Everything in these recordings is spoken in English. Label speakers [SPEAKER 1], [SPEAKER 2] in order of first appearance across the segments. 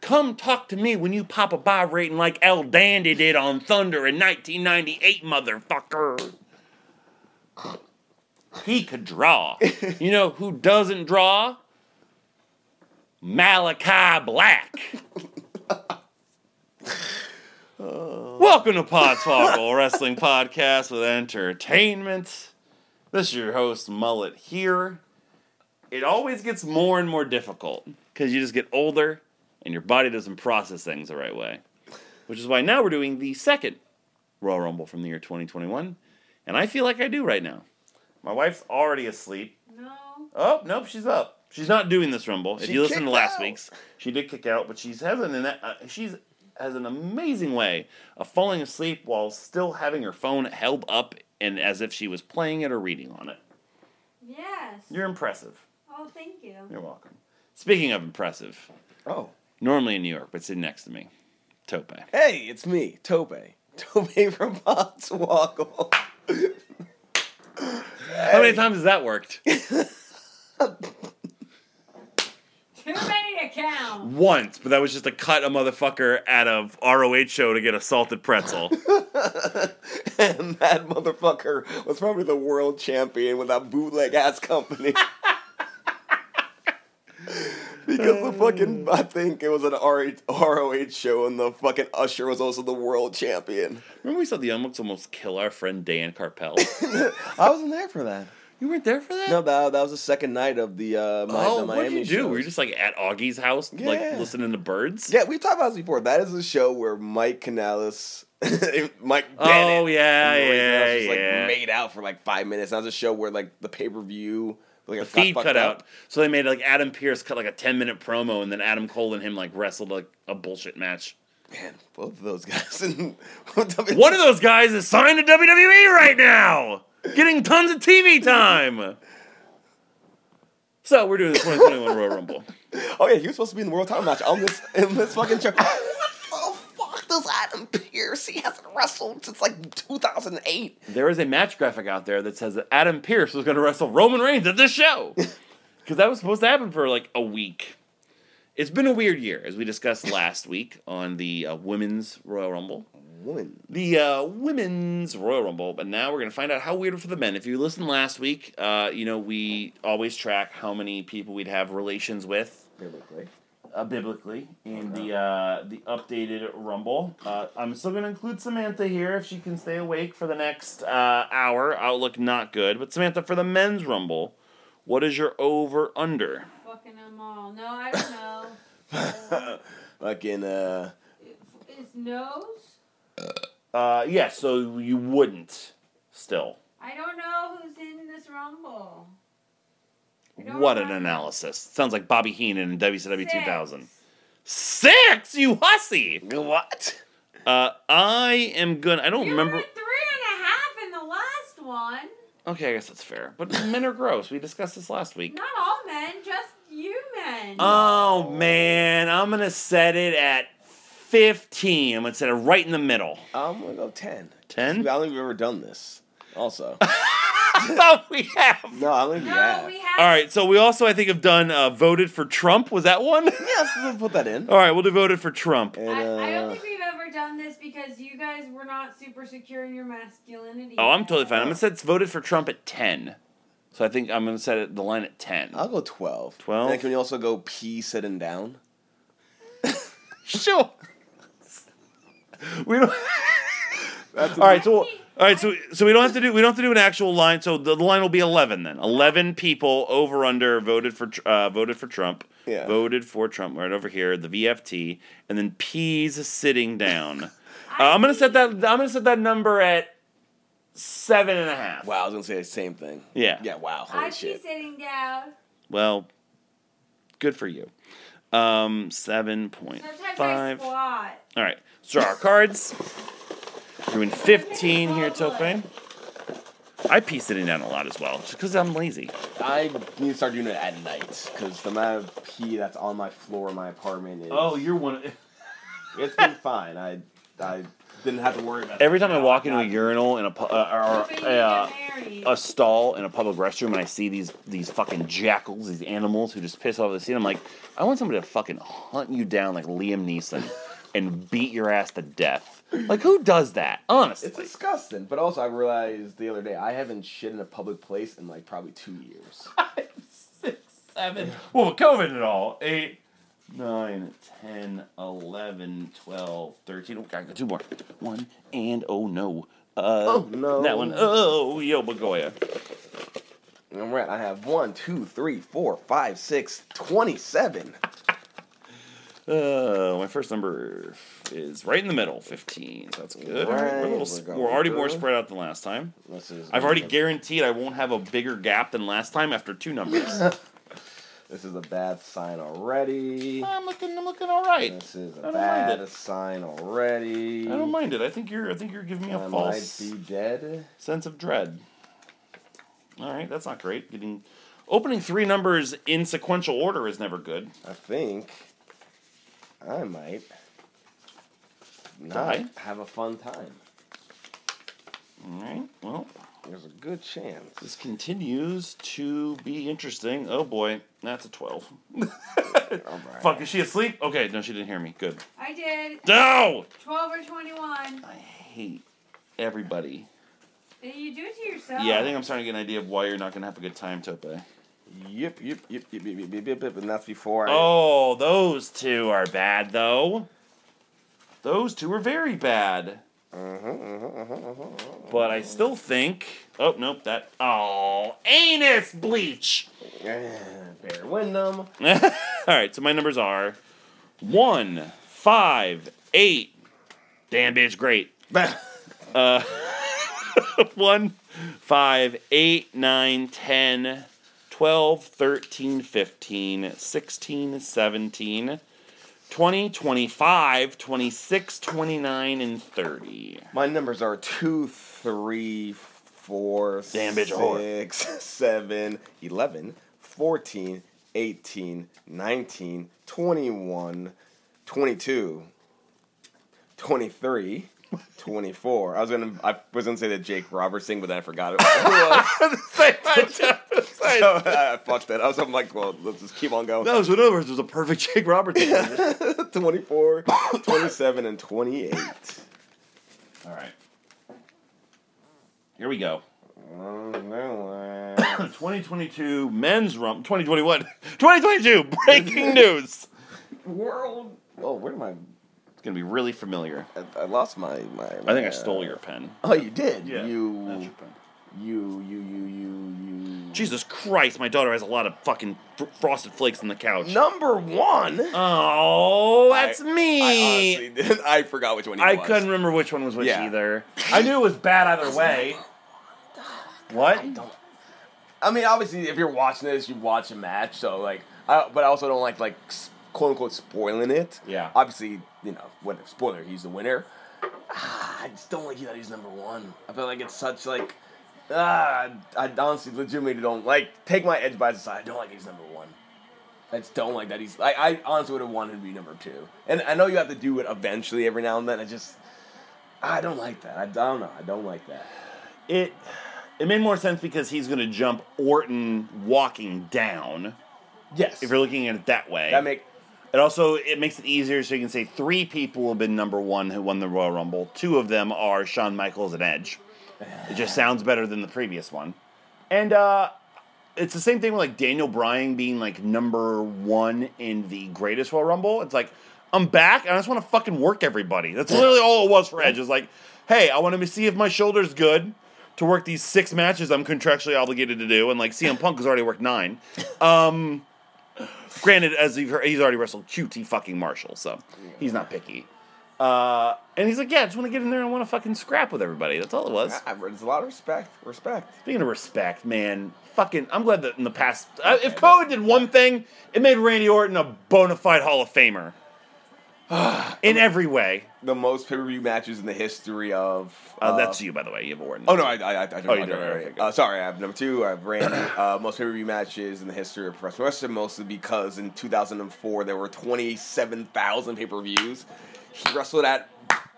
[SPEAKER 1] Come talk to me when you pop a buy rating like El Dandy did on Thunder in 1998, motherfucker. He could draw. You know who doesn't draw? Malachi Black. Welcome to Podtoggle a Wrestling Podcast with Entertainment. This is your host, Mullet, here. It always gets more and more difficult because you just get older and your body doesn't process things the right way. Which is why now we're doing the second Royal Rumble from the year 2021, and I feel like I do right now. My wife's already asleep.
[SPEAKER 2] No.
[SPEAKER 1] Oh, nope, she's up. She's not doing this Rumble. If
[SPEAKER 3] She
[SPEAKER 1] you listen to
[SPEAKER 3] kicked
[SPEAKER 1] last
[SPEAKER 3] out.
[SPEAKER 1] week's, she did kick out, but she's has an uh, she's has an amazing way of falling asleep while still having her phone held up and as if she was playing it or reading on it.
[SPEAKER 2] Yes.
[SPEAKER 1] You're impressive.
[SPEAKER 2] oh, thank you.
[SPEAKER 1] You're welcome. Speaking of impressive,
[SPEAKER 3] Oh.
[SPEAKER 1] normally in New York, but sitting next to me, Tope.
[SPEAKER 3] Hey, it's me, Tope. Tope from Botswoggle.
[SPEAKER 1] How many times has that worked?
[SPEAKER 2] Too many to count.
[SPEAKER 1] Once, but that was just to cut a motherfucker at a ROH show to get a salted pretzel.
[SPEAKER 3] and that motherfucker was probably the world champion with that bootleg ass company. because the fucking,
[SPEAKER 1] Uh.
[SPEAKER 3] I think it was an ROH show and the fucking Usher was also the world champion.
[SPEAKER 1] Remember we saw the Young Bucks almost kill our friend Dan Carpel?
[SPEAKER 3] I wasn't there for that.
[SPEAKER 1] you weren't there for that?
[SPEAKER 3] No, that, that was the second night of the, uh, Mi-
[SPEAKER 1] oh,
[SPEAKER 3] the
[SPEAKER 1] what did
[SPEAKER 3] Miami
[SPEAKER 1] you do?
[SPEAKER 3] shows.
[SPEAKER 1] Were you just like at Augie's house, like
[SPEAKER 3] Yeah.
[SPEAKER 1] listening to birds?
[SPEAKER 3] Yeah, we've talked about this before. That is a show where Mike Canales, Mike Bennett,
[SPEAKER 1] Oh yeah,
[SPEAKER 3] and Roy
[SPEAKER 1] yeah,
[SPEAKER 3] Canales just, like,
[SPEAKER 1] yeah.
[SPEAKER 3] made out for like five minutes. And that was a show where like the pay per view, like
[SPEAKER 1] the
[SPEAKER 3] it got
[SPEAKER 1] feed
[SPEAKER 3] fucked
[SPEAKER 1] cut
[SPEAKER 3] up.
[SPEAKER 1] out, so they made like Adam Pierce cut like a ten minute promo, and then Adam Cole and him like wrestled like a bullshit match.
[SPEAKER 3] Man, both of those guys. And
[SPEAKER 1] One of those guys is signed to WWE right now, getting tons of TV time. So we're doing the 2021 Royal Rumble.
[SPEAKER 3] Oh yeah, he was supposed to be in the World Title match on this in this fucking show. Oh fuck, This Adam Pierce, he hasn't wrestled since like 2008.
[SPEAKER 1] There is a match graphic out there that says that Adam Pierce was going to wrestle Roman Reigns at this show because that was supposed to happen for like a week. It's been a weird year, as we discussed last week on the uh, Women's Royal Rumble.
[SPEAKER 3] Woman,
[SPEAKER 1] the uh, women's Royal Rumble, but now we're going to find out how weird for the men. If you listened last week, uh, you know, we always track how many people we'd have relations with
[SPEAKER 3] biblically.
[SPEAKER 1] uh, biblically in the uh, the updated Rumble. Uh, I'm still going to include Samantha here if she can stay awake for the next uh, hour. Outlook not good. But Samantha, for the men's Rumble, what is your over under?
[SPEAKER 2] Fucking them all. No, I don't know. Uh,
[SPEAKER 3] Fucking uh,
[SPEAKER 2] His nose.
[SPEAKER 1] Uh, yes, so you wouldn't still.
[SPEAKER 2] I don't know who's in this rumble. I don't
[SPEAKER 1] What an
[SPEAKER 2] remember.
[SPEAKER 1] analysis. Sounds like Bobby Heenan in WCW
[SPEAKER 2] Six.
[SPEAKER 1] 2000. Six, you hussy.
[SPEAKER 3] what?
[SPEAKER 1] Uh, I am gonna. I don't
[SPEAKER 2] You
[SPEAKER 1] remember.
[SPEAKER 2] were at three and a half in the last one.
[SPEAKER 1] Okay, I guess that's fair. But men are gross. We discussed this last week.
[SPEAKER 2] Not all men, just you men.
[SPEAKER 1] Oh man, I'm gonna set it at fifteen. I'm gonna set it right in the middle.
[SPEAKER 3] I'm gonna go ten. I
[SPEAKER 1] Ten?
[SPEAKER 3] don't think we've ever done this. Also,
[SPEAKER 1] I thought we have.
[SPEAKER 3] no, I don't think
[SPEAKER 2] no,
[SPEAKER 3] we have.
[SPEAKER 2] we have.
[SPEAKER 1] All right. So we also, I think, have done uh, voted for Trump. Was that one?
[SPEAKER 3] Yes, we'll put that in.
[SPEAKER 1] All right, we'll do voted for Trump.
[SPEAKER 3] And,
[SPEAKER 2] I, I don't
[SPEAKER 3] uh,
[SPEAKER 2] think we've ever done this because you guys were not super secure in your masculinity.
[SPEAKER 1] Oh, I'm totally fine. I'm gonna set it's voted for Trump at ten. So I think I'm gonna set it, the line at ten.
[SPEAKER 3] I'll go 12.
[SPEAKER 1] 12?
[SPEAKER 3] And can we also go P sitting down?
[SPEAKER 1] Sure. We don't.
[SPEAKER 3] That's
[SPEAKER 1] All right, so all right, so so we don't have to do we don't have to do an actual line. So the, the line will be eleven then. Eleven people over under voted for Tr- uh, voted for Trump.
[SPEAKER 3] Yeah.
[SPEAKER 1] Voted for Trump right over here. The VFT and then P's sitting down. uh, I'm gonna set that. I'm gonna set that number at seven and a half.
[SPEAKER 3] Wow, I was going to say the same thing.
[SPEAKER 1] Yeah.
[SPEAKER 3] Yeah, wow. Holy
[SPEAKER 2] I'd be
[SPEAKER 3] shit.
[SPEAKER 2] sitting down.
[SPEAKER 1] Well, good for you. Um, seven point
[SPEAKER 2] Sometimes I
[SPEAKER 1] five. All
[SPEAKER 2] squat.
[SPEAKER 1] right, let's draw our cards. We're doing fifteen here, Tope. I piece it in down a lot as well, just because I'm lazy.
[SPEAKER 3] I need to start doing it at night because the amount of pee that's on my floor in my apartment is.
[SPEAKER 1] Oh, one. Of,
[SPEAKER 3] It's been fine. I I didn't have to worry about
[SPEAKER 1] Every time I walk into a urinal in a pu- uh,
[SPEAKER 2] But you
[SPEAKER 1] or uh,
[SPEAKER 2] get married.
[SPEAKER 1] a stall in a public restroom and I see these these fucking jackals, these animals who just piss off the scene, I'm like, I want somebody to fucking hunt you down like Liam Neeson and beat your ass to death. Like who does that? Honestly.
[SPEAKER 3] It's disgusting, but also I realized the other day I haven't shit in a public place in like probably two years.
[SPEAKER 1] Oh, Well, COVID and all. 8, 9, 10, 11, 12, 13. Oh, gotta go two more. One, and oh no. Uh,
[SPEAKER 3] Oh, no.
[SPEAKER 1] That one. Oh, yo, Bagoya.
[SPEAKER 3] And we're at I have one, two, three, four, five, six, twenty-seven.
[SPEAKER 1] Uh, my first number is right in the middle, 15. So that's good. All right, we're, a little,
[SPEAKER 3] Right,
[SPEAKER 1] s-
[SPEAKER 3] we're
[SPEAKER 1] we're already more
[SPEAKER 3] going.
[SPEAKER 1] spread out than last time.
[SPEAKER 3] This is
[SPEAKER 1] I've already guaranteed I won't have a bigger gap than last time after two numbers.
[SPEAKER 3] This is a bad sign already.
[SPEAKER 1] I'm looking, I'm looking all right.
[SPEAKER 3] This is
[SPEAKER 1] I
[SPEAKER 3] a
[SPEAKER 1] don't mind
[SPEAKER 3] bad
[SPEAKER 1] it.
[SPEAKER 3] sign already.
[SPEAKER 1] I don't mind it. I think you're, I think you're giving me a
[SPEAKER 3] I might
[SPEAKER 1] false
[SPEAKER 3] be dead.
[SPEAKER 1] sense of dread. All right, that's not great. Getting opening three numbers in sequential order is never good.
[SPEAKER 3] I think I might not
[SPEAKER 1] Die?
[SPEAKER 3] have a fun time.
[SPEAKER 1] All right, well,
[SPEAKER 3] There's a good chance.
[SPEAKER 1] this continues to be interesting. Oh boy, that's a twelve.
[SPEAKER 3] All right.
[SPEAKER 1] Fuck, is she asleep? Okay, no, she didn't hear me. Good.
[SPEAKER 2] I did
[SPEAKER 1] No!
[SPEAKER 2] 12 or 21.
[SPEAKER 1] I hate everybody.
[SPEAKER 2] And you do it to yourself.
[SPEAKER 1] Yeah, I think I'm starting to get an idea of why you're not gonna have a good time, Tope.
[SPEAKER 3] Yep, yep, yep, yep, yep, yep, yep, yep, yep, and that's before I.
[SPEAKER 1] Oh, those two are bad though. Those two are very bad.
[SPEAKER 3] Uh-huh, uh-huh, uh-huh, uh-huh, uh-huh.
[SPEAKER 1] But I still think. Oh nope, that. Oh, anus bleach.
[SPEAKER 3] Yeah, Bear Windham.
[SPEAKER 1] All right, so my numbers are one, five, eight. Damn bitch, great. Uh, one, five, eight, nine, ten, twelve, thirteen, fifteen, sixteen, seventeen, twenty, twenty-five, twenty-six, twenty-nine, and 30.
[SPEAKER 3] My numbers are two, three, four,
[SPEAKER 1] Damn bitch, a whore.
[SPEAKER 3] six, seven, 11, 14, 18, 19, 21, 22, 23, 24. I was gonna, I was gonna say the Jake Roberts thing, but then I forgot it. so I fucked that up. So I'm like, well, let's just keep on going.
[SPEAKER 1] was what it was. It was a perfect Jake Roberts. All
[SPEAKER 3] 24, 27, and 28.
[SPEAKER 1] right. Here we go.
[SPEAKER 3] Oh, Alright.
[SPEAKER 1] 2022 men's rump 2021 2022 breaking news
[SPEAKER 3] World. Oh, where am I?
[SPEAKER 1] it's gonna be really familiar
[SPEAKER 3] I- I lost my. my,
[SPEAKER 1] i think i stole your pen
[SPEAKER 3] Oh, you did?
[SPEAKER 1] That's
[SPEAKER 3] You,
[SPEAKER 1] your pen.
[SPEAKER 3] you, you, you, you, you.
[SPEAKER 1] jesus christ my daughter has a lot of fucking fr- frosted flakes on the couch
[SPEAKER 3] Number one?
[SPEAKER 1] oh that's
[SPEAKER 3] I-
[SPEAKER 1] me
[SPEAKER 3] honestly did. I forgot which one you
[SPEAKER 1] I couldn't remember which one was which
[SPEAKER 3] Yeah.
[SPEAKER 1] either i knew it was bad either way what
[SPEAKER 3] I mean, obviously, if you're watching this, you watch a match, so, like, I, but I also don't like, like, s- quote unquote, spoiling it.
[SPEAKER 1] Yeah.
[SPEAKER 3] Obviously, you know, what spoiler, he's the winner. Ah, I just don't like that he's number one. I feel like it's such, like, ah, I honestly legitimately don't like, take my edge by the side. I don't like he's number one. I just don't like that he's, I, I honestly would have wanted him to be number two. And I know you have to do it eventually every now and then. I just, I don't like that. I, I don't know. I don't like that.
[SPEAKER 1] it it made more sense because he's gonna jump orton walking down
[SPEAKER 3] Yes.
[SPEAKER 1] if you're looking at it that way
[SPEAKER 3] that make,
[SPEAKER 1] It also it makes it easier so you can say three people have been number one who won the Royal Rumble. Two of them are Shawn Michaels and Edge. It just sounds better than the previous one. And uh, it's the same thing with like Daniel Bryan being like number one in the Greatest Royal Rumble. It's like I'm back and I just want to fucking work everybody. That's literally all it was for Edge. It's like, hey, I want to see if my shoulder's good to work these six matches I'm contractually obligated to do. And like CM Punk has already worked nine. Um, granted, as you've heard, he's already wrestled QT fucking Marshall, so he's not picky. Uh, and he's like, yeah, I just want to get in there and want to fucking scrap with everybody. That's all it was.
[SPEAKER 3] I, I- it's a lot of respect. Respect.
[SPEAKER 1] Speaking of respect, man, fucking, I'm glad that in the past, uh, if Cohen did one thing, it made Randy Orton a bona fide Hall of Famer. in every way.
[SPEAKER 3] The most pay per view matches in the history of.
[SPEAKER 1] Uh, that's you, by the way. You have Orton.
[SPEAKER 3] Oh no! I I I, I don't
[SPEAKER 1] Oh,
[SPEAKER 3] oh,
[SPEAKER 1] you
[SPEAKER 3] know.
[SPEAKER 1] don't,
[SPEAKER 3] Right,
[SPEAKER 1] okay,
[SPEAKER 3] right. Uh, sorry, I have number two. I have Randy. uh, most pay per view matches in the history of professional wrestling, mostly because in 2004 there were 27,000 pay per views. He wrestled at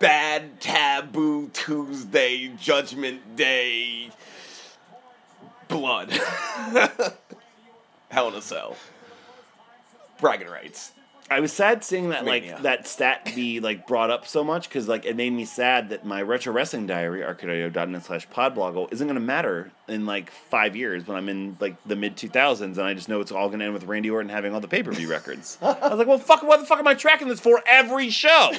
[SPEAKER 3] Bad Taboo Tuesday, Judgment Day, Blood, Hell in a Cell, Bragging Rights.
[SPEAKER 1] I was sad seeing that like
[SPEAKER 3] Mania.
[SPEAKER 1] that stat be like brought up so much because like it made me sad that my retro wrestling diary arcadio.net slash podbloggle isn't gonna matter in like five years when I'm in like the mid two thousands and I just know it's all gonna end with Randy Orton having all the pay per view records. I was like, well, fuck, what the fuck am I tracking this for every show?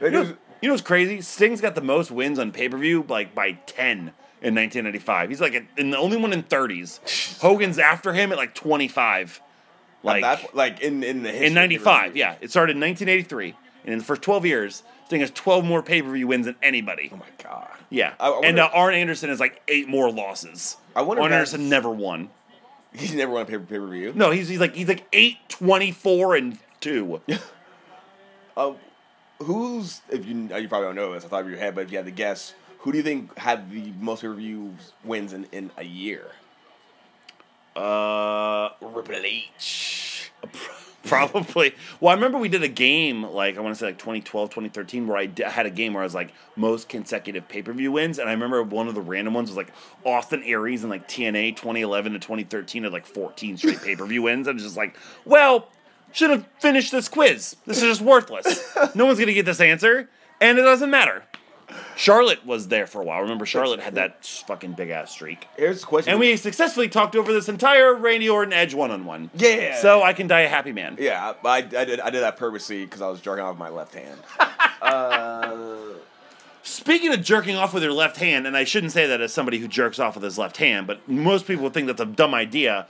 [SPEAKER 3] It
[SPEAKER 1] You
[SPEAKER 3] is-
[SPEAKER 1] know, you know what's crazy? Sting's got the most wins on pay per view like by ten. In 1995, he's like in- in the only one in 30s. Hogan's after him at like 25. Like
[SPEAKER 3] that, like in in the history
[SPEAKER 1] in
[SPEAKER 3] of
[SPEAKER 1] '95.
[SPEAKER 3] pay-per-view.
[SPEAKER 1] Yeah, it started in 1983, and in the first 12 years, Sting has 12 more pay per view wins than anybody.
[SPEAKER 3] Oh my god.
[SPEAKER 1] Yeah,
[SPEAKER 3] I- I wonder-
[SPEAKER 1] and uh, Arn Anderson has like eight more losses.
[SPEAKER 3] I wonder
[SPEAKER 1] Arn
[SPEAKER 3] if
[SPEAKER 1] Anderson
[SPEAKER 3] that's-
[SPEAKER 1] never won.
[SPEAKER 3] He's never won a pay per view.
[SPEAKER 1] No, he's he's like he's like eight twenty four and two.
[SPEAKER 3] Uh, who's if you uh, you probably don't know this off the top of your head, but if you had to guess, who do you think had the most reviews wins in, in a year?
[SPEAKER 1] uh,
[SPEAKER 3] Triple H.
[SPEAKER 1] probably. Well, I remember we did a game like I want to say like 2012, 2013 where I d- had a game where I was like most consecutive pay per view wins, and I remember one of the random ones was like Austin Aries and like TNA 2011 to 2013 had like 14 straight pay per view wins, and just like, well, should have finished this quiz. This is just worthless. No one's gonna get this answer, and it doesn't matter. Charlotte was there for a while. Remember, Charlotte had that fucking big ass streak.
[SPEAKER 3] Here's the question.
[SPEAKER 1] And we successfully talked over this entire Randy Orton Edge one on one.
[SPEAKER 3] Yeah.
[SPEAKER 1] So I can die a happy man.
[SPEAKER 3] yeah, I, I did I did that purposely because I was jerking off with my left hand.
[SPEAKER 1] Speaking of jerking off with your left hand, and I shouldn't say that as somebody who jerks off with his left hand, but most people think that's a dumb idea.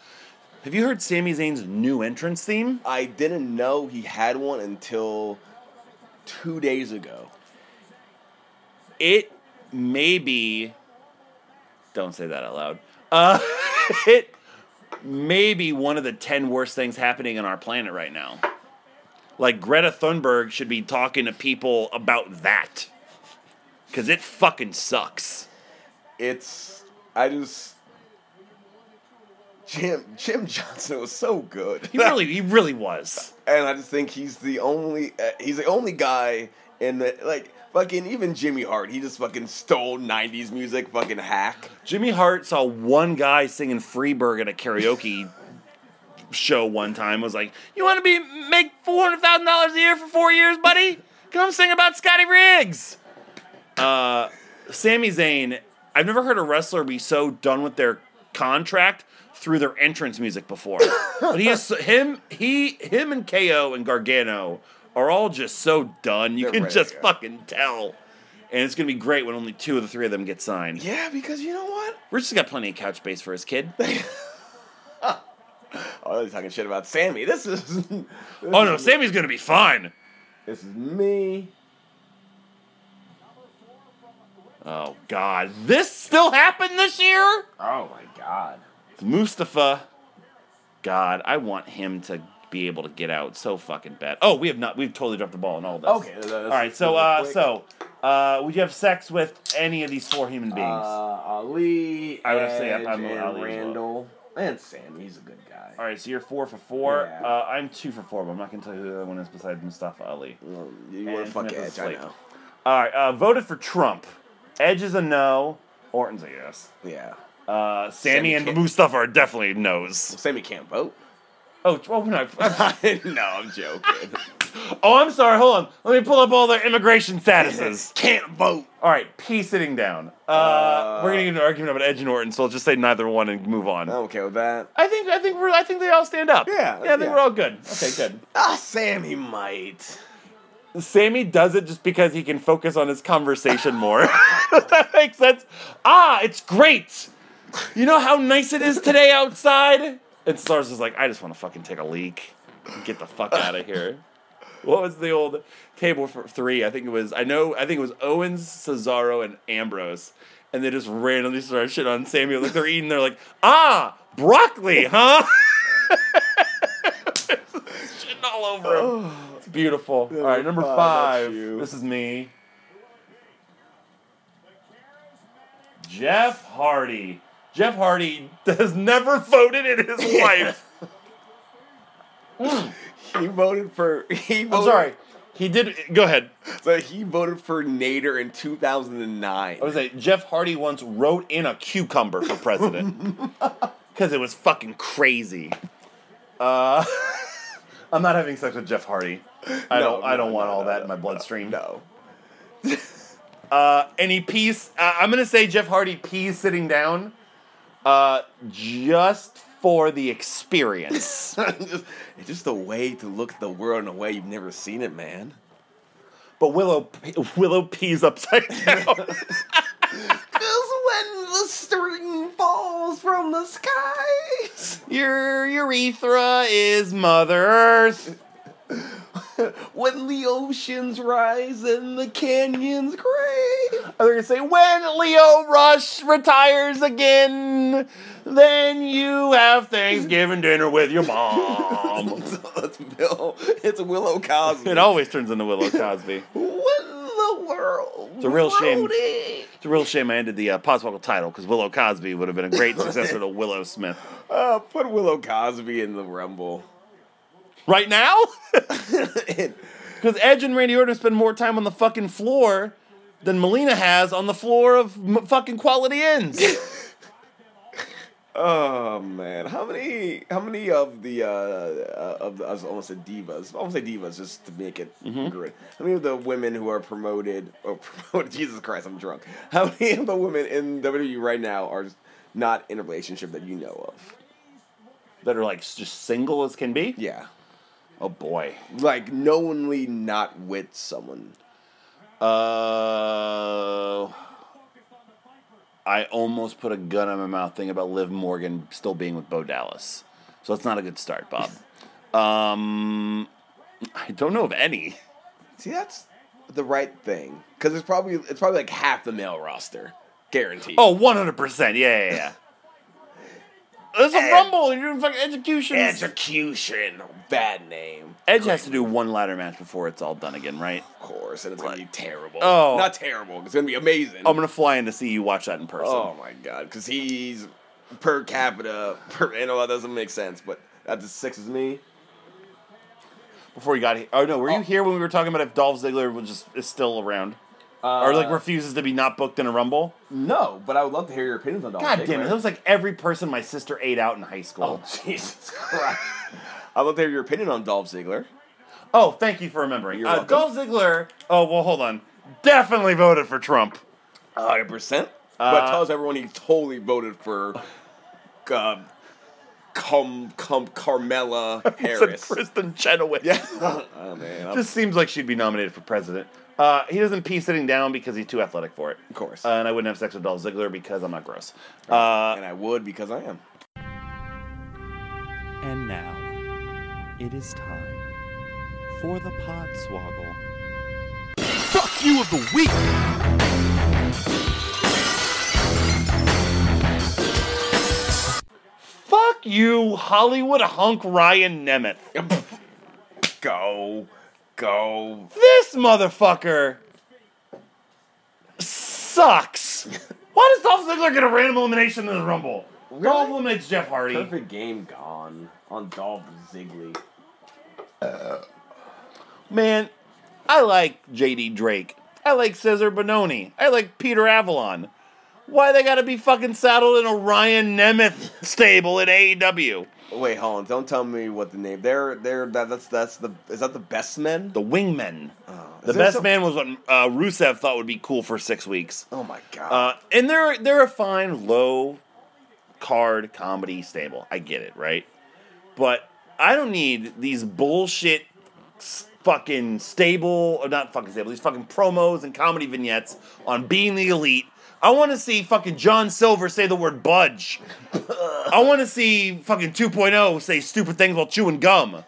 [SPEAKER 1] Have you heard Sami Zayn's new entrance theme?
[SPEAKER 3] I didn't know he had one until two days ago.
[SPEAKER 1] It may be. Don't say that out loud. Uh, it may be one of the 10 worst things happening on our planet right now. Like, Greta Thunberg should be talking to people about that. Because it fucking sucks.
[SPEAKER 3] It's I just Jim Jim Johnson was so good.
[SPEAKER 1] He really, he really was.
[SPEAKER 3] and I just think he's the only uh, he's the only guy in the like fucking even Jimmy Hart. He just fucking stole '90s music, fucking hack.
[SPEAKER 1] Jimmy Hart saw one guy singing Freebird at a karaoke show one time. Was like, "You want to be make four hundred thousand dollars a year for four years, buddy? Come sing about Scotty Riggs." Uh, Sami Zayn. I've never heard a wrestler be so done with their contract through their entrance music before. but he is him. He him and KO and Gargano are all just so done. You
[SPEAKER 3] They're
[SPEAKER 1] can
[SPEAKER 3] ready to
[SPEAKER 1] just
[SPEAKER 3] go.
[SPEAKER 1] fucking tell. And it's gonna be great when only two of the three of them get signed.
[SPEAKER 3] Yeah, because you know what?
[SPEAKER 1] We're just got plenty of couch space for his kid.
[SPEAKER 3] Oh, they're talking shit about Sammy. This is this
[SPEAKER 1] oh no,
[SPEAKER 3] is-
[SPEAKER 1] Sammy's gonna be fine.
[SPEAKER 3] This is me.
[SPEAKER 1] Oh god, this still happened this year?
[SPEAKER 3] Oh my god.
[SPEAKER 1] Mustafa. God, I want him to be able to get out so fucking bad. Oh, we have not. We've totally dropped the ball on all this.
[SPEAKER 3] Okay. let's-
[SPEAKER 1] All right. So, uh, so, uh, would you have sex with any of these four human
[SPEAKER 3] uh,
[SPEAKER 1] beings?
[SPEAKER 3] Ali.
[SPEAKER 1] I would say
[SPEAKER 3] Edge,
[SPEAKER 1] I'm- I'm
[SPEAKER 3] and
[SPEAKER 1] Ali as well.
[SPEAKER 3] Randall and Sammy. He's a good guy.
[SPEAKER 1] all right. So you're four for four.
[SPEAKER 3] Yeah.
[SPEAKER 1] Uh, I'm two for four, but I'm not gonna tell you who the other one is besides Mustafa Ali.
[SPEAKER 3] Well, You want
[SPEAKER 1] And
[SPEAKER 3] to fuck
[SPEAKER 1] Smith is
[SPEAKER 3] Edge? I
[SPEAKER 1] like-
[SPEAKER 3] know.
[SPEAKER 1] All right. Uh, voted for Trump. Edge is a no. Orton's a yes.
[SPEAKER 3] Yeah.
[SPEAKER 1] Uh, Sammy,
[SPEAKER 3] Sammy
[SPEAKER 1] and
[SPEAKER 3] can't-
[SPEAKER 1] Mustafa are definitely no's.
[SPEAKER 3] Sammy can't vote.
[SPEAKER 1] Oh, well, no.
[SPEAKER 3] no, I'm joking.
[SPEAKER 1] oh, I'm sorry. Hold on. Let me pull up all their immigration statuses.
[SPEAKER 3] can't vote.
[SPEAKER 1] all right, P sitting down. Uh, we're gonna get into an argument about Edge and Orton, so I'll just say neither one and move on.
[SPEAKER 3] I'm okay with that.
[SPEAKER 1] I think I think we're I think they all stand up.
[SPEAKER 3] Yeah,
[SPEAKER 1] yeah, I think
[SPEAKER 3] yeah.
[SPEAKER 1] we're all good. Okay, good.
[SPEAKER 3] Ah, Sammy might.
[SPEAKER 1] Sammy does it just because he can focus on his conversation more. Does that make sense? Ah, it's great. You know how nice it is today outside? And Stars is like, I just want to fucking take a leak. Get the fuck out of here. What was the old cable for three? I think it was. I know. I think it was Owens, Cesaro, and Ambrose, and they just randomly started shit on Samuel. Like they're eating, they're like, ah, broccoli, huh? Shitting all over him. It's beautiful. all right, number
[SPEAKER 3] five,
[SPEAKER 1] five.
[SPEAKER 3] that's you.
[SPEAKER 1] This is me. Jeff Hardy. Jeff Hardy has never voted in his life.
[SPEAKER 3] He voted for. He voted,
[SPEAKER 1] I'm sorry. He did. Go ahead.
[SPEAKER 3] So he voted for Nader in 2009.
[SPEAKER 1] I was like, Jeff Hardy once wrote in a cucumber for president because it was fucking crazy. Uh, I'm not having sex with Jeff Hardy. I
[SPEAKER 3] No,
[SPEAKER 1] don't. I don't
[SPEAKER 3] no,
[SPEAKER 1] want
[SPEAKER 3] no,
[SPEAKER 1] all
[SPEAKER 3] no,
[SPEAKER 1] that
[SPEAKER 3] no,
[SPEAKER 1] in my bloodstream.
[SPEAKER 3] no.
[SPEAKER 1] Uh, any peas? Uh, I'm gonna say Jeff Hardy peas sitting down, uh, just for the experience.
[SPEAKER 3] it's just a way to look at the world in a way you've never seen it, man.
[SPEAKER 1] but Willow p- Willow peas upside down.
[SPEAKER 3] Cause when the string falls from the skies,
[SPEAKER 1] Your urethra is Mother Earth.
[SPEAKER 3] when the oceans rise and the canyons crave,
[SPEAKER 1] I was gonna say, when Leo Rush retires again, then you have Thanksgiving dinner with your mom.
[SPEAKER 3] So it's Bill. It's Willow Cosby.
[SPEAKER 1] it always turns into Willow Cosby.
[SPEAKER 3] when the world.
[SPEAKER 1] a real shame.
[SPEAKER 3] shame.
[SPEAKER 1] It's a real shame I ended the uh, Podswoggle title because Willow Cosby would have been a great successor to Willow Smith.
[SPEAKER 3] Uh, put Willow Cosby in the Rumble.
[SPEAKER 1] Right now?
[SPEAKER 3] And-
[SPEAKER 1] Because Edge and Randy Orton spend more time on the fucking floor than Melina has on the floor of m- fucking Quality Inns.
[SPEAKER 3] oh man, how many how many of the uh, uh, of the, I was almost said divas, I almost say divas just to make it good. How many of the women who are promoted or promoted? Jesus Christ, I'm drunk. How many of the women in WWE right now are not in a relationship that you know of?
[SPEAKER 1] that are like s- just single as can be.
[SPEAKER 3] Yeah,
[SPEAKER 1] Oh boy.
[SPEAKER 3] like knowingly not with someone.
[SPEAKER 1] Uh, I almost put a gun in my mouth thinking about Liv Morgan still being with Bo Dallas. So that's not a good start, Bob. um, I don't know of any.
[SPEAKER 3] See, that's the right thing because it's probably it's probably like half the male roster, guaranteed.
[SPEAKER 1] Oh, 100%. Yeah, yeah, yeah. There's a
[SPEAKER 3] Ed-
[SPEAKER 1] rumble. You're doing fucking executions.
[SPEAKER 3] execution, bad name.
[SPEAKER 1] Edge has to do one ladder match before it's all done again, right?
[SPEAKER 3] course, and it's gonna be terrible.
[SPEAKER 1] Oh.
[SPEAKER 3] not terrible. It's gonna be amazing.
[SPEAKER 1] I'm gonna fly in to see you watch that in person.
[SPEAKER 3] oh my god, because he's per capita. Per, you know that doesn't make sense, but that's the six is me.
[SPEAKER 1] Before you got here, oh no, were you here when we were talking about if Dolph Ziggler was just is still around,
[SPEAKER 3] Uh,
[SPEAKER 1] or like refuses to be not booked in a rumble?
[SPEAKER 3] no, but I would love to hear your opinions on Dolph.
[SPEAKER 1] God
[SPEAKER 3] Ziggler.
[SPEAKER 1] damn it! That was like every person my sister ate out in high
[SPEAKER 3] Oh
[SPEAKER 1] school.
[SPEAKER 3] Jesus Christ! I'd love to hear your opinion on Dolph Ziggler.
[SPEAKER 1] Oh, thank you for remembering.
[SPEAKER 3] You're
[SPEAKER 1] Uh,
[SPEAKER 3] welcome.
[SPEAKER 1] Dolph Ziggler. Oh well, hold on. Definitely voted for Trump.
[SPEAKER 3] hundred percent. But
[SPEAKER 1] Uh,
[SPEAKER 3] tells everyone he totally voted for, um, cum cum Carmella
[SPEAKER 1] Said
[SPEAKER 3] Harris.
[SPEAKER 1] Kristen Chenoweth.
[SPEAKER 3] Yeah. oh man, I'm-
[SPEAKER 1] Just seems like she'd be nominated for president. Uh, he doesn't pee sitting down because he's too athletic for it.
[SPEAKER 3] of course.
[SPEAKER 1] Uh, and I wouldn't have sex with Dolph Ziggler because I'm not gross. Uh,
[SPEAKER 3] and I would because I am.
[SPEAKER 4] And now, it is time for the Podswoggle.
[SPEAKER 5] Fuck you of the week.
[SPEAKER 1] Fuck you, Hollywood hunk Ryan Nemeth.
[SPEAKER 3] Go, go.
[SPEAKER 1] This motherfucker sucks. Why does Dolph Ziggler get a random elimination in the Rumble? Dolph
[SPEAKER 3] Really?
[SPEAKER 1] eliminates Jeff Hardy.
[SPEAKER 3] Perfect game gone on Dolph Ziggly.
[SPEAKER 1] Man, I like JD Drake. I like Cesar Bononi. I like Peter Avalon. Why they gotta be fucking saddled in a Ryan Nemeth stable at E AEW?
[SPEAKER 3] Wait, hold on. Don't tell me what the name. They're they're that, that's that's the is that the best men?
[SPEAKER 1] The Wingmen.
[SPEAKER 3] Oh, is
[SPEAKER 1] The
[SPEAKER 3] there
[SPEAKER 1] best
[SPEAKER 3] some-
[SPEAKER 1] man was what uh, Rusev thought would be cool for six weeks.
[SPEAKER 3] Oh my god.
[SPEAKER 1] Uh, and they're they're a fine low card comedy stable. I get it, right? But I don't need these bullshit s- fucking stable or not fucking stable. These fucking promos and comedy vignettes on being the elite. I want to see fucking John Silver say the word budge. oh I want to see fucking 2.0 say stupid things while chewing gum.
[SPEAKER 3] Um,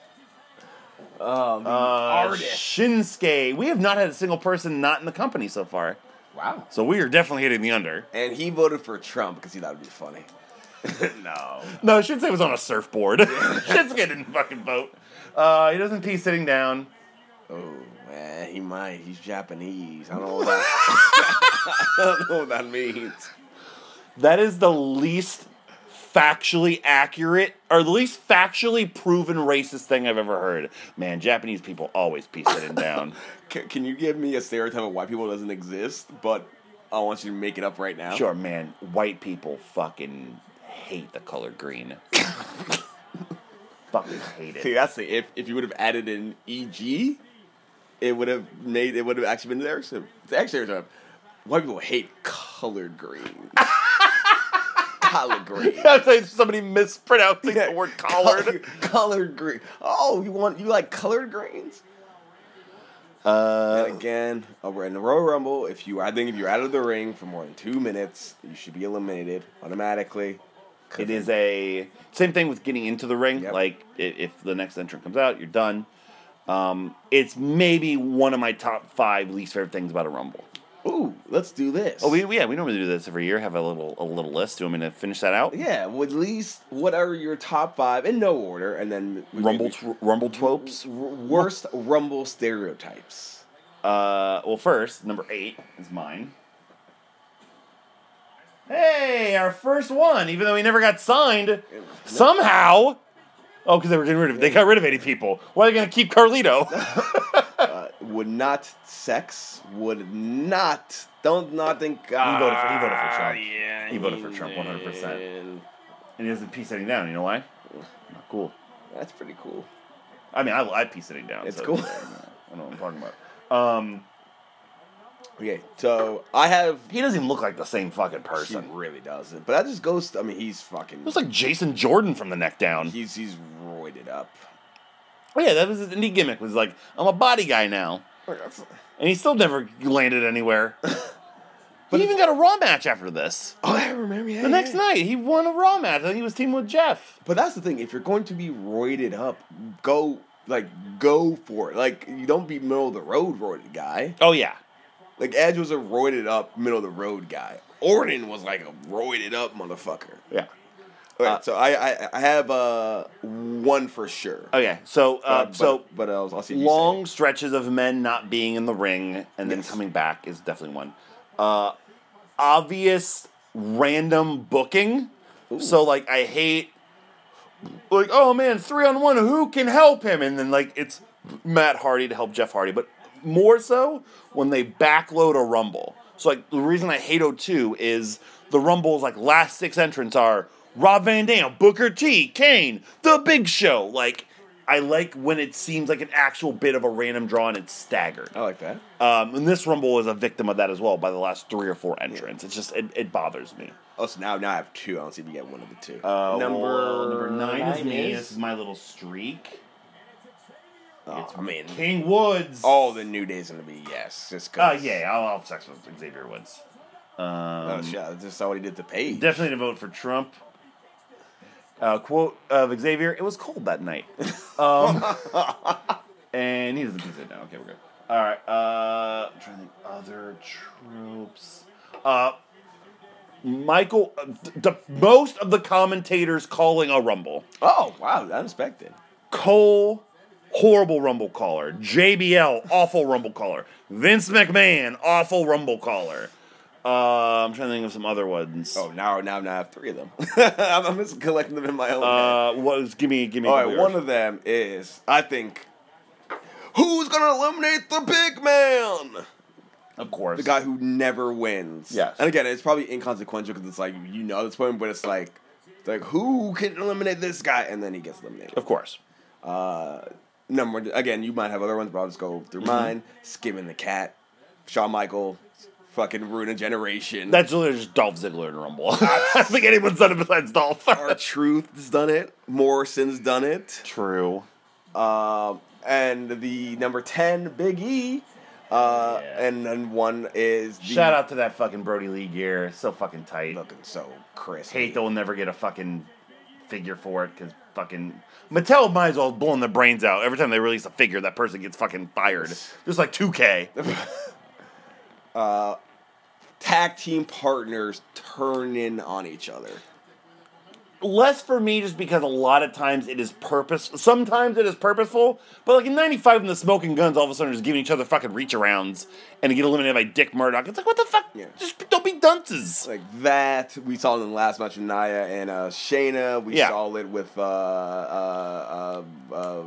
[SPEAKER 3] the
[SPEAKER 1] Uh,
[SPEAKER 3] artist.
[SPEAKER 1] Shinsuke. We have not had a single person not in the company so far.
[SPEAKER 3] Wow.
[SPEAKER 1] So we are definitely hitting the under.
[SPEAKER 3] And he voted for Trump because he thought it'd be funny. no.
[SPEAKER 1] No, Shinsuke was on a surfboard. Shinsuke didn't fucking vote. Uh, he doesn't pee sitting down.
[SPEAKER 3] Oh man, he might. He's Japanese. I don't know what that. I don't know what that means.
[SPEAKER 1] That is the least factually accurate or the least factually proven racist thing I've ever heard. Man, Japanese people always pee sitting down.
[SPEAKER 3] Can, can you give me a stereotype of white people that doesn't exist? But I want you to make it up right now.
[SPEAKER 1] Sure, man, white people fucking hate the color green. fucking hate
[SPEAKER 3] See,
[SPEAKER 1] it.
[SPEAKER 3] that's the if if you would have added in EG, it would have made it would have actually been there. So it's actually there. White people hate colored green. colored green.
[SPEAKER 1] I was like, somebody mispronouncing the word collared.
[SPEAKER 3] Colored, colored green. Oh, you want you like colored greens?
[SPEAKER 1] Uh,
[SPEAKER 3] And again, over in the Royal Rumble, if you I think if you're out of the ring for more than two minutes, you should be eliminated automatically.
[SPEAKER 1] It is a same thing with getting into the ring.
[SPEAKER 3] Yep.
[SPEAKER 1] Like i- if the next entrant comes out, you're done. Um, it's maybe one of my top five least favorite things about a rumble.
[SPEAKER 3] Ooh, let's do this.
[SPEAKER 1] Oh, we, we- yeah, we normally do this every year. Have a little a little list. Do you want me to finish that out?
[SPEAKER 3] yeah. Well, at least what are your top five in no order, and then we-
[SPEAKER 1] Rumble
[SPEAKER 3] we-
[SPEAKER 1] tr- rumble tropes.
[SPEAKER 3] r- worst Rumble stereotypes.
[SPEAKER 1] Uh, well, first number eight is mine. Hey, our first one. Even though he never got signed, somehow. Oh, because they were getting rid of. They got rid of eighty people. Why are they gonna keep Carlito?
[SPEAKER 3] Uh, would not sex. Would not. Don't not think. ah, He
[SPEAKER 1] He voted for, he voted for Trump.
[SPEAKER 3] Yeah,
[SPEAKER 1] He voted for Trump 100%.
[SPEAKER 3] man.
[SPEAKER 1] And he doesn't pee sitting down. You know why? Not cool.
[SPEAKER 3] That's pretty cool.
[SPEAKER 1] I mean, I, I pee sitting down.
[SPEAKER 3] It's
[SPEAKER 1] so-
[SPEAKER 3] cool.
[SPEAKER 1] I know what I'm talking about. Um,
[SPEAKER 3] Okay, so I have.
[SPEAKER 1] he doesn't even look like the same fucking
[SPEAKER 3] She
[SPEAKER 1] person.
[SPEAKER 3] really doesn't. But that just goes. I mean, he's fucking.
[SPEAKER 1] Looks like Jason Jordan from the neck down.
[SPEAKER 3] he's he's roided up.
[SPEAKER 1] Oh yeah, that was his indie gimmick. Was like, I'm a body guy now, and he still never landed anywhere. he even got a raw match after this.
[SPEAKER 3] Oh, I remember. Yeah,
[SPEAKER 1] The next
[SPEAKER 3] yeah.
[SPEAKER 1] night, he won a raw match, and he was teaming with Jeff.
[SPEAKER 3] But that's the thing. If you're going to be roided up, go like go for it. Like you don't be middle of the road roided guy.
[SPEAKER 1] Oh yeah,
[SPEAKER 3] Like Edge was a roided up middle of the road guy. Orton was like a roided up motherfucker.
[SPEAKER 1] yeah.
[SPEAKER 3] Alright,
[SPEAKER 1] Uh,
[SPEAKER 3] so I, I I have uh one for sure.
[SPEAKER 1] Oh yeah. So, uh,
[SPEAKER 3] but,
[SPEAKER 1] so
[SPEAKER 3] but I'll, I'll see. if you say
[SPEAKER 1] long
[SPEAKER 3] it.
[SPEAKER 1] stretches of men not being in the ring and then
[SPEAKER 3] Yes.
[SPEAKER 1] coming back is definitely one. Uh, obvious random booking. So like I hate like oh man it's three on one who can help him and then like it's Matt Hardy to help Jeff Hardy but more so when they backload a rumble. So like the reason I hate O2 is the rumbles like last six entrants are Rob Van Dam, Booker T, Kane, The Big Show. Like I like when it seems like an actual bit of a random draw and it's staggered.
[SPEAKER 3] I like that.
[SPEAKER 1] Um, and this rumble is a victim of that as well by the last three or four entrants. It's just it, it bothers me.
[SPEAKER 3] Oh, so now now I have two. I don't see if you get one of the two.
[SPEAKER 1] Uh,
[SPEAKER 3] number
[SPEAKER 1] number nine, is me. This is my little streak.
[SPEAKER 3] Oh, I mean,
[SPEAKER 1] King Woods.
[SPEAKER 3] all the new days gonna be yes. Just
[SPEAKER 1] Oh
[SPEAKER 3] cause.
[SPEAKER 1] yeah, I'll, I'll have sex with Xavier Woods. Um,
[SPEAKER 3] Oh shit! I just saw what he did to Paige.
[SPEAKER 1] Definitely to vote for Trump. Uh, quote of Xavier: "It was cold that night." Um, and he doesn't do it now. Okay, we're good. All right. Uh, I'm trying to think other tropes. Uh, Michael, uh, th- the most of the commentators calling a rumble.
[SPEAKER 3] oh wow, unexpected.
[SPEAKER 1] Cole, horrible rumble caller. JBL, awful rumble caller. Vince McMahon, awful rumble caller. Uh, I'm trying to think of some other ones.
[SPEAKER 3] Oh now now now I have three of them. I'm, I'm just collecting them in my own. head.
[SPEAKER 1] Uh, what was? Give me, give me.
[SPEAKER 3] All right, one of them is I think. Who's gonna eliminate the big man?
[SPEAKER 1] of course.
[SPEAKER 3] The guy who never wins.
[SPEAKER 1] Yes.
[SPEAKER 3] And again, it's probably inconsequential because it's like you know this point, but it's like, it's like who can eliminate this guy, and then he gets eliminated.
[SPEAKER 1] of course.
[SPEAKER 3] Uh, number again, you might have other ones, but I'll just go through
[SPEAKER 1] Mm-hmm.
[SPEAKER 3] mine. Skimming the cat, Shawn Michael, fucking ruin a generation.
[SPEAKER 1] That's literally just Dolph Ziggler and Rumble. I don't think anyone's done it besides Dolph.
[SPEAKER 3] our truth's done it. Morrison's done it.
[SPEAKER 1] True.
[SPEAKER 3] Um, and the number ten, Big E. Uh,
[SPEAKER 1] Yeah.
[SPEAKER 3] and then one is the
[SPEAKER 1] Shout out to that fucking Brody Lee gear. So fucking tight.
[SPEAKER 3] looking so crisp.
[SPEAKER 1] Hate that we'll never get a fucking figure for it because fucking Mattel might as well have blown their brains out every time they release a figure. That person gets fucking fired. There's like 2K.
[SPEAKER 3] Tag team partners turning on each other.
[SPEAKER 1] less for me just because a lot of times it is purpose. Sometimes it is purposeful, but like in '95, when the Smoking Guns all of a sudden are just giving each other fucking reach arounds and get eliminated by Dick Murdoch, it's like what the fuck?
[SPEAKER 3] Yeah.
[SPEAKER 1] Just don't be dunces.
[SPEAKER 3] Like that, we saw it in the last match with Naya and uh, Shayna. We
[SPEAKER 1] Yeah.
[SPEAKER 3] saw it with uh, uh, uh, uh,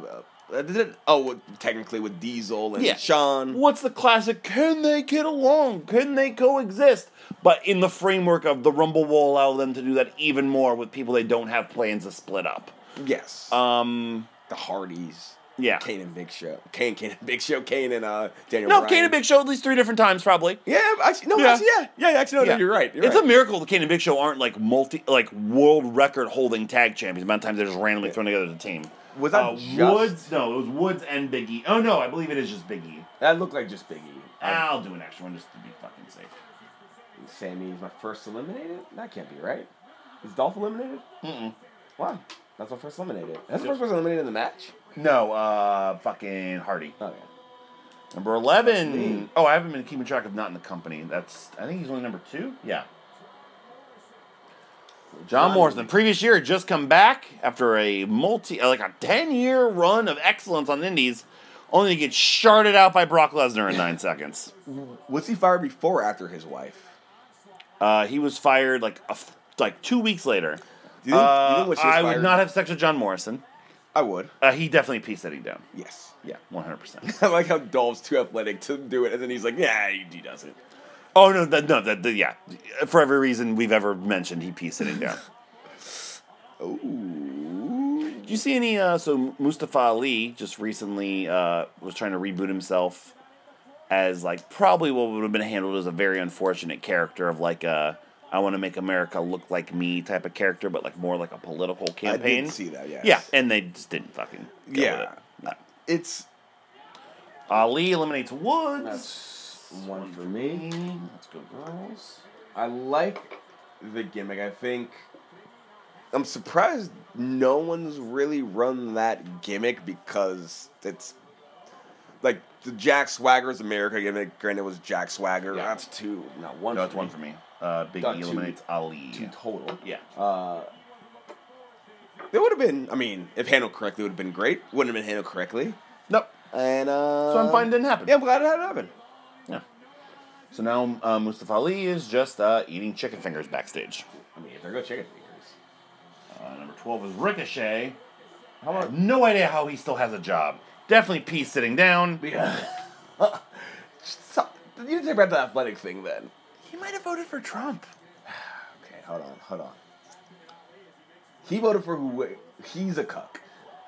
[SPEAKER 3] uh, did it- oh, with- technically with Diesel and
[SPEAKER 1] Yeah.
[SPEAKER 3] Sean.
[SPEAKER 1] What's the classic? Can they get along? Can they coexist? But in the framework of the Rumble will allow them to do that even more with people they don't have plans to split up.
[SPEAKER 3] Yes,
[SPEAKER 1] Um,
[SPEAKER 3] the Hardys.
[SPEAKER 1] yeah.
[SPEAKER 3] Kane and Big Show. Kane, Kane and Big Show. Kane and uh, Daniel.
[SPEAKER 1] no,
[SPEAKER 3] Bryan.
[SPEAKER 1] Kane and Big Show at least three different times probably.
[SPEAKER 3] Yeah, actually, no,
[SPEAKER 1] Yeah.
[SPEAKER 3] actually, yeah, yeah, actually, no, no, you're right. You're
[SPEAKER 1] it's
[SPEAKER 3] right.
[SPEAKER 1] a miracle the Kane and Big Show aren't like multi, like world record holding tag champions. The amount of times they're just randomly thrown together as a team.
[SPEAKER 3] Was that
[SPEAKER 1] Uh,
[SPEAKER 3] just-
[SPEAKER 1] Woods? No, it was Woods and Biggie. Oh no, I believe it is just Biggie.
[SPEAKER 3] that looked like just Biggie.
[SPEAKER 1] I'll do an extra one just to be fucking safe.
[SPEAKER 3] Sammy is my first eliminated. That can't be right. Is Dolph eliminated?
[SPEAKER 1] Mm-mm.
[SPEAKER 3] Why? That's my first eliminated. That's the first person eliminated in the match. Oh,
[SPEAKER 1] No, uh, fucking Hardy.
[SPEAKER 3] Okay.
[SPEAKER 1] Number eleven.
[SPEAKER 3] me.
[SPEAKER 1] Oh, I haven't been keeping track of not in the company. That's I think he's only number two. Yeah. John Morrison, the previous year, had just come back after a multi, like a ten-year run of excellence on the Indies, only to get sharded out by Brock Lesnar in nine seconds.
[SPEAKER 3] Was he fired before or after his wife?
[SPEAKER 1] Uh, he was fired like a f like two weeks later.
[SPEAKER 3] Do you think, do you
[SPEAKER 1] Uh,
[SPEAKER 3] think when she was
[SPEAKER 1] I would
[SPEAKER 3] fired-
[SPEAKER 1] not have sex with John Morrison.
[SPEAKER 3] I would.
[SPEAKER 1] Uh, he definitely pieced that he down.
[SPEAKER 3] Yes.
[SPEAKER 1] Yeah, one hundred percent.
[SPEAKER 3] I like how Dolph's too athletic to do it, and then he's like, "Yeah, he, he doesn't."
[SPEAKER 1] Oh no, that, no, that, that- yeah. For every reason we've ever mentioned, he pieced it down.
[SPEAKER 3] Ooh.
[SPEAKER 1] Did you see any? Uh, so Mustafa Ali just recently uh, was trying to reboot himself as like probably what would have been handled as a very unfortunate character of like a I want to make America look like me type of character, but like more like a political
[SPEAKER 3] I
[SPEAKER 1] campaign.
[SPEAKER 3] did see that. Yes.
[SPEAKER 1] Yeah, and they just didn't fucking. Go
[SPEAKER 3] Yeah.
[SPEAKER 1] with it. No.
[SPEAKER 3] It's
[SPEAKER 1] Ali eliminates Woods.
[SPEAKER 3] That's one for me.
[SPEAKER 1] Let's go, girls.
[SPEAKER 3] I like the gimmick. I think I'm surprised no one's really run that gimmick because it's like the Jack Swagger's America gimmick. Granted, it was Jack Swagger.
[SPEAKER 1] Yeah.
[SPEAKER 3] That's two, not one.
[SPEAKER 1] No, it's one for me. Uh, Big
[SPEAKER 3] Got
[SPEAKER 1] E
[SPEAKER 3] two.
[SPEAKER 1] eliminates Ali.
[SPEAKER 3] Two total.
[SPEAKER 1] Yeah.
[SPEAKER 3] Uh, it would have been. I mean, if handled correctly, would have been great. Wouldn't have been handled correctly.
[SPEAKER 1] Nope.
[SPEAKER 3] And uh,
[SPEAKER 1] So I'm fine. It didn't happen.
[SPEAKER 3] Yeah, I'm glad it had happened.
[SPEAKER 1] Yeah. So now uh, Mustafa Ali is just uh, eating chicken fingers backstage.
[SPEAKER 3] I mean, if they're good chicken fingers.
[SPEAKER 1] Uh, number 12 is Ricochet.
[SPEAKER 3] How
[SPEAKER 1] I
[SPEAKER 3] about
[SPEAKER 1] have no idea how he still has a job. Definitely P sitting down.
[SPEAKER 3] Yeah. so, you didn't think about the athletic thing then.
[SPEAKER 1] He might have voted for Trump.
[SPEAKER 3] Okay, hold on, hold on. He voted for who? He's a cuck.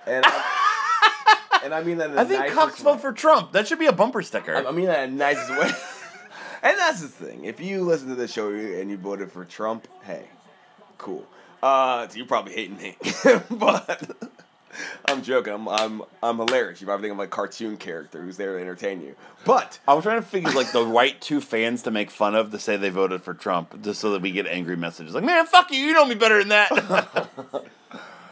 [SPEAKER 3] And I, and I mean that. In the
[SPEAKER 1] I think
[SPEAKER 3] nicest
[SPEAKER 1] Cox vote
[SPEAKER 3] way.
[SPEAKER 1] for Trump. That should be a bumper sticker.
[SPEAKER 3] I mean that in the nicest way. and that's the thing. If you listen to this show and you voted for Trump, hey, cool. Uh, so you're probably hating me, but I'm joking. I'm I'm I'm hilarious. You probably think I'm a cartoon character who's there to entertain you. But
[SPEAKER 1] I was trying to figure like the right two fans to make fun of to say they voted for Trump, just so that we get angry messages like, "Man, fuck you! You know me better than that."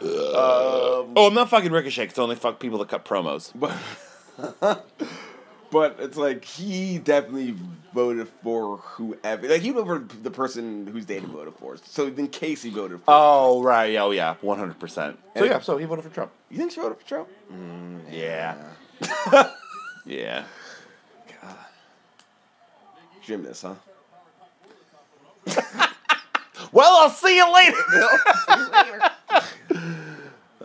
[SPEAKER 1] oh, I'm not fucking Ricochet. 'cause I only fuck people that cut promos.
[SPEAKER 3] But but it's like he definitely voted for whoever. Like he voted for the person whose data voted for. So then Casey voted for.
[SPEAKER 1] Oh right, oh yeah, 100. percent So
[SPEAKER 3] And-
[SPEAKER 1] yeah, so he voted for Trump.
[SPEAKER 3] you think she voted for Trump?
[SPEAKER 1] Yeah. yeah.
[SPEAKER 3] Gymnast, huh?
[SPEAKER 1] Well, I'll see you later.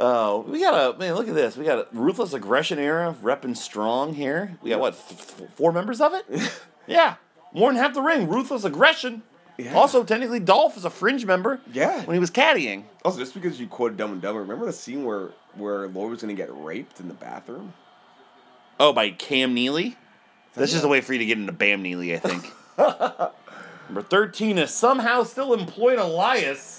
[SPEAKER 1] Oh, we got a man. Look at this. We got a ruthless aggression era repping strong here. We got what th- f- four members of it? yeah, more than half the ring. Ruthless aggression.
[SPEAKER 3] Yeah.
[SPEAKER 1] Also, technically, Dolph is a fringe member.
[SPEAKER 3] Yeah.
[SPEAKER 1] when he was caddying.
[SPEAKER 3] Also, just because you quoted Dumb and Dumber, remember the scene where where Laura was gonna get raped in the bathroom?
[SPEAKER 1] Oh, by Cam Neely. That's just a
[SPEAKER 3] Yeah.
[SPEAKER 1] way for you to get into Bam Neely, I think. Number thirteen is somehow still employed Elias.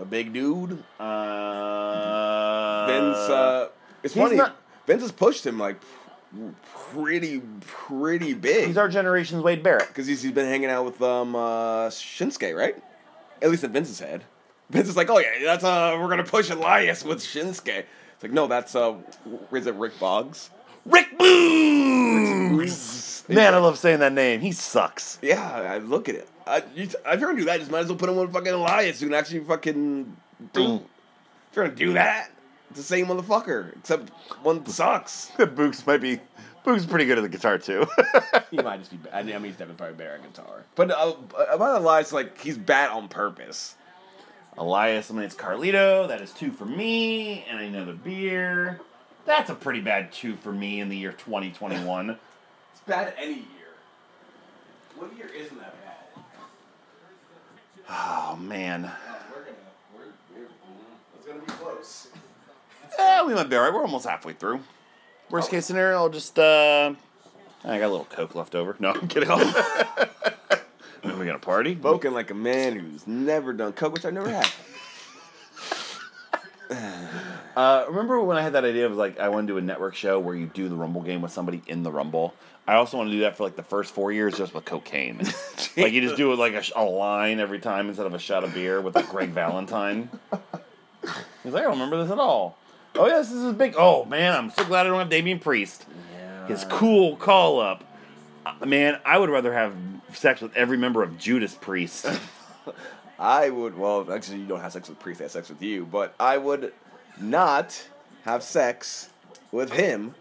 [SPEAKER 3] A big dude.
[SPEAKER 1] Uh,
[SPEAKER 3] Vince. Uh, it's
[SPEAKER 1] he's
[SPEAKER 3] funny.
[SPEAKER 1] not-
[SPEAKER 3] Vince has pushed him like pretty pretty big.
[SPEAKER 1] He's our generation's Wade Barrett.
[SPEAKER 3] Because he's, he's been hanging out with um uh, Shinsuke, right? At least in Vince's head. Vince is like, oh yeah, that's uh, we're gonna push Elias with Shinsuke. It's like, no, that's uh, w- is it Rick Boggs?
[SPEAKER 1] Rick Boogs! Mm. Man, I love saying that name. He sucks.
[SPEAKER 3] Yeah, I look at it. I, you, if you're gonna do that, just might as well put him with fucking Elias, who can actually fucking do. If you're gonna do that, it's the same motherfucker, except one sucks.
[SPEAKER 1] Boogs might be. Boogs pretty good at the guitar too.
[SPEAKER 3] he might just be. Bad. I mean, he's definitely probably better at guitar. But uh, about Elias, like he's bad on purpose.
[SPEAKER 1] Elias eliminates Carlito. That is two for me and another beer. That's a pretty bad two for me in the year 2021.
[SPEAKER 3] It's bad any year. What year isn't that bad?
[SPEAKER 1] oh man.
[SPEAKER 3] We're gonna. We're, we're, mm, it's gonna be close.
[SPEAKER 1] Eh, we might be alright. We're almost halfway through. Worst case scenario, I'll just uh I got a little coke left over. No, I'm kidding. Are we gonna party?
[SPEAKER 3] Spoken like a man who's never done coke, which I've never had.
[SPEAKER 1] Uh, remember when I had that idea of like I want to do a network show where you do the Rumble game with somebody in the Rumble? I also want to do that for like the first four years just with cocaine. like you just do it like a, sh- a line every time instead of a shot of beer with like Greg Valentine. He's like, I don't remember this at all. Oh yes, this is big. Oh man, I'm so glad I don't have Damien Priest.
[SPEAKER 3] Yeah.
[SPEAKER 1] His cool call up. Uh, Man, I would rather have sex with every member of Judas Priest.
[SPEAKER 3] I would. Well, actually, you don't have sex with priest. They have sex with you, but I would not have sex with him.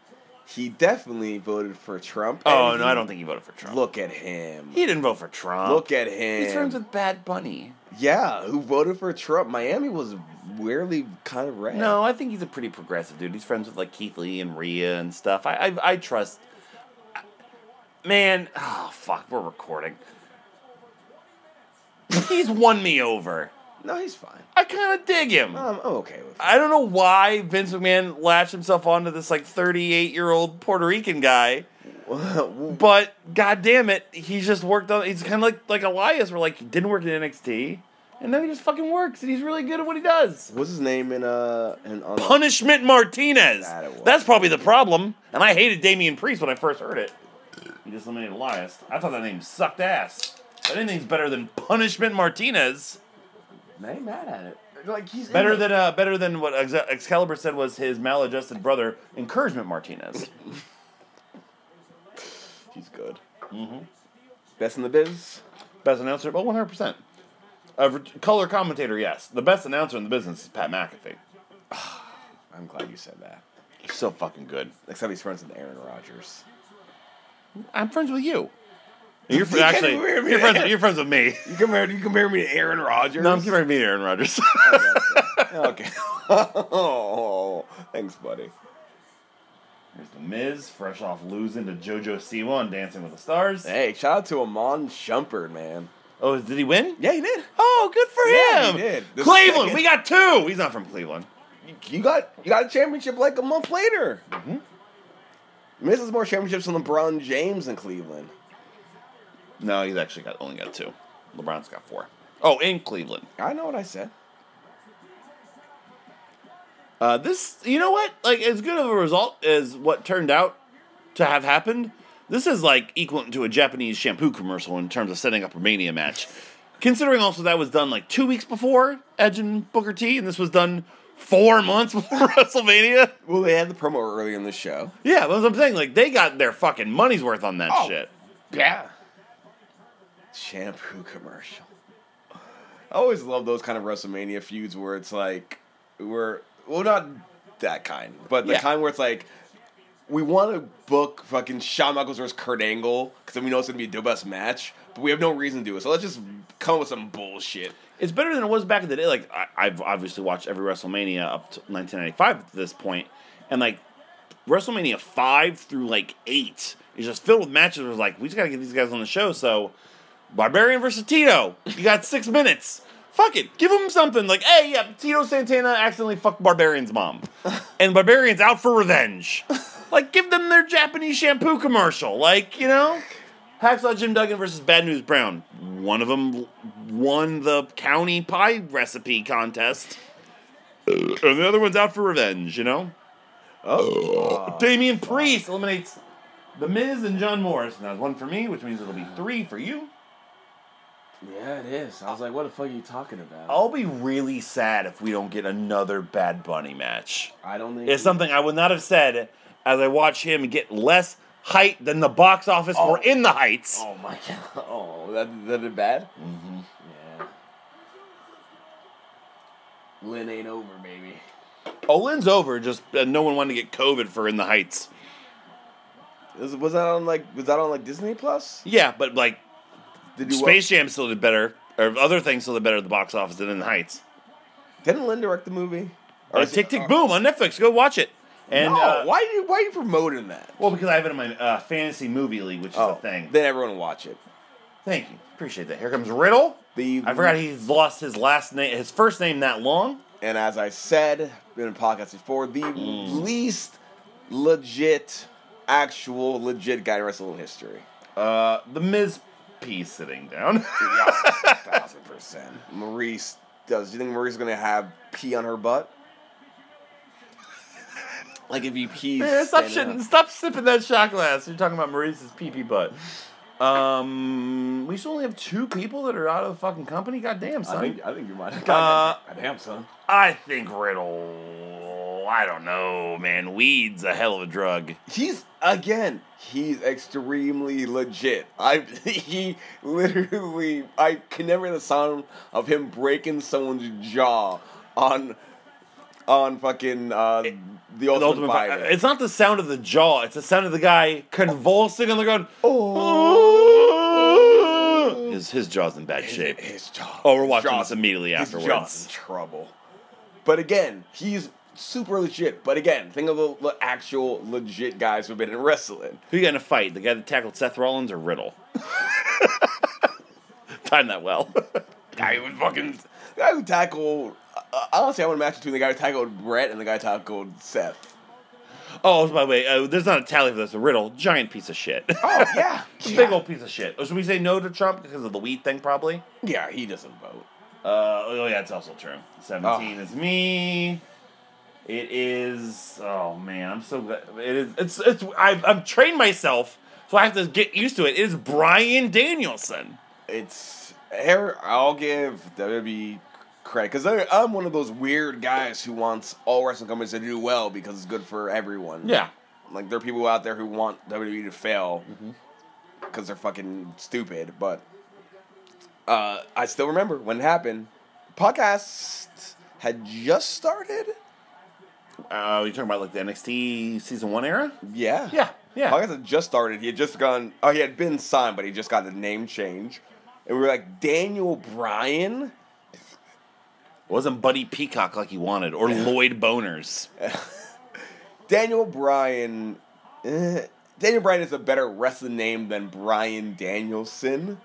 [SPEAKER 3] He definitely voted for Trump.
[SPEAKER 1] oh
[SPEAKER 3] and
[SPEAKER 1] no,
[SPEAKER 3] he-
[SPEAKER 1] I don't think he voted for Trump.
[SPEAKER 3] Look at him.
[SPEAKER 1] he didn't vote for Trump.
[SPEAKER 3] Look at him.
[SPEAKER 1] He's friends with Bad Bunny.
[SPEAKER 3] yeah, who voted for Trump? Miami was weirdly kind of red.
[SPEAKER 1] No, I think he's a pretty progressive dude. He's friends with like Keith Lee and Rhea and stuff. I I, I trust. Man, oh fuck, we're recording. he's won me over.
[SPEAKER 3] no, he's fine.
[SPEAKER 1] I kind of dig him.
[SPEAKER 3] Um, I'm okay with.
[SPEAKER 1] I don't know why Vince McMahon latched himself onto this like 38 year old Puerto Rican guy,
[SPEAKER 3] It.
[SPEAKER 1] but god damn it, he's just worked on. He's kind of like like Elias, where like he didn't work in NXT, and now he just fucking works, and he's really good at what he does.
[SPEAKER 3] What's his name in uh in on
[SPEAKER 1] Punishment Martinez.
[SPEAKER 3] That it was.
[SPEAKER 1] That's probably the problem. And I hated Damian Priest when I first heard it. He just eliminated Elias. I thought that name sucked ass. But anything's better than Punishment Martinez.
[SPEAKER 3] They ain't mad at it. Like he's in
[SPEAKER 1] Better
[SPEAKER 3] it.
[SPEAKER 1] than uh, better than what Ex- Excalibur said was his maladjusted brother, Encouragement Martinez.
[SPEAKER 3] he's good. Mm-hmm. Best in the biz.
[SPEAKER 1] best announcer, well, one hundred percent. Color commentator, yes. The best announcer in the business is Pat McAfee.
[SPEAKER 3] I'm glad you said that.
[SPEAKER 1] He's so fucking good.
[SPEAKER 3] Except he's friends with Aaron Rodgers.
[SPEAKER 1] I'm friends with you. You're fr-
[SPEAKER 3] You can't
[SPEAKER 1] actually
[SPEAKER 3] compare me
[SPEAKER 1] you're
[SPEAKER 3] to
[SPEAKER 1] friends,
[SPEAKER 3] Aaron.
[SPEAKER 1] you're friends with me.
[SPEAKER 3] You compare you compare me to Aaron Rodgers.
[SPEAKER 1] No, I'm comparing me to Aaron Rodgers.
[SPEAKER 3] Okay. oh, thanks, buddy.
[SPEAKER 1] There's the Miz, fresh off losing to JoJo Siwa on Dancing with the Stars.
[SPEAKER 3] Hey, shout out to Amon Shumpert, man.
[SPEAKER 1] Oh, did he win?
[SPEAKER 3] Yeah, he did.
[SPEAKER 1] Oh, good for
[SPEAKER 3] Yeah,
[SPEAKER 1] him.
[SPEAKER 3] he did. The
[SPEAKER 1] Cleveland,
[SPEAKER 3] second-
[SPEAKER 1] we got two. He's not from Cleveland.
[SPEAKER 3] You got you got a championship like a month later. Mm-hmm. Misses more championships than LeBron James in Cleveland.
[SPEAKER 1] No, he's actually got only got two. LeBron's got four. Oh, in Cleveland.
[SPEAKER 3] I know what I said.
[SPEAKER 1] Uh, this, you know what? Like, as good of a result as what turned out to have happened, this is like equivalent to a Japanese shampoo commercial in terms of setting up a Mania match. Considering also that was done like two weeks before Edge and Booker T, and this was done four months before WrestleMania.
[SPEAKER 3] Well, they had the promo early in the show.
[SPEAKER 1] Yeah, that's what I'm saying. Like, they got their fucking money's worth on that
[SPEAKER 3] Oh.
[SPEAKER 1] shit.
[SPEAKER 3] Yeah. Shampoo commercial. I always love those kind of WrestleMania feuds where it's like, we're, well, not that kind, but the
[SPEAKER 1] Yeah.
[SPEAKER 3] kind where it's like, we want to book fucking Shawn Michaels versus Kurt Angle because then we know it's going to be the best match, but we have no reason to do it. So let's just come up with some bullshit.
[SPEAKER 1] It's better than it was back in the day. Like, I, I've obviously watched every WrestleMania up to 1995 at this point, and like WrestleMania 5 through like 8 is just filled with matches where it's like, we just got to get these guys on the show. So, Barbarian versus Tito, you got six minutes. Fuck it, give them something. Like, hey, yeah, Tito Santana accidentally fucked Barbarian's mom, and Barbarian's out for revenge. Like, give them their Japanese shampoo commercial. Like, you know? Hacksaw Jim Duggan versus Bad News Brown. One of them won the county pie recipe contest. and the other one's out for revenge, you know? Uh,
[SPEAKER 3] Oh.
[SPEAKER 1] Damian Priest eliminates The Miz and John Morris. And that's one for me, which means it'll be three for you.
[SPEAKER 3] Yeah, it is. I was like, what the fuck are you talking about?
[SPEAKER 1] I'll be really sad if we don't get another Bad Bunny match.
[SPEAKER 3] I don't think
[SPEAKER 1] It's something I would not have said as I watch him get less height than the box office
[SPEAKER 3] Oh.
[SPEAKER 1] or in the heights.
[SPEAKER 3] Oh my god. Oh, that that is bad.
[SPEAKER 1] Mhm.
[SPEAKER 3] Yeah. Lynn ain't over, baby.
[SPEAKER 1] Olin's over, just uh, no one wanted to get COVID for in the heights.
[SPEAKER 3] Was, was that on like was that on like Disney Plus?
[SPEAKER 1] Yeah, but like
[SPEAKER 3] Did you
[SPEAKER 1] Space Jam still did better, or other things still did better at the box office than in the heights.
[SPEAKER 3] Didn't Lynn direct the movie?
[SPEAKER 1] Uh,
[SPEAKER 3] is-
[SPEAKER 1] Tick Tick
[SPEAKER 3] or-
[SPEAKER 1] Boom on Netflix. Go watch it. And
[SPEAKER 3] no,
[SPEAKER 1] uh,
[SPEAKER 3] why you why are you promoting that? Oh,
[SPEAKER 1] Well, because I have it in my uh, fantasy movie league, which is a thing.
[SPEAKER 3] Then everyone will watch it.
[SPEAKER 1] Thank you, appreciate that. Here comes Riddle.
[SPEAKER 3] The
[SPEAKER 1] I forgot he's lost his last name, his first name that long.
[SPEAKER 3] And as I said in a podcast before, the
[SPEAKER 1] Mm.
[SPEAKER 3] least legit, actual legit guy in wrestling history.
[SPEAKER 1] Uh, the Miz P sitting down.
[SPEAKER 3] thousand percent. Maurice does. Do you think Maurice is gonna have pee on her butt? Like if you pee.
[SPEAKER 1] Man, stop
[SPEAKER 3] standing
[SPEAKER 1] shitting,
[SPEAKER 3] up.
[SPEAKER 1] stop sipping that shot glass. You're talking about Maurice's pee pee butt. Um, we still only have two people that are out of the fucking company. Goddamn, son.
[SPEAKER 3] I think, I think you might.
[SPEAKER 1] Uh,
[SPEAKER 3] God damn, son.
[SPEAKER 1] I think Riddle. I don't know, man. Weed's a hell of a drug.
[SPEAKER 3] He's again. He's extremely legit. I he literally. I can never hear the sound of him breaking someone's jaw on on fucking uh, the
[SPEAKER 1] The
[SPEAKER 3] ultimate,
[SPEAKER 1] ultimate fi-
[SPEAKER 3] fighter.
[SPEAKER 1] It's not the sound of the jaw. It's the sound of the guy convulsing on the ground. His his jaw's in bad shape.
[SPEAKER 3] Oh. His jaw.
[SPEAKER 1] Oh, we're
[SPEAKER 3] his
[SPEAKER 1] watching
[SPEAKER 3] jaw-
[SPEAKER 1] this immediately
[SPEAKER 3] his jaw's
[SPEAKER 1] afterwards.
[SPEAKER 3] in trouble. But again, he's super legit. But again, think of the le- actual legit guys who've been in wrestling.
[SPEAKER 1] Who you gonna fight? The guy that tackled Seth Rollins or Riddle? Time that well.
[SPEAKER 3] Guy who fucking the guy who tackled. Uh, honestly, I want a match between the guy who tackled Brett and the guy who tackled Seth.
[SPEAKER 1] Oh, by the way, uh, there's not a tally for this. Riddle, giant piece of shit.
[SPEAKER 3] Oh yeah,
[SPEAKER 1] Big old piece of shit. Or should we say no to Trump because of the weed thing, probably?
[SPEAKER 3] yeah. He doesn't vote.
[SPEAKER 1] Uh, oh, yeah, it's also true. 17
[SPEAKER 3] Oh.
[SPEAKER 1] is me. It is. Oh, man, I'm so glad. It is. It's. It's. I've, I've trained myself, so I have to get used to it. It is Brian Danielson.
[SPEAKER 3] It's Eric. I'll give WWE credit because I'm one of those weird guys who wants all wrestling companies to do well because it's good for everyone. Like there are people out there who want WWE to fail
[SPEAKER 1] Mm-hmm.
[SPEAKER 3] because they're fucking stupid. But uh, I still remember when it happened. Podcast had just started.
[SPEAKER 1] Uh, you talking about like the NXT season one era?
[SPEAKER 3] Yeah.
[SPEAKER 1] Yeah. Yeah.
[SPEAKER 3] Podcast had just started. He had just gone. Oh, he had been signed, but he just got the name change. And we were like Daniel Bryan.
[SPEAKER 1] Wasn't Buddy Peacock like he wanted, or Lloyd Boners?
[SPEAKER 3] Daniel Bryan. eh, Daniel Bryan is a better wrestling name than Brian Danielson.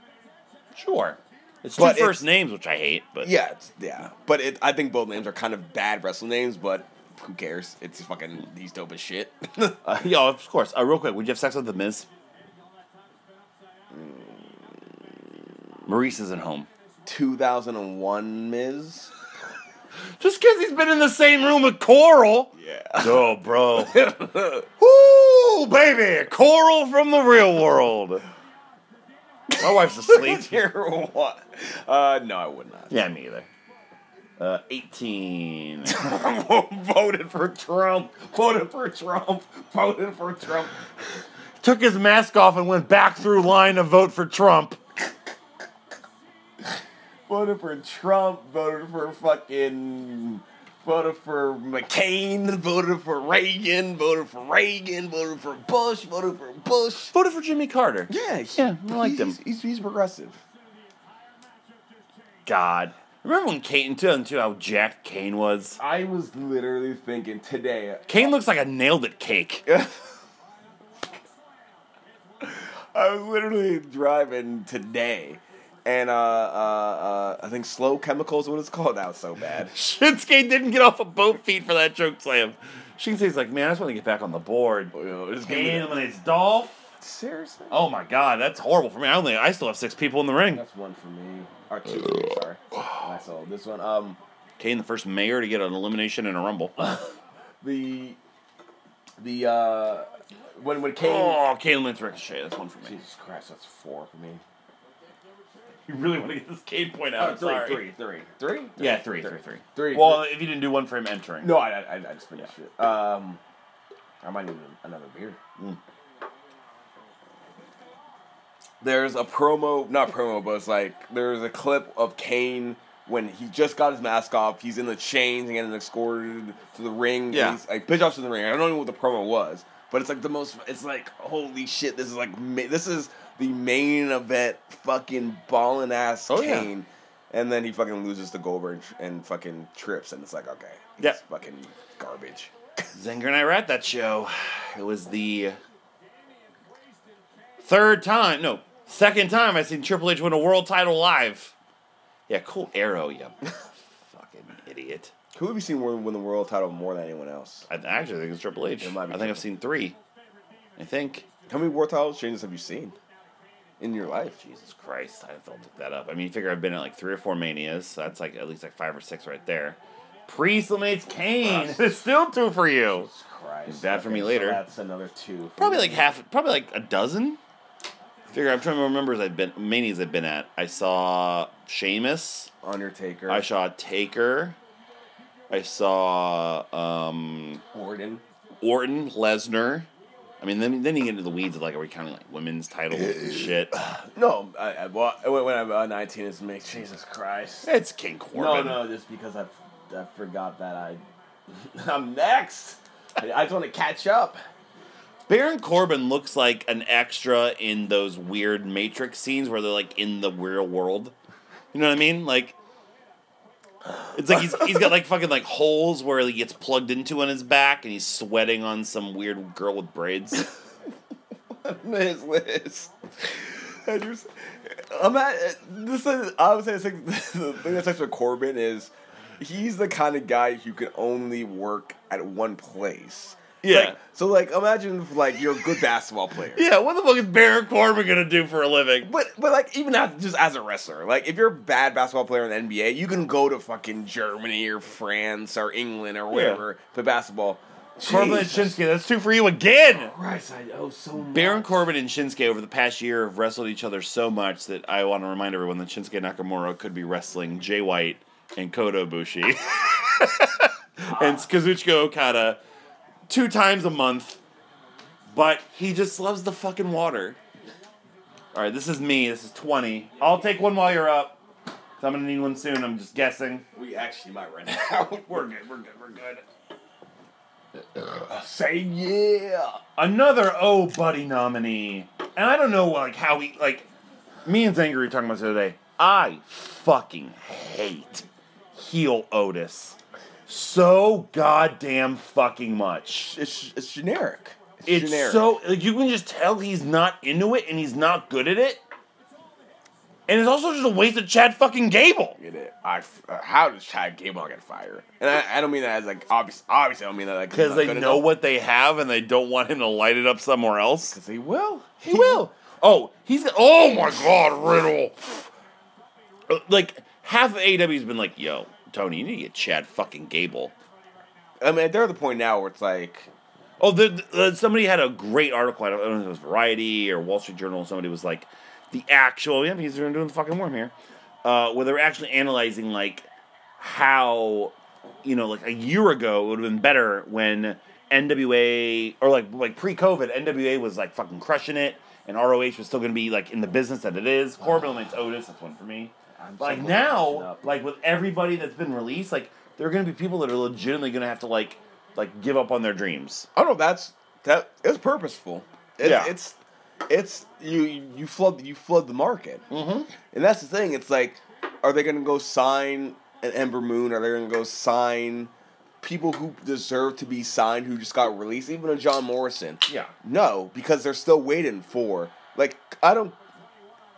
[SPEAKER 1] Sure. It's
[SPEAKER 3] But
[SPEAKER 1] two
[SPEAKER 3] it's-
[SPEAKER 1] first names, which I hate, but
[SPEAKER 3] Yeah, it's, yeah. But it, I think both names are kind of bad wrestling names, but who cares? It's fucking he's dope as shit.
[SPEAKER 1] Uh, yeah, of course. Uh, real quick, would you have sex with the Miz? Maurice isn't home.
[SPEAKER 3] 2001 Miz.
[SPEAKER 1] Just because he's been in the same room with Coral.
[SPEAKER 3] Yeah.
[SPEAKER 1] Oh, bro. Woo, baby. Coral from the real world. My wife's asleep.
[SPEAKER 3] Tier one. Uh, no, I would not.
[SPEAKER 1] yeah, me either. Uh, 18.
[SPEAKER 3] Voted for Trump. Voted for Trump. Voted for Trump.
[SPEAKER 1] Took his mask off and went back through line to vote for Trump.
[SPEAKER 3] Voted for Trump. Voted for fucking. Voted for McCain. Voted for Reagan. Voted for Reagan. Voted for Bush. Voted for Bush.
[SPEAKER 1] Voted for Jimmy Carter.
[SPEAKER 3] Yeah, he-
[SPEAKER 1] Yeah, I liked him.
[SPEAKER 3] He's, he's, he's progressive.
[SPEAKER 1] God. Remember when Kane, in 2002, how jacked Kane was?
[SPEAKER 3] I was literally thinking today.
[SPEAKER 1] Kane looks like a nailed it cake.
[SPEAKER 3] I was literally driving today, and uh, uh, uh, I think slow chemicals. What it's called out so bad.
[SPEAKER 1] Shinsuke didn't get off of both feet for that choke slam. Shinsuke's like, man, I just want to get back on the board.
[SPEAKER 3] You know, it's gonna be-
[SPEAKER 1] Kane eliminates Dolph.
[SPEAKER 3] Seriously,
[SPEAKER 1] Oh my god, that's horrible for me. I only I still have six people in the ring.
[SPEAKER 3] that's one for me. Or two for me. Sorry, I saw this one. Um,
[SPEAKER 1] Kane, the first mayor to get an elimination in a rumble.
[SPEAKER 3] the the uh, when when Kane.
[SPEAKER 1] Oh, Kane eliminates Ricochet. That's one for me.
[SPEAKER 3] Jesus Christ, that's four for me.
[SPEAKER 1] You really want to get this Kane point out?
[SPEAKER 3] Oh, three,
[SPEAKER 1] sorry.
[SPEAKER 3] three, three, three, three.
[SPEAKER 1] Yeah, three, three,
[SPEAKER 3] Three.
[SPEAKER 1] three.
[SPEAKER 3] Three,
[SPEAKER 1] Well, if you didn't do one frame entering.
[SPEAKER 3] No, I, I, I just finished it. Um, I might need another beer. There's a promo, not promo, but it's like there's a clip of Kane when he just got his mask off. He's in the chains and getting escorted to the ring. and
[SPEAKER 1] Yeah.
[SPEAKER 3] he's like pitch off to the ring. I don't know what the promo was, but it's like the most. It's like holy shit. This is like ma- this is the main event. Fucking balling ass
[SPEAKER 1] Oh, yeah.
[SPEAKER 3] Kane. And then he fucking loses to Goldberg and- and fucking trips, and it's like, okay,
[SPEAKER 1] Yeah.
[SPEAKER 3] it's fucking garbage.
[SPEAKER 1] Zenger and I were at that show. It was the third time, no, second time I seen Triple H win a world title live. Yeah, cool arrow, you fucking idiot.
[SPEAKER 3] Who have you seen win, win the world title more than anyone else?
[SPEAKER 1] I actually think it's Triple H. I
[SPEAKER 3] It might be
[SPEAKER 1] think I've
[SPEAKER 3] Triple.
[SPEAKER 1] seen three. I think.
[SPEAKER 3] How many world title changes have you seen in your life?
[SPEAKER 1] Jesus Christ, I have to look that up. I mean, you figure I've been at like three or four manias, so that's like at least like five or six right there. Pre Slimmates Kane. It's still two for you.
[SPEAKER 3] Christ.
[SPEAKER 1] That for me later.
[SPEAKER 3] that's another two. for
[SPEAKER 1] Probably
[SPEAKER 3] me.
[SPEAKER 1] like half, probably like a dozen. Figure I'm trying to remember as I've been manias I've been at. I saw Sheamus.
[SPEAKER 3] Undertaker,
[SPEAKER 1] I saw Taker. I saw um,
[SPEAKER 3] Orton.
[SPEAKER 1] Orton, Lesnar. I mean, then then you get into the weeds of like, are we counting like women's titles and shit?
[SPEAKER 3] No, I, I, well, I- when I'm uh, 19, it's me. Jesus Christ.
[SPEAKER 1] It's King
[SPEAKER 3] No,
[SPEAKER 1] Corbin.
[SPEAKER 3] no, just because I, I forgot that I, I'm next. I, I just want to catch up.
[SPEAKER 1] Baron Corbin looks like an extra in those weird Matrix scenes where they're like in the real world. You know what I mean? Like, it's like he's, he's got like fucking like holes where he gets plugged into on his back and he's sweating on some weird girl with braids.
[SPEAKER 3] his list. And you're, s- I'm at this is I would say it's like, the thing that's such with Corbin is he's the kind of guy who can only work at one place.
[SPEAKER 1] Yeah.
[SPEAKER 3] Like, so like imagine if, like you're a good basketball player.
[SPEAKER 1] yeah, what the fuck is Baron Corbin gonna do for a living?
[SPEAKER 3] But but like even as, just as a wrestler, like if you're a bad basketball player in the NBA, you can go to fucking Germany or France or England or wherever play basketball.
[SPEAKER 1] Corbin and
[SPEAKER 3] Jesus
[SPEAKER 1] Shinsuke, that's two for you again!
[SPEAKER 3] Christ, I owe so much.
[SPEAKER 1] Baron Corbin and Shinsuke over the past year have wrestled each other so much that I want to remind everyone that Shinsuke Nakamura could be wrestling Jay White and Kota Ibushi and Kazuchika Okada two times a month, but he just loves the fucking water. All right, this is me. This is twenty. I'll take one while you're up. 'cause I'm gonna need one soon. I'm just guessing.
[SPEAKER 3] We actually might run out.
[SPEAKER 1] We're good. We're good. We're good.
[SPEAKER 3] Say yeah.
[SPEAKER 1] another oh buddy nominee and i don't know like how we like me and Zanger were talking about this the other day i fucking hate heel otis so goddamn fucking much
[SPEAKER 3] It's, it's generic.
[SPEAKER 1] it's so like, you can just tell he's not into it and he's not good at it and it's also just a waste of chad fucking gable
[SPEAKER 3] It is. I f- uh, how does Chad Gable get fired? And I, I don't mean that as like obvious. Obviously, I don't mean that like
[SPEAKER 1] because they know what they have and they don't want him to light it up somewhere else
[SPEAKER 3] Because he will.
[SPEAKER 1] He will. Oh, he's oh my god, Riddle. Uh, Like half of AEW's been like, "Yo, Tony, you need to get Chad fucking Gable."
[SPEAKER 3] I mean, they're at the point now where it's like,
[SPEAKER 1] Oh, the, the, somebody had a great article. I don't, I don't know if it was Variety or Wall Street Journal. Somebody was like, the actual. Yeah, he's doing doing the fucking worm here. Uh, where they're actually analyzing like how you know, like a year ago, it would have been better when NWA or like like pre-COVID, NWA was like fucking crushing it, and ROH was still gonna be like in the business that it is. Corbin eliminates Otis. That's one for me.
[SPEAKER 3] I'm
[SPEAKER 1] But, like
[SPEAKER 3] so glad you brought it
[SPEAKER 1] now,
[SPEAKER 3] up.
[SPEAKER 1] like with everybody that's been released, like there are gonna be people that are legitimately gonna have to like like give up on their dreams.
[SPEAKER 3] I don't know. Oh, That's that. It was purposeful. It,
[SPEAKER 1] Yeah.
[SPEAKER 3] It's it's you you flood you flood the market. Mm-hmm. And that's the thing. It's like, are they going to go sign an Ember Moon? Are they going to go sign people who deserve to be signed who just got released? Even a John Morrison.
[SPEAKER 1] Yeah.
[SPEAKER 3] No, because they're still waiting for. Like I don't.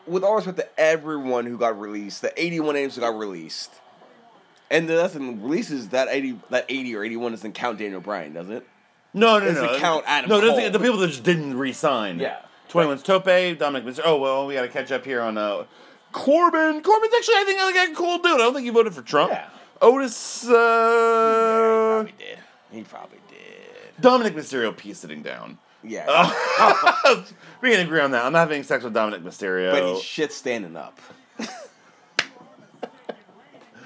[SPEAKER 3] With all respect to everyone who got released, the eighty-one names who got released, and the nothing releases that eighty that eighty or eighty-one doesn't count Daniel Bryan, does it?
[SPEAKER 1] No, no,
[SPEAKER 3] Does
[SPEAKER 1] no.
[SPEAKER 3] it count Adam
[SPEAKER 1] no, doesn't-
[SPEAKER 3] Cole?
[SPEAKER 1] the people that just didn't resign.
[SPEAKER 3] Yeah.
[SPEAKER 1] 21's Tope, Dominic Mysterio. Oh, well, we got to catch up here on uh, Corbin. Corbin's actually, I think, like a cool dude. I don't think he voted for Trump.
[SPEAKER 3] Yeah.
[SPEAKER 1] Otis, uh,
[SPEAKER 3] He probably did. He probably did.
[SPEAKER 1] Dominic Mysterio peace sitting down.
[SPEAKER 3] Yeah.
[SPEAKER 1] Oh. we can agree on that. I'm not having sex with Dominic Mysterio.
[SPEAKER 3] but he's shit standing up.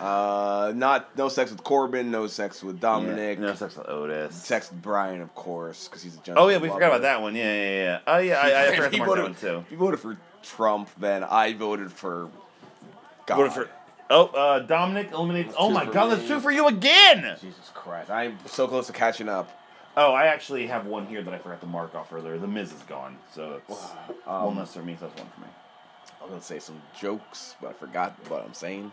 [SPEAKER 3] Uh, not no sex with Corbin, no sex with Dominic,
[SPEAKER 1] No sex with Otis.
[SPEAKER 3] sex with Brian, of course, because he's a
[SPEAKER 1] Oh yeah, we forgot about that one. Yeah, yeah, yeah. Oh yeah, I, I forgot to
[SPEAKER 3] he
[SPEAKER 1] mark that one
[SPEAKER 3] voted,
[SPEAKER 1] too.
[SPEAKER 3] he voted for Trump, then I voted for God.
[SPEAKER 1] Voted for. Oh, uh, Dominic eliminates. Oh
[SPEAKER 3] two
[SPEAKER 1] my
[SPEAKER 3] for
[SPEAKER 1] God,
[SPEAKER 3] me.
[SPEAKER 1] that's two for you again.
[SPEAKER 3] Jesus Christ, I'm so close to catching up.
[SPEAKER 1] Oh, I actually have one here that I forgot to mark off earlier. The Miz is gone, so it's one less for me. So that's one for me.
[SPEAKER 3] I'm gonna say some jokes, but I forgot what I'm saying.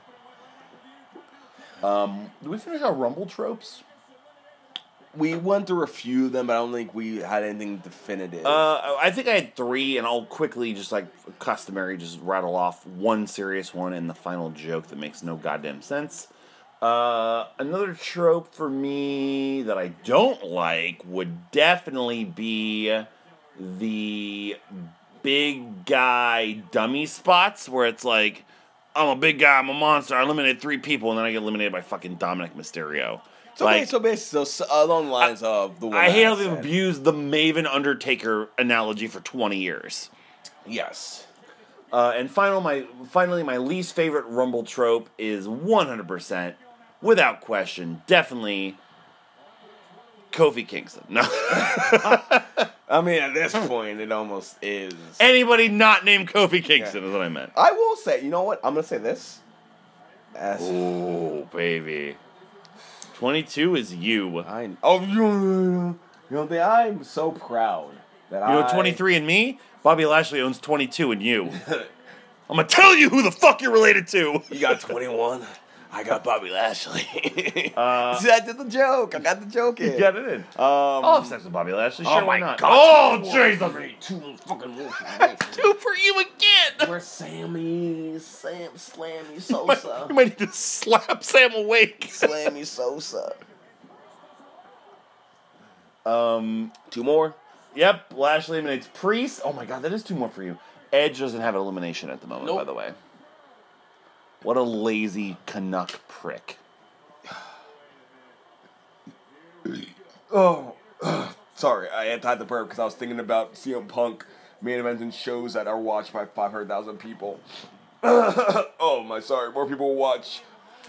[SPEAKER 1] Did we finish our Rumble tropes?
[SPEAKER 3] We went through a few of them, but I don't think we had anything definitive.
[SPEAKER 1] Uh, I think I had three, and I'll quickly just like customary just rattle off one serious one and the final joke that makes no goddamn sense. Uh, another trope for me that I don't like would definitely be the big guy dummy spots where it's like, I'm a big guy, I'm a monster, I eliminated three people, and then I get eliminated by fucking Dominic Mysterio.
[SPEAKER 3] so,
[SPEAKER 1] Like-
[SPEAKER 3] basically, so basically, so, so along the lines of the one
[SPEAKER 1] I hate how they've
[SPEAKER 3] said.
[SPEAKER 1] abused the Maven Undertaker analogy for 20 years.
[SPEAKER 3] Yes.
[SPEAKER 1] Uh, and final, my finally, my least favorite Rumble trope is 100%, without question, definitely Kofi Kingston. No.
[SPEAKER 3] I mean, at this point, it almost is.
[SPEAKER 1] Anybody not named Kofi Kingston is what I meant.
[SPEAKER 3] Eh. I will say, you know what? I'm gonna say this. As
[SPEAKER 1] Oh, baby. 22 is you. You
[SPEAKER 3] I, oh, you know, they, I'm so proud that I.
[SPEAKER 1] know what 23 and me? Bobby Lashley owns 22 and you. I'm gonna tell you who the fuck you're related to.
[SPEAKER 3] You got 21. I got Bobby Lashley.
[SPEAKER 1] Uh,
[SPEAKER 3] See, I did the joke. I got the joke in.
[SPEAKER 1] Get it in.
[SPEAKER 3] Um,
[SPEAKER 1] I'll have sex with Bobby Lashley. Sure,
[SPEAKER 3] oh
[SPEAKER 1] why
[SPEAKER 3] my
[SPEAKER 1] not?
[SPEAKER 3] God.
[SPEAKER 1] Oh, Jesus!
[SPEAKER 3] Two fucking wolves.
[SPEAKER 1] Two for you again.
[SPEAKER 3] Where Sammy, Sam, Slammy
[SPEAKER 1] You
[SPEAKER 3] Sosa,
[SPEAKER 1] might need to slap Sam awake.
[SPEAKER 3] Slammy Sosa. Um, two more.
[SPEAKER 1] Yep, Lashley eliminates Priest. Oh my God, that is two more for you. Edge doesn't have an elimination at the moment, by
[SPEAKER 3] Nope.
[SPEAKER 1] the way. What a lazy Canuck prick.
[SPEAKER 3] Oh, sorry. I had to hide the burp because I was thinking about CM Punk main events and shows that are watched by 500,000 people. oh, my sorry. More people watch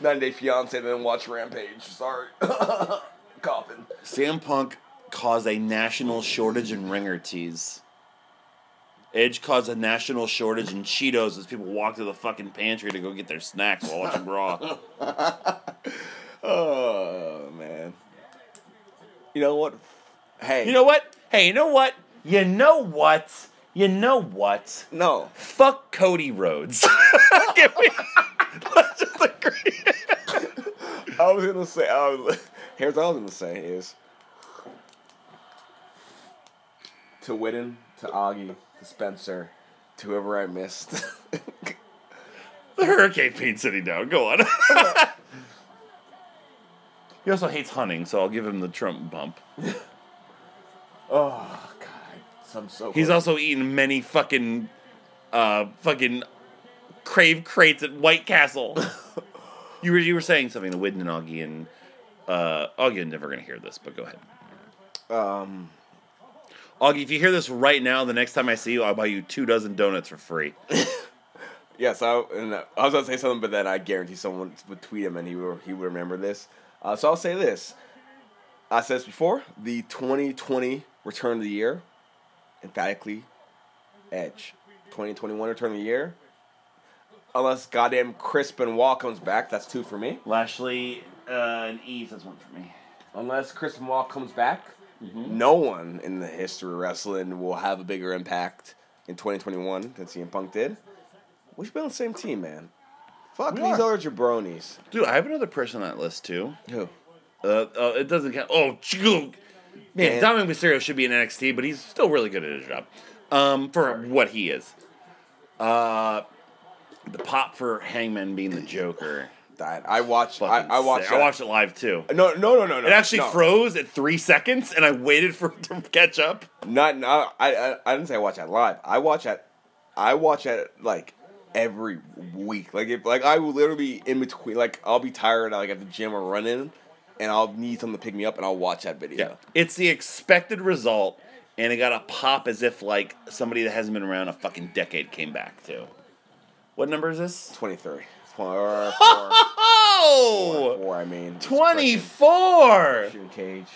[SPEAKER 3] 90 Day Fiance than watch Rampage. Sorry. Coughing.
[SPEAKER 1] Sam Punk caused a national shortage in ringer tees. Edge caused a national shortage in Cheetos as people walked to the fucking pantry to go get their snacks while watching Raw.
[SPEAKER 3] Oh, man. You know what? Hey.
[SPEAKER 1] You know what? Hey, you know what? You know what? You know what?
[SPEAKER 3] No.
[SPEAKER 1] Fuck Cody Rhodes. Can we? Let's just agree.
[SPEAKER 3] I was gonna say. I was, here's what I was gonna say is to Whitten, to Augie, to Spencer, to whoever I missed.
[SPEAKER 1] The Hurricane Pete City down. Go on. he also hates hunting, so I'll give him the Trump bump.
[SPEAKER 3] oh God, I'm so.
[SPEAKER 1] He's
[SPEAKER 3] close.
[SPEAKER 1] also eaten many fucking, uh, fucking crave crates at White Castle. you were you were saying something to Widden and Augie and uh, Augie are never gonna hear this, but go ahead.
[SPEAKER 3] Um.
[SPEAKER 1] Augie, if you hear this right now, the next time I see you, I'll buy you two dozen donuts for free.
[SPEAKER 3] Yes, I and I was gonna say something, but then I guarantee someone would tweet him and he would he would remember this. Uh, so I'll say this. I said this before. The 2020 Return of the Year, emphatically, Edge. 2021 Return of the Year. Unless goddamn Chris Benoit comes back, that's two for me.
[SPEAKER 1] Lashley uh, and Ease, that's one for me.
[SPEAKER 3] Unless Chris Benoit comes back,
[SPEAKER 1] Mm-hmm.
[SPEAKER 3] no one in the history of wrestling will have a bigger impact in 2021 than CM Punk did. We should be on the same team, man. Fuck
[SPEAKER 1] We
[SPEAKER 3] these
[SPEAKER 1] are.
[SPEAKER 3] other jabronis.
[SPEAKER 1] Dude, I have another person on that list too.
[SPEAKER 3] Who?
[SPEAKER 1] Uh, uh, it doesn't count. Oh, chug. man,
[SPEAKER 3] And-
[SPEAKER 1] Dominic Mysterio should be in NXT, but he's still really good at his job um, for what he is. Uh, the pop for Hangman being the Joker.
[SPEAKER 3] Died. I watched. I,
[SPEAKER 1] Fucking
[SPEAKER 3] I watched.
[SPEAKER 1] sick. I
[SPEAKER 3] that.
[SPEAKER 1] watched it live too.
[SPEAKER 3] No, no, no, no, no.
[SPEAKER 1] It actually
[SPEAKER 3] no.
[SPEAKER 1] froze at three seconds, and I waited for it to catch up.
[SPEAKER 3] Not. No, I, I. I didn't say I watch that live. I watch that. I watch that like every week. Like if like I will literally be in between. Like I'll be tired. Like at the gym or running, and I'll need something to pick me up, and I'll watch that video.
[SPEAKER 1] Yeah. It's the expected result, and it got a pop as if like somebody that hasn't been around a fucking decade came back too. What number is this? Oh!
[SPEAKER 3] Twenty three. Twenty three. Four,
[SPEAKER 1] Whoa!
[SPEAKER 3] four, I mean. It's freaking
[SPEAKER 1] 24!
[SPEAKER 3] Shooting cage.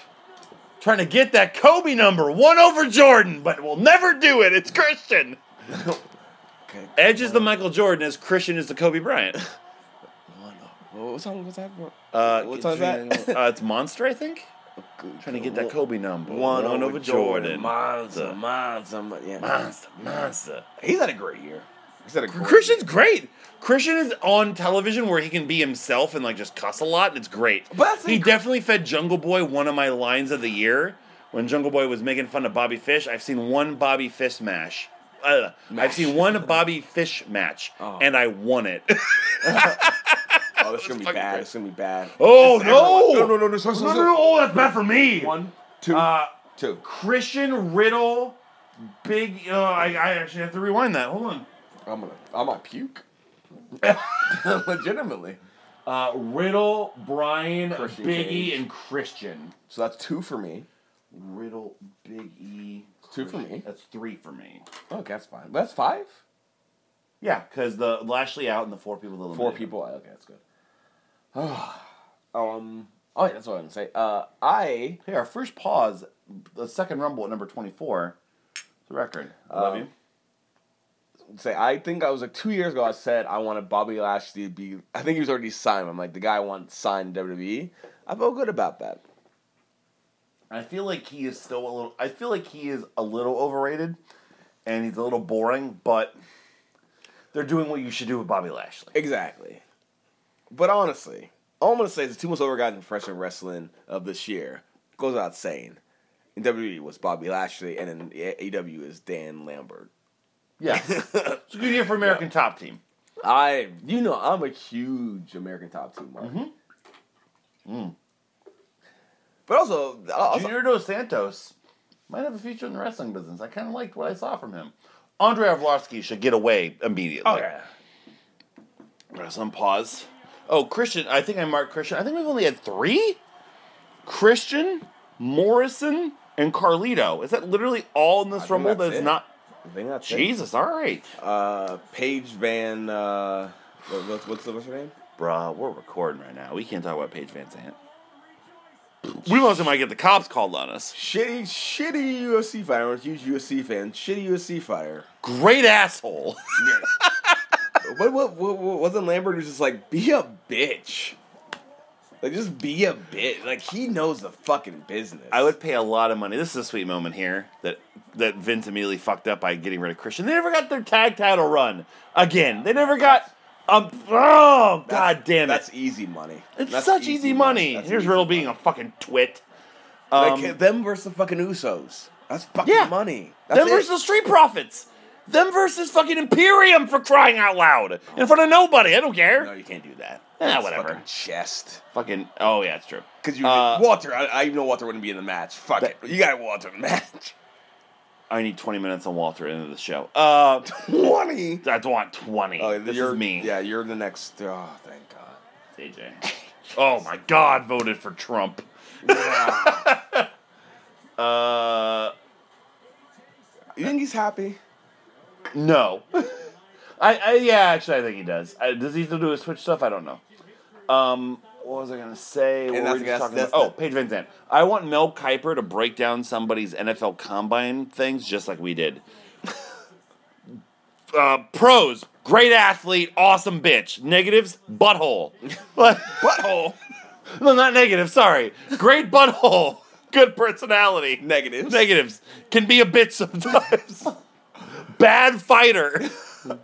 [SPEAKER 1] Trying to get that Kobe number one over Jordan, but we'll never do it. It's Christian.
[SPEAKER 3] Okay.
[SPEAKER 1] Edge is the Michael Jordan, as Christian is the Kobe Bryant.
[SPEAKER 3] One, oh, what song was that? for?
[SPEAKER 1] Uh,
[SPEAKER 3] What song's that?
[SPEAKER 1] uh, it's Monster, I think. Trying to get that Kobe number one, over Jordan.
[SPEAKER 3] Monster, monster, mon- yeah.
[SPEAKER 1] Monster, monster.
[SPEAKER 3] He's had a great year. He's had a great
[SPEAKER 1] Christian's
[SPEAKER 3] year.
[SPEAKER 1] great. Christian is on television where he can be himself and like just cuss a lot, and it's great.
[SPEAKER 3] But that's
[SPEAKER 1] he
[SPEAKER 3] inc-
[SPEAKER 1] definitely fed Jungle Boy one of my lines of the year when Jungle Boy was making fun of Bobby Fish. I've seen one Bobby Fish mash. Uh, I've
[SPEAKER 3] Mash.
[SPEAKER 1] seen one Bobby Fish match,
[SPEAKER 3] Oh.
[SPEAKER 1] and I won it.
[SPEAKER 3] Oh, this is gonna
[SPEAKER 1] fucking
[SPEAKER 3] be bad.
[SPEAKER 1] great.
[SPEAKER 3] It's gonna be bad.
[SPEAKER 1] Oh,
[SPEAKER 3] This-
[SPEAKER 1] no!
[SPEAKER 3] everyone- No, no, no, no, so, so, so.
[SPEAKER 1] Oh, that's bad for me.
[SPEAKER 3] One, two,
[SPEAKER 1] Uh,
[SPEAKER 3] two.
[SPEAKER 1] Christian Riddle, big. Uh, I, I actually have to rewind that. Hold on.
[SPEAKER 3] I'm gonna, I'm gonna puke. Legitimately.
[SPEAKER 1] Uh, Riddle, Brian,
[SPEAKER 3] Christian
[SPEAKER 1] Big E,
[SPEAKER 3] Cage.
[SPEAKER 1] and Christian.
[SPEAKER 3] So that's two for me.
[SPEAKER 1] Riddle, Big E.
[SPEAKER 3] Two for me.
[SPEAKER 1] That's three for me.
[SPEAKER 3] Okay, that's fine. That's five.
[SPEAKER 1] Yeah, because the Lashley out and the four people. Eliminated.
[SPEAKER 3] Four people. Okay, that's good. um. Oh yeah, that's what I'm gonna say. Uh, I
[SPEAKER 1] Hey, our first pause, the second Rumble at number twenty-four. It's a record. Um, I love you.
[SPEAKER 3] say I think I was like two years ago. I said I wanted Bobby Lashley to be. I think he was already signed. I'm like the guy I want signed in WWE. I felt good about that.
[SPEAKER 1] I feel like he is still a little. I feel like he is a little overrated, and he's a little boring. But they're doing what you should do with Bobby Lashley.
[SPEAKER 3] Exactly. But honestly, all I'm gonna say is the two most overrated in professional wrestling of this year goes without saying. In WWE was Bobby Lashley, and in AEW is Dan Lambert.
[SPEAKER 1] Yeah, it's a good year for American Top Team.
[SPEAKER 3] I, you know, I'm a huge American Top Team mark. Mm. But also, I- I was-
[SPEAKER 1] Mm-hmm. Junior Dos Santos might have a future in the wrestling business. I kind of liked what I saw from him. Andre Avlovsky should get away immediately.
[SPEAKER 3] oh yeah,
[SPEAKER 1] Wrestling pause. Oh, Christian. I think I marked Christian. I think we've only had three? Christian, Morrison, and Carlito. Is that literally all in
[SPEAKER 3] I
[SPEAKER 1] this
[SPEAKER 3] think
[SPEAKER 1] rumble
[SPEAKER 3] that's
[SPEAKER 1] that's
[SPEAKER 3] it.
[SPEAKER 1] not.
[SPEAKER 3] I think that's it.
[SPEAKER 1] Jesus, all right.
[SPEAKER 3] Uh, Paige Van, uh, what- what's what's, the, what's her name?
[SPEAKER 1] Bruh, we're recording right now. We can't talk about Paige Van Zandt. We also might get the cops called on us.
[SPEAKER 3] Shitty, shitty UFC fighter. I'm a huge UFC fan. Shitty UFC fighter.
[SPEAKER 1] Great asshole.
[SPEAKER 3] What, what, what, what wasn't Lambert was just like, be a bitch. Like, just be a bitch. Like, he knows the fucking business.
[SPEAKER 1] I would pay a lot of money. This is a sweet moment here that that Vince immediately fucked up by getting rid of Christian. They never got their tag title run again. They never got. Um, oh
[SPEAKER 3] That's-
[SPEAKER 1] god damn it!
[SPEAKER 3] That's easy money.
[SPEAKER 1] It's
[SPEAKER 3] That's
[SPEAKER 1] such easy, money.
[SPEAKER 3] That's
[SPEAKER 1] Here's
[SPEAKER 3] easy
[SPEAKER 1] Riddle
[SPEAKER 3] money.
[SPEAKER 1] being a fucking twit.
[SPEAKER 3] Like,
[SPEAKER 1] Um,
[SPEAKER 3] them versus the fucking Usos. That's fucking
[SPEAKER 1] Yeah.
[SPEAKER 3] money. That's
[SPEAKER 1] them
[SPEAKER 3] it.
[SPEAKER 1] versus the Street Profits. Them versus fucking Imperium for crying out loud in front of nobody. I don't care.
[SPEAKER 3] No, you can't do that.
[SPEAKER 1] Eh,
[SPEAKER 3] That's
[SPEAKER 1] whatever.
[SPEAKER 3] Fucking chest.
[SPEAKER 1] Fucking oh yeah, it's true.
[SPEAKER 3] Because you
[SPEAKER 1] Uh,
[SPEAKER 3] Walter, I, I know Walter wouldn't be in the match. Fuck
[SPEAKER 1] That-
[SPEAKER 3] it. You got Walter in the match.
[SPEAKER 1] I need 20 minutes on Walter into the show. Uh,
[SPEAKER 3] Twenty.
[SPEAKER 1] I want 20.
[SPEAKER 3] Oh,
[SPEAKER 1] this
[SPEAKER 3] you're
[SPEAKER 1] is me.
[SPEAKER 3] Yeah, you're the next. Oh, thank God.
[SPEAKER 1] AJ. Oh my God, voted for Trump. uh,
[SPEAKER 3] You think he's happy?
[SPEAKER 1] no. I, I yeah, actually, I think he does. I, does he still do his Twitch stuff? I don't know. Um, what was I gonna say? What
[SPEAKER 3] And
[SPEAKER 1] were
[SPEAKER 3] that's-
[SPEAKER 1] we just talking
[SPEAKER 3] that's-
[SPEAKER 1] about? Oh, Paige Van Zandt. I want Mel Kiper to break down somebody's NFL Combine things just like we did. uh, pros: great athlete, awesome bitch. Negatives: butthole.
[SPEAKER 3] Butthole.
[SPEAKER 1] No, not negative. Sorry. Great butthole. Good personality.
[SPEAKER 3] Negative.
[SPEAKER 1] Negatives can be a bitch sometimes. Bad fighter.
[SPEAKER 3] A,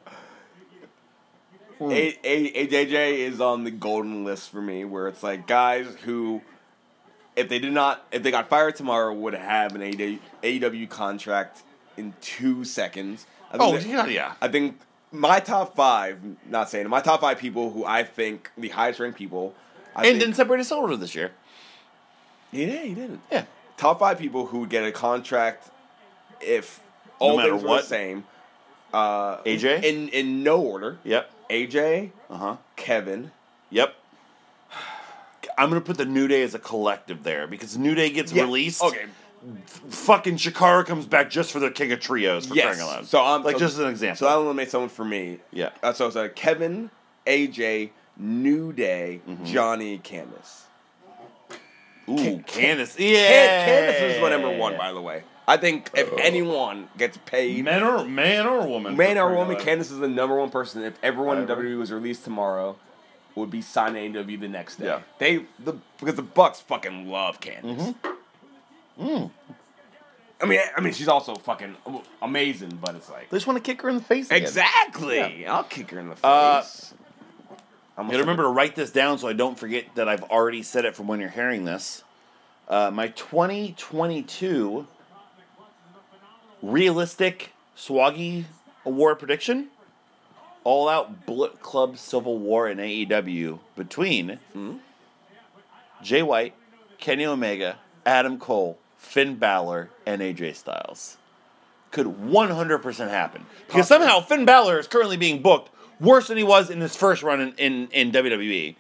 [SPEAKER 1] Mm.
[SPEAKER 3] A, AJJ is on the golden list for me, where it's like guys who, if they did not, if they got fired tomorrow, would have an AEW AEW E contract in two seconds. I think
[SPEAKER 1] Oh
[SPEAKER 3] that-
[SPEAKER 1] yeah, yeah.
[SPEAKER 3] I think my top five, not saying my top five people who I think the highest ranked people. I
[SPEAKER 1] And
[SPEAKER 3] think,
[SPEAKER 1] didn't separate his shoulder this year.
[SPEAKER 3] yeah, he didn't.
[SPEAKER 1] Yeah.
[SPEAKER 3] Top five people who would get a contract if
[SPEAKER 1] No
[SPEAKER 3] all
[SPEAKER 1] matter
[SPEAKER 3] things were
[SPEAKER 1] what?
[SPEAKER 3] the same. Uh,
[SPEAKER 1] AJ?
[SPEAKER 3] in in no order.
[SPEAKER 1] Yep.
[SPEAKER 3] AJ,
[SPEAKER 1] Uh huh.
[SPEAKER 3] Kevin.
[SPEAKER 1] Yep. I'm gonna put the New Day as a collective there because New Day gets
[SPEAKER 3] Yeah,
[SPEAKER 1] released.
[SPEAKER 3] Okay.
[SPEAKER 1] Fucking Shakara comes back just for the King of Trios for
[SPEAKER 3] Yes.
[SPEAKER 1] crying out loud.
[SPEAKER 3] So I'm
[SPEAKER 1] like
[SPEAKER 3] so-
[SPEAKER 1] just as an example.
[SPEAKER 3] So I eliminate someone for me.
[SPEAKER 1] yeah.
[SPEAKER 3] Uh, so it's uh, Kevin, AJ, New Day, Johnny, Candace.
[SPEAKER 1] Mm-hmm. Ooh,
[SPEAKER 3] Can-
[SPEAKER 1] Candace.
[SPEAKER 3] Can-
[SPEAKER 1] Yeah.
[SPEAKER 3] Candace is my number one, by the way. I think if anyone gets paid,
[SPEAKER 1] Man or man or woman.
[SPEAKER 3] man
[SPEAKER 1] for
[SPEAKER 3] or
[SPEAKER 1] crying out
[SPEAKER 3] woman,
[SPEAKER 1] loud.
[SPEAKER 3] Candace is the number one person. If everyone in
[SPEAKER 1] Whatever.
[SPEAKER 3] WWE was released tomorrow, would be signing AEW the next day.
[SPEAKER 1] Yeah.
[SPEAKER 3] They the because the Bucks fucking love Candace.
[SPEAKER 1] Mm-hmm. Mm.
[SPEAKER 3] I mean, I mean, she's also fucking amazing, but it's like
[SPEAKER 6] They just want to kick her in the face. again.
[SPEAKER 3] exactly. I'll kick her in the face.
[SPEAKER 1] Uh,
[SPEAKER 3] I'm
[SPEAKER 1] You gotta remember to write this down so I don't forget that I've already said it from when you're hearing this. Uh, my 2022 realistic Swaggy Award prediction: All Out Bullet Club Civil War in AEW between Jay White, Kenny Omega, Adam Cole, Finn Balor, and AJ Styles. Could 100% happen. Because somehow Finn Balor is currently being booked worse than he was in his first run in, in, in WWE.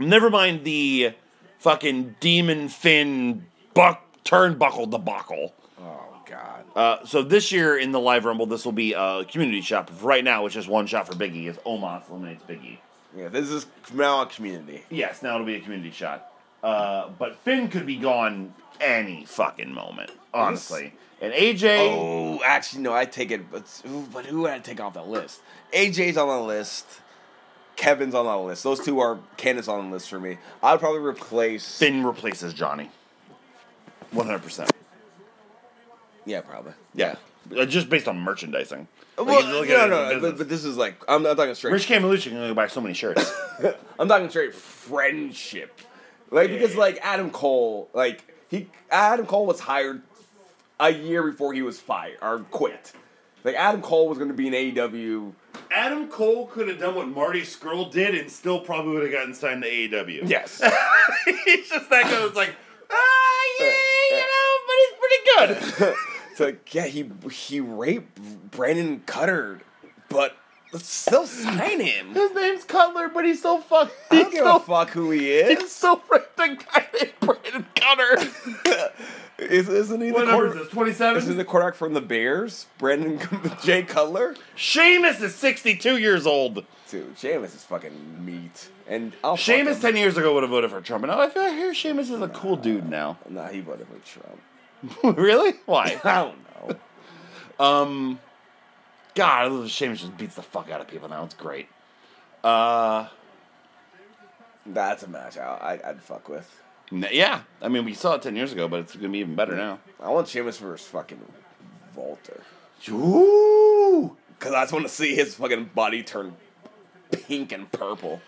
[SPEAKER 1] Never mind the fucking Demon Finn buck, turnbuckle debacle.
[SPEAKER 3] Oh God.
[SPEAKER 1] Uh, so this year in the live rumble, this will be a community shot. Right now, it's just one shot for Biggie. Is Omos eliminates Biggie?
[SPEAKER 3] Yeah, this is from now on community.
[SPEAKER 1] Yes, now it'll be a community shot. Uh, but Finn could be gone any fucking moment, honestly. And AJ,
[SPEAKER 3] Oh, actually, no, I take it. But who, but who would I take off the list? AJ's on the list. Kevin's on the list. Those two are Candace on the list for me. I'd probably replace.
[SPEAKER 1] Finn replaces Johnny. 100%.
[SPEAKER 3] Yeah, probably.
[SPEAKER 1] Yeah. Uh, Just based on merchandising. Like,
[SPEAKER 3] well,
[SPEAKER 1] if you look
[SPEAKER 3] no,
[SPEAKER 1] at it as a
[SPEAKER 3] no, but,
[SPEAKER 1] business.
[SPEAKER 3] but this is like I'm, I'm talking straight.
[SPEAKER 1] Rich Camelucci can only buy so many shirts.
[SPEAKER 3] I'm talking straight friendship, like because like Adam Cole, like he Adam Cole was hired a year before he was fired or quit. Like Adam Cole was going to be in E AEW.
[SPEAKER 1] Adam Cole could have done what Marty Skrull did and still probably would have gotten signed to E AEW.
[SPEAKER 3] Yes.
[SPEAKER 1] He's just that guy that's like, ah, yeah, you know, but it's pretty good.
[SPEAKER 3] It's like, yeah, he he raped Brandon Cutter, but let's still sign him.
[SPEAKER 6] His name's Cutler, but he's so fuck.
[SPEAKER 3] I
[SPEAKER 6] He's
[SPEAKER 3] don't give a
[SPEAKER 6] so
[SPEAKER 3] fuck who he
[SPEAKER 6] he's
[SPEAKER 3] is.
[SPEAKER 6] so ripped. The guy named Brandon Cutter.
[SPEAKER 3] is isn't he the
[SPEAKER 1] What number is
[SPEAKER 3] quarter,
[SPEAKER 1] this? 27?
[SPEAKER 3] isn't he the quarterback from the Bears? Brandon Jay Cutler?
[SPEAKER 1] Sheamus is 62 years old.
[SPEAKER 3] Dude, Sheamus is fucking meat. And I'll fuck
[SPEAKER 1] Sheamus
[SPEAKER 3] him.
[SPEAKER 1] 10 years ago would have voted for Trump, and I feel I hear Sheamus is a cool dude now.
[SPEAKER 3] Nah, he voted for Trump.
[SPEAKER 1] really? Why?
[SPEAKER 3] I don't know.
[SPEAKER 1] Um, God, I love Sheamus just beats the fuck out of people now. It's great. Uh,
[SPEAKER 3] That's a match I, I, I'd fuck with.
[SPEAKER 1] n- yeah. I mean, we saw it 10 years ago, but it's gonna be even better now.
[SPEAKER 3] I want Sheamus versus fucking Walter.
[SPEAKER 1] Ooh.
[SPEAKER 3] Because I just want to see his fucking body turn pink and purple.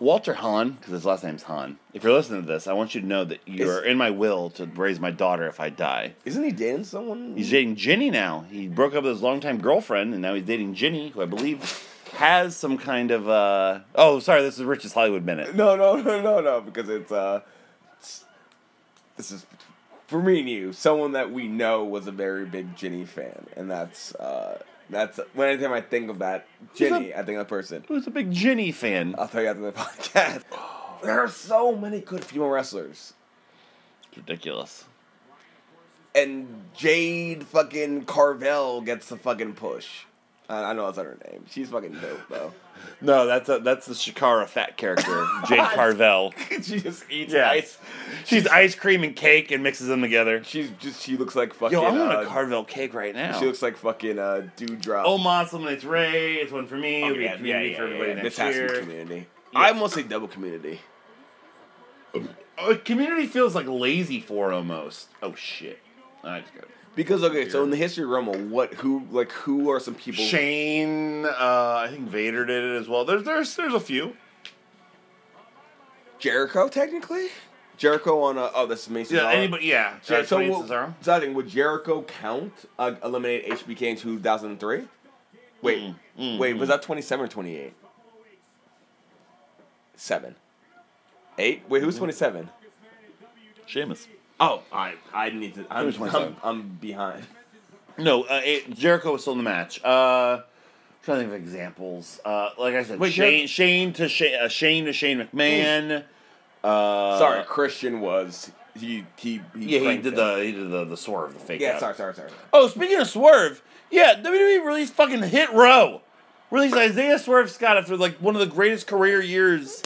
[SPEAKER 1] Walter Hahn, because his last name's Hahn. If you're listening to this, I want you to know that you're in my will to raise my daughter if I die.
[SPEAKER 3] Isn't he dating someone?
[SPEAKER 1] He's dating Ginny now. He broke up with his longtime girlfriend, and now he's dating Ginny, who I believe has some kind of. Uh... Oh, sorry, this is Rich's Hollywood Minute.
[SPEAKER 3] No, no, no, no, no, because it's uh, it's- this is for me and you. Someone that we know was a very big Ginny fan, and that's uh, that's when anytime I think of that Ginny, I think of that person.
[SPEAKER 1] Who's a big Ginny fan?
[SPEAKER 3] I'll tell you after the podcast. There are so many good female wrestlers,
[SPEAKER 1] It's ridiculous.
[SPEAKER 3] and Jade fucking Carvel gets the fucking push. I, I know that's not her name. She's fucking dope though.
[SPEAKER 1] No, that's a, that's the Shakara fat character, Jade Carvel.
[SPEAKER 3] she just eats
[SPEAKER 1] Yeah.
[SPEAKER 3] ice.
[SPEAKER 1] She's ice cream and cake and mixes them together.
[SPEAKER 3] She's just she looks like fucking.
[SPEAKER 1] Yo, I want a
[SPEAKER 3] uh,
[SPEAKER 1] Carvel cake right now. Oh
[SPEAKER 3] She looks like fucking uh, Dewdrop.
[SPEAKER 1] Omos eliminates Ray. It's one for
[SPEAKER 3] Oh,
[SPEAKER 1] me. It'll be a community for everybody next
[SPEAKER 3] This has to be
[SPEAKER 1] year.
[SPEAKER 3] community. I must say double community.
[SPEAKER 1] Uh, community feels like lazy for almost. Oh shit. That's good.
[SPEAKER 3] Because okay, so in the history of Rumble, what who like who are some people?
[SPEAKER 1] Shane, uh, I think Vader did it as well. There's there's there's a few.
[SPEAKER 3] Jericho technically. Jericho on a, oh this is Mason.
[SPEAKER 1] Yeah, anybody. Yeah.
[SPEAKER 3] So,
[SPEAKER 1] Uh,
[SPEAKER 3] so,
[SPEAKER 1] Tony
[SPEAKER 3] will-
[SPEAKER 1] Cesaro.
[SPEAKER 3] so I think would Jericho count uh, eliminate HBK in two thousand and three? Wait, wait, was that twenty seven or twenty eight? Seven, eight. Wait, who's twenty seven?
[SPEAKER 1] Sheamus.
[SPEAKER 3] Mm-hmm. Oh, I I need to. I'm
[SPEAKER 1] Who's
[SPEAKER 3] I'm,
[SPEAKER 1] 27?
[SPEAKER 3] I'm behind.
[SPEAKER 1] No, uh, it, Jericho was still in the match. Uh, I'm trying to think of examples. Uh, like I said,
[SPEAKER 3] Wait,
[SPEAKER 1] Shane, Shane to Shane, uh, Shane to Shane McMahon. Uh,
[SPEAKER 3] Sorry, Christian was he he, he
[SPEAKER 1] Yeah, he
[SPEAKER 3] cranked
[SPEAKER 1] did
[SPEAKER 3] it.
[SPEAKER 1] the he did the, the swerve, the fake.
[SPEAKER 3] Yeah,
[SPEAKER 1] out.
[SPEAKER 3] sorry, sorry, sorry.
[SPEAKER 1] Oh, speaking of swerve, yeah, WWE released fucking E Hit Row. released Isaiah Swerve Scott after like one of the greatest career years.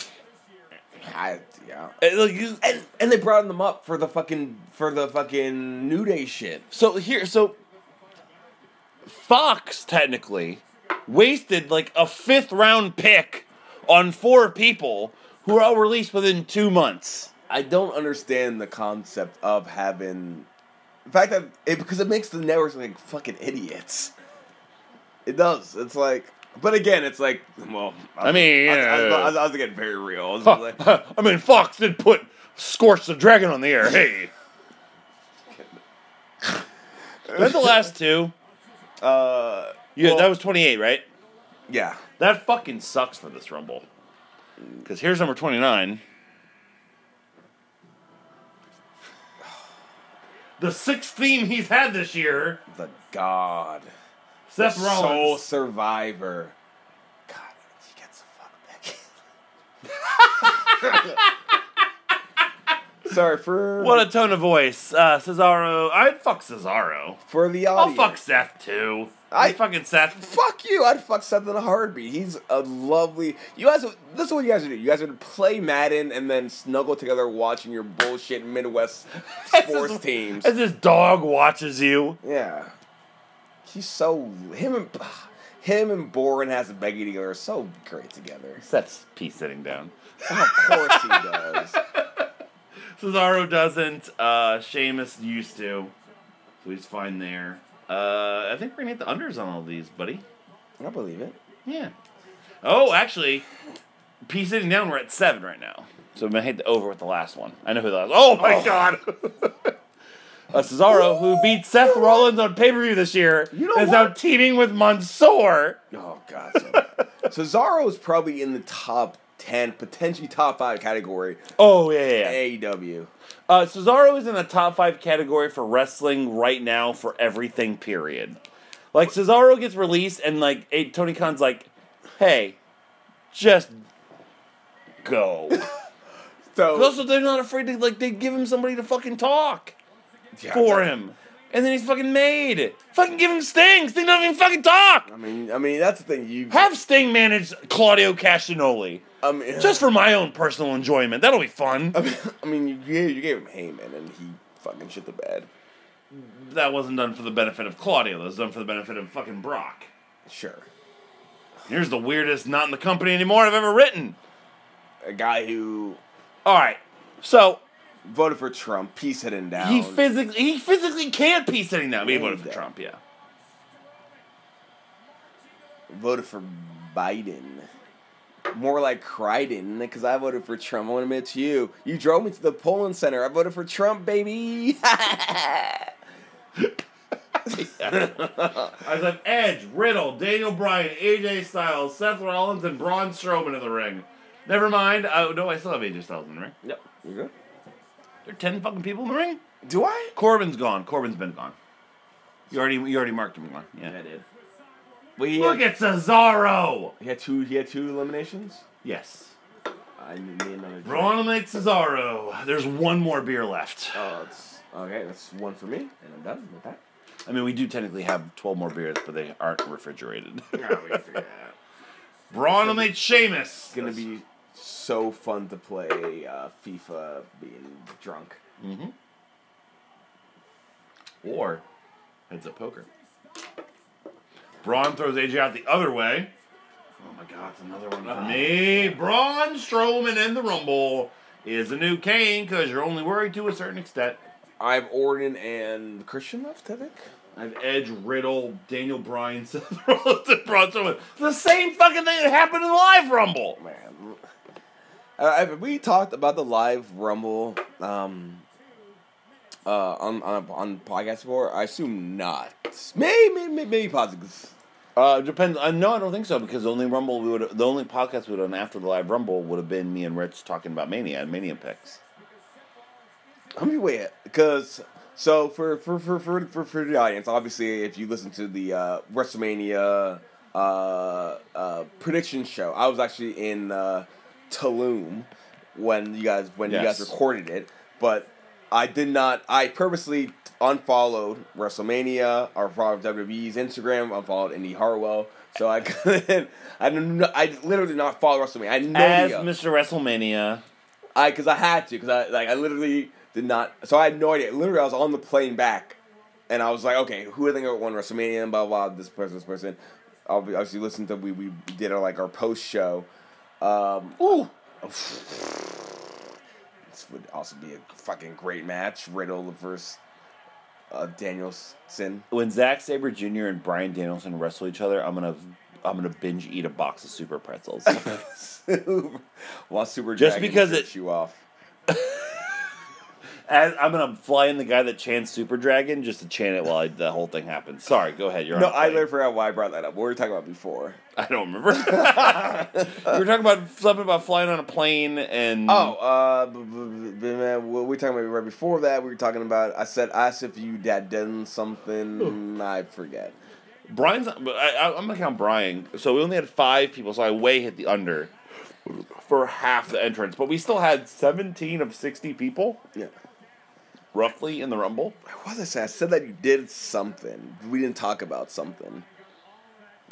[SPEAKER 3] I, yeah.
[SPEAKER 1] Uh, Like, you-
[SPEAKER 3] And and they brought them up for the fucking for the fucking New Day shit.
[SPEAKER 1] so here, so Fox technically wasted like a fifth round pick on four people who were all released within two months.
[SPEAKER 3] I don't understand the concept of having the fact that it because it makes the networks look like fucking idiots. It does. It's like, but again, it's like, well,
[SPEAKER 1] I mean,
[SPEAKER 3] I, I,
[SPEAKER 1] yeah.
[SPEAKER 3] I, I was getting very real. I was like,
[SPEAKER 1] I mean, Fox did put Scorch the Dragon on the air. Hey. That's the last two.
[SPEAKER 3] uh,
[SPEAKER 1] Yeah,
[SPEAKER 3] Well-
[SPEAKER 1] that was 28, right?
[SPEAKER 3] yeah.
[SPEAKER 1] That fucking sucks for this Rumble. Because here's number 29. The sixth theme he's had this year,
[SPEAKER 3] The God.
[SPEAKER 1] Seth
[SPEAKER 3] Soul
[SPEAKER 1] Rollins.
[SPEAKER 3] Survivor. God, he gets a fuck back. Sorry for
[SPEAKER 1] what a tone of voice. Uh, Cesaro. I'd fuck Cesaro.
[SPEAKER 3] for the
[SPEAKER 1] I'll
[SPEAKER 3] audience.
[SPEAKER 1] Oh, fuck Seth too.
[SPEAKER 3] I-
[SPEAKER 1] I fucking Seth.
[SPEAKER 3] Fuck you! I'd fuck Seth in a heartbeat. He's a lovely. You guys, this is what you guys would do. You guys would play Madden and then snuggle together watching your bullshit Midwest sports teams.
[SPEAKER 1] As this dog watches you.
[SPEAKER 3] Yeah, he's so him and him and Boren has a Becky together. Are so great together.
[SPEAKER 1] Seth's pee sitting down.
[SPEAKER 3] Of course he does.
[SPEAKER 1] Cesaro doesn't. Uh, Sheamus used to. So he's fine there. Uh, I think we're gonna hit the unders on all these, buddy.
[SPEAKER 3] I believe it.
[SPEAKER 1] Yeah. Oh, actually, P sitting down. We're at seven right now. So I'm gonna hit the over with the last one. I know who the last. Oh my god. Uh, Cesaro, who beat Seth Rollins on pay per view this year,
[SPEAKER 3] You know
[SPEAKER 1] is now
[SPEAKER 3] what?
[SPEAKER 1] teaming with Mansoor.
[SPEAKER 3] Oh god. So, Cesaro is probably in the top ten, potentially top five category. E
[SPEAKER 1] Oh yeah, yeah. yeah.
[SPEAKER 3] AEW.
[SPEAKER 1] Uh, Cesaro is in the top five category for wrestling right now for everything. Period. Like Cesaro gets released, and like eh, Tony Khan's like, "Hey, just go."
[SPEAKER 3] So
[SPEAKER 1] But also, they're not afraid to like they give him somebody to fucking talk
[SPEAKER 3] Yeah,
[SPEAKER 1] for him, and then he's fucking made. Fucking give him Sting. Sting doesn't even fucking talk.
[SPEAKER 3] I mean, I mean that's the thing. You
[SPEAKER 1] Have Sting manage Claudio Castagnoli
[SPEAKER 3] I mean,
[SPEAKER 1] just for my own personal enjoyment. That'll be fun.
[SPEAKER 3] I mean, I mean, you gave, you gave him Heyman, and he fucking shit the bed.
[SPEAKER 1] That wasn't done for the benefit of Claudio. That was done for the benefit of fucking Brock.
[SPEAKER 3] Sure,
[SPEAKER 1] Here's the weirdest not in the company anymore I've ever written.
[SPEAKER 3] a guy who
[SPEAKER 1] All right. So
[SPEAKER 3] voted for Trump, peace heading down.
[SPEAKER 1] he physically he physically can't be sitting down. He
[SPEAKER 3] Yeah,
[SPEAKER 1] voted
[SPEAKER 3] he
[SPEAKER 1] for
[SPEAKER 3] does.
[SPEAKER 1] Trump, yeah.
[SPEAKER 3] voted for Biden. More like Crichton, because I voted for Trump. I want to admit to you, you drove me to the polling center. I voted for Trump, baby.
[SPEAKER 1] I was like Edge, Riddle, Daniel Bryan, AJ Styles, Seth Rollins, and Braun Strowman in the ring. Never mind. Oh no, I still have AJ Styles in the ring.
[SPEAKER 3] yep, you good?
[SPEAKER 1] There are ten fucking people in the ring.
[SPEAKER 3] Do I?
[SPEAKER 1] Corbin's gone. Corbin's been gone. You already you already marked him gone. Yeah.
[SPEAKER 3] did. But he
[SPEAKER 1] Look
[SPEAKER 3] had,
[SPEAKER 1] at Cesaro.
[SPEAKER 3] he had two. He had two eliminations.
[SPEAKER 1] Yes.
[SPEAKER 3] I need another. drink.
[SPEAKER 1] Braun eliminates Cesaro. There's one more beer left.
[SPEAKER 3] Oh, that's okay. That's one for me, and I'm done with that.
[SPEAKER 1] I mean, we do technically have 12 more beers, but they aren't refrigerated. Braun eliminates Sheamus.
[SPEAKER 3] It's gonna be so fun to play uh, FIFA being drunk.
[SPEAKER 1] Or heads up poker. Braun throws AJ out the other way. Oh my god, it's another one for me. Braun Strowman in the Rumble is the new Kane because you're only worried to a certain extent.
[SPEAKER 3] I have Orton and Christian left, I think.
[SPEAKER 1] I have Edge, Riddle, Daniel Bryan, Seth Rollins, and Braun Strowman. The same fucking thing that happened in the live Rumble.
[SPEAKER 3] Man, Um, I, I, we talked about the live Rumble um, uh, on on on podcast before. I assume not. Maybe maybe, maybe positive.
[SPEAKER 1] Uh, depends. Uh, no, I don't think so because the only Rumble we would, the only podcast we would have done after the live Rumble would have been me and Rich talking about Mania and Mania picks.
[SPEAKER 3] How many wait? Because so for for, for for for for the audience, obviously, if you listen to the uh, WrestleMania uh, uh, prediction show, I was actually in uh, Tulum when you guys when you
[SPEAKER 1] Yes.
[SPEAKER 3] guys recorded it, but. I did not. I purposely unfollowed WrestleMania, or followed WWE's Instagram. Unfollowed Indy Harwell, so I couldn't. I didn't. know- I literally did not follow WrestleMania. I know
[SPEAKER 1] As
[SPEAKER 3] the,
[SPEAKER 1] Mr. WrestleMania,
[SPEAKER 3] I because I had to because I like I literally did not. So I had no idea. Literally, I was on the plane back, and I was like, okay, who I think won WrestleMania and blah blah. blah, This person, this person. Ob- Obviously, listen to we we did our like our post show. Um, Ooh. This would also be a fucking great match. Riddle versus uh, Danielson.
[SPEAKER 1] when Zack Saber Jr. and Brian Danielson wrestle each other, I'm gonna I'm gonna binge eat a box of super pretzels.
[SPEAKER 3] While Super
[SPEAKER 1] Just
[SPEAKER 3] Dragon
[SPEAKER 1] because
[SPEAKER 3] rips
[SPEAKER 1] it-
[SPEAKER 3] you off.
[SPEAKER 1] As, I'm gonna fly in the guy that chants Super Dragon just to chant it while I, the whole thing happens. Sorry, go ahead. You're
[SPEAKER 3] No,
[SPEAKER 1] on a
[SPEAKER 3] I
[SPEAKER 1] plane.
[SPEAKER 3] literally forgot why I brought that up. What were we talking about before?
[SPEAKER 1] I don't remember. we were talking about something about flying on a plane and
[SPEAKER 3] Oh, uh, b- b- b- man, what we were talking about right before that, we were talking about. I said, I said if you had done something, I forget.
[SPEAKER 1] Brian's. but I, I, I'm gonna count Brian. So we only had five people, so I way hit the under for half the entrance, but we still had 17 of 60 people
[SPEAKER 3] Yeah,
[SPEAKER 1] roughly in the rumble.
[SPEAKER 3] what did I say? I said that you did something. We didn't talk about something.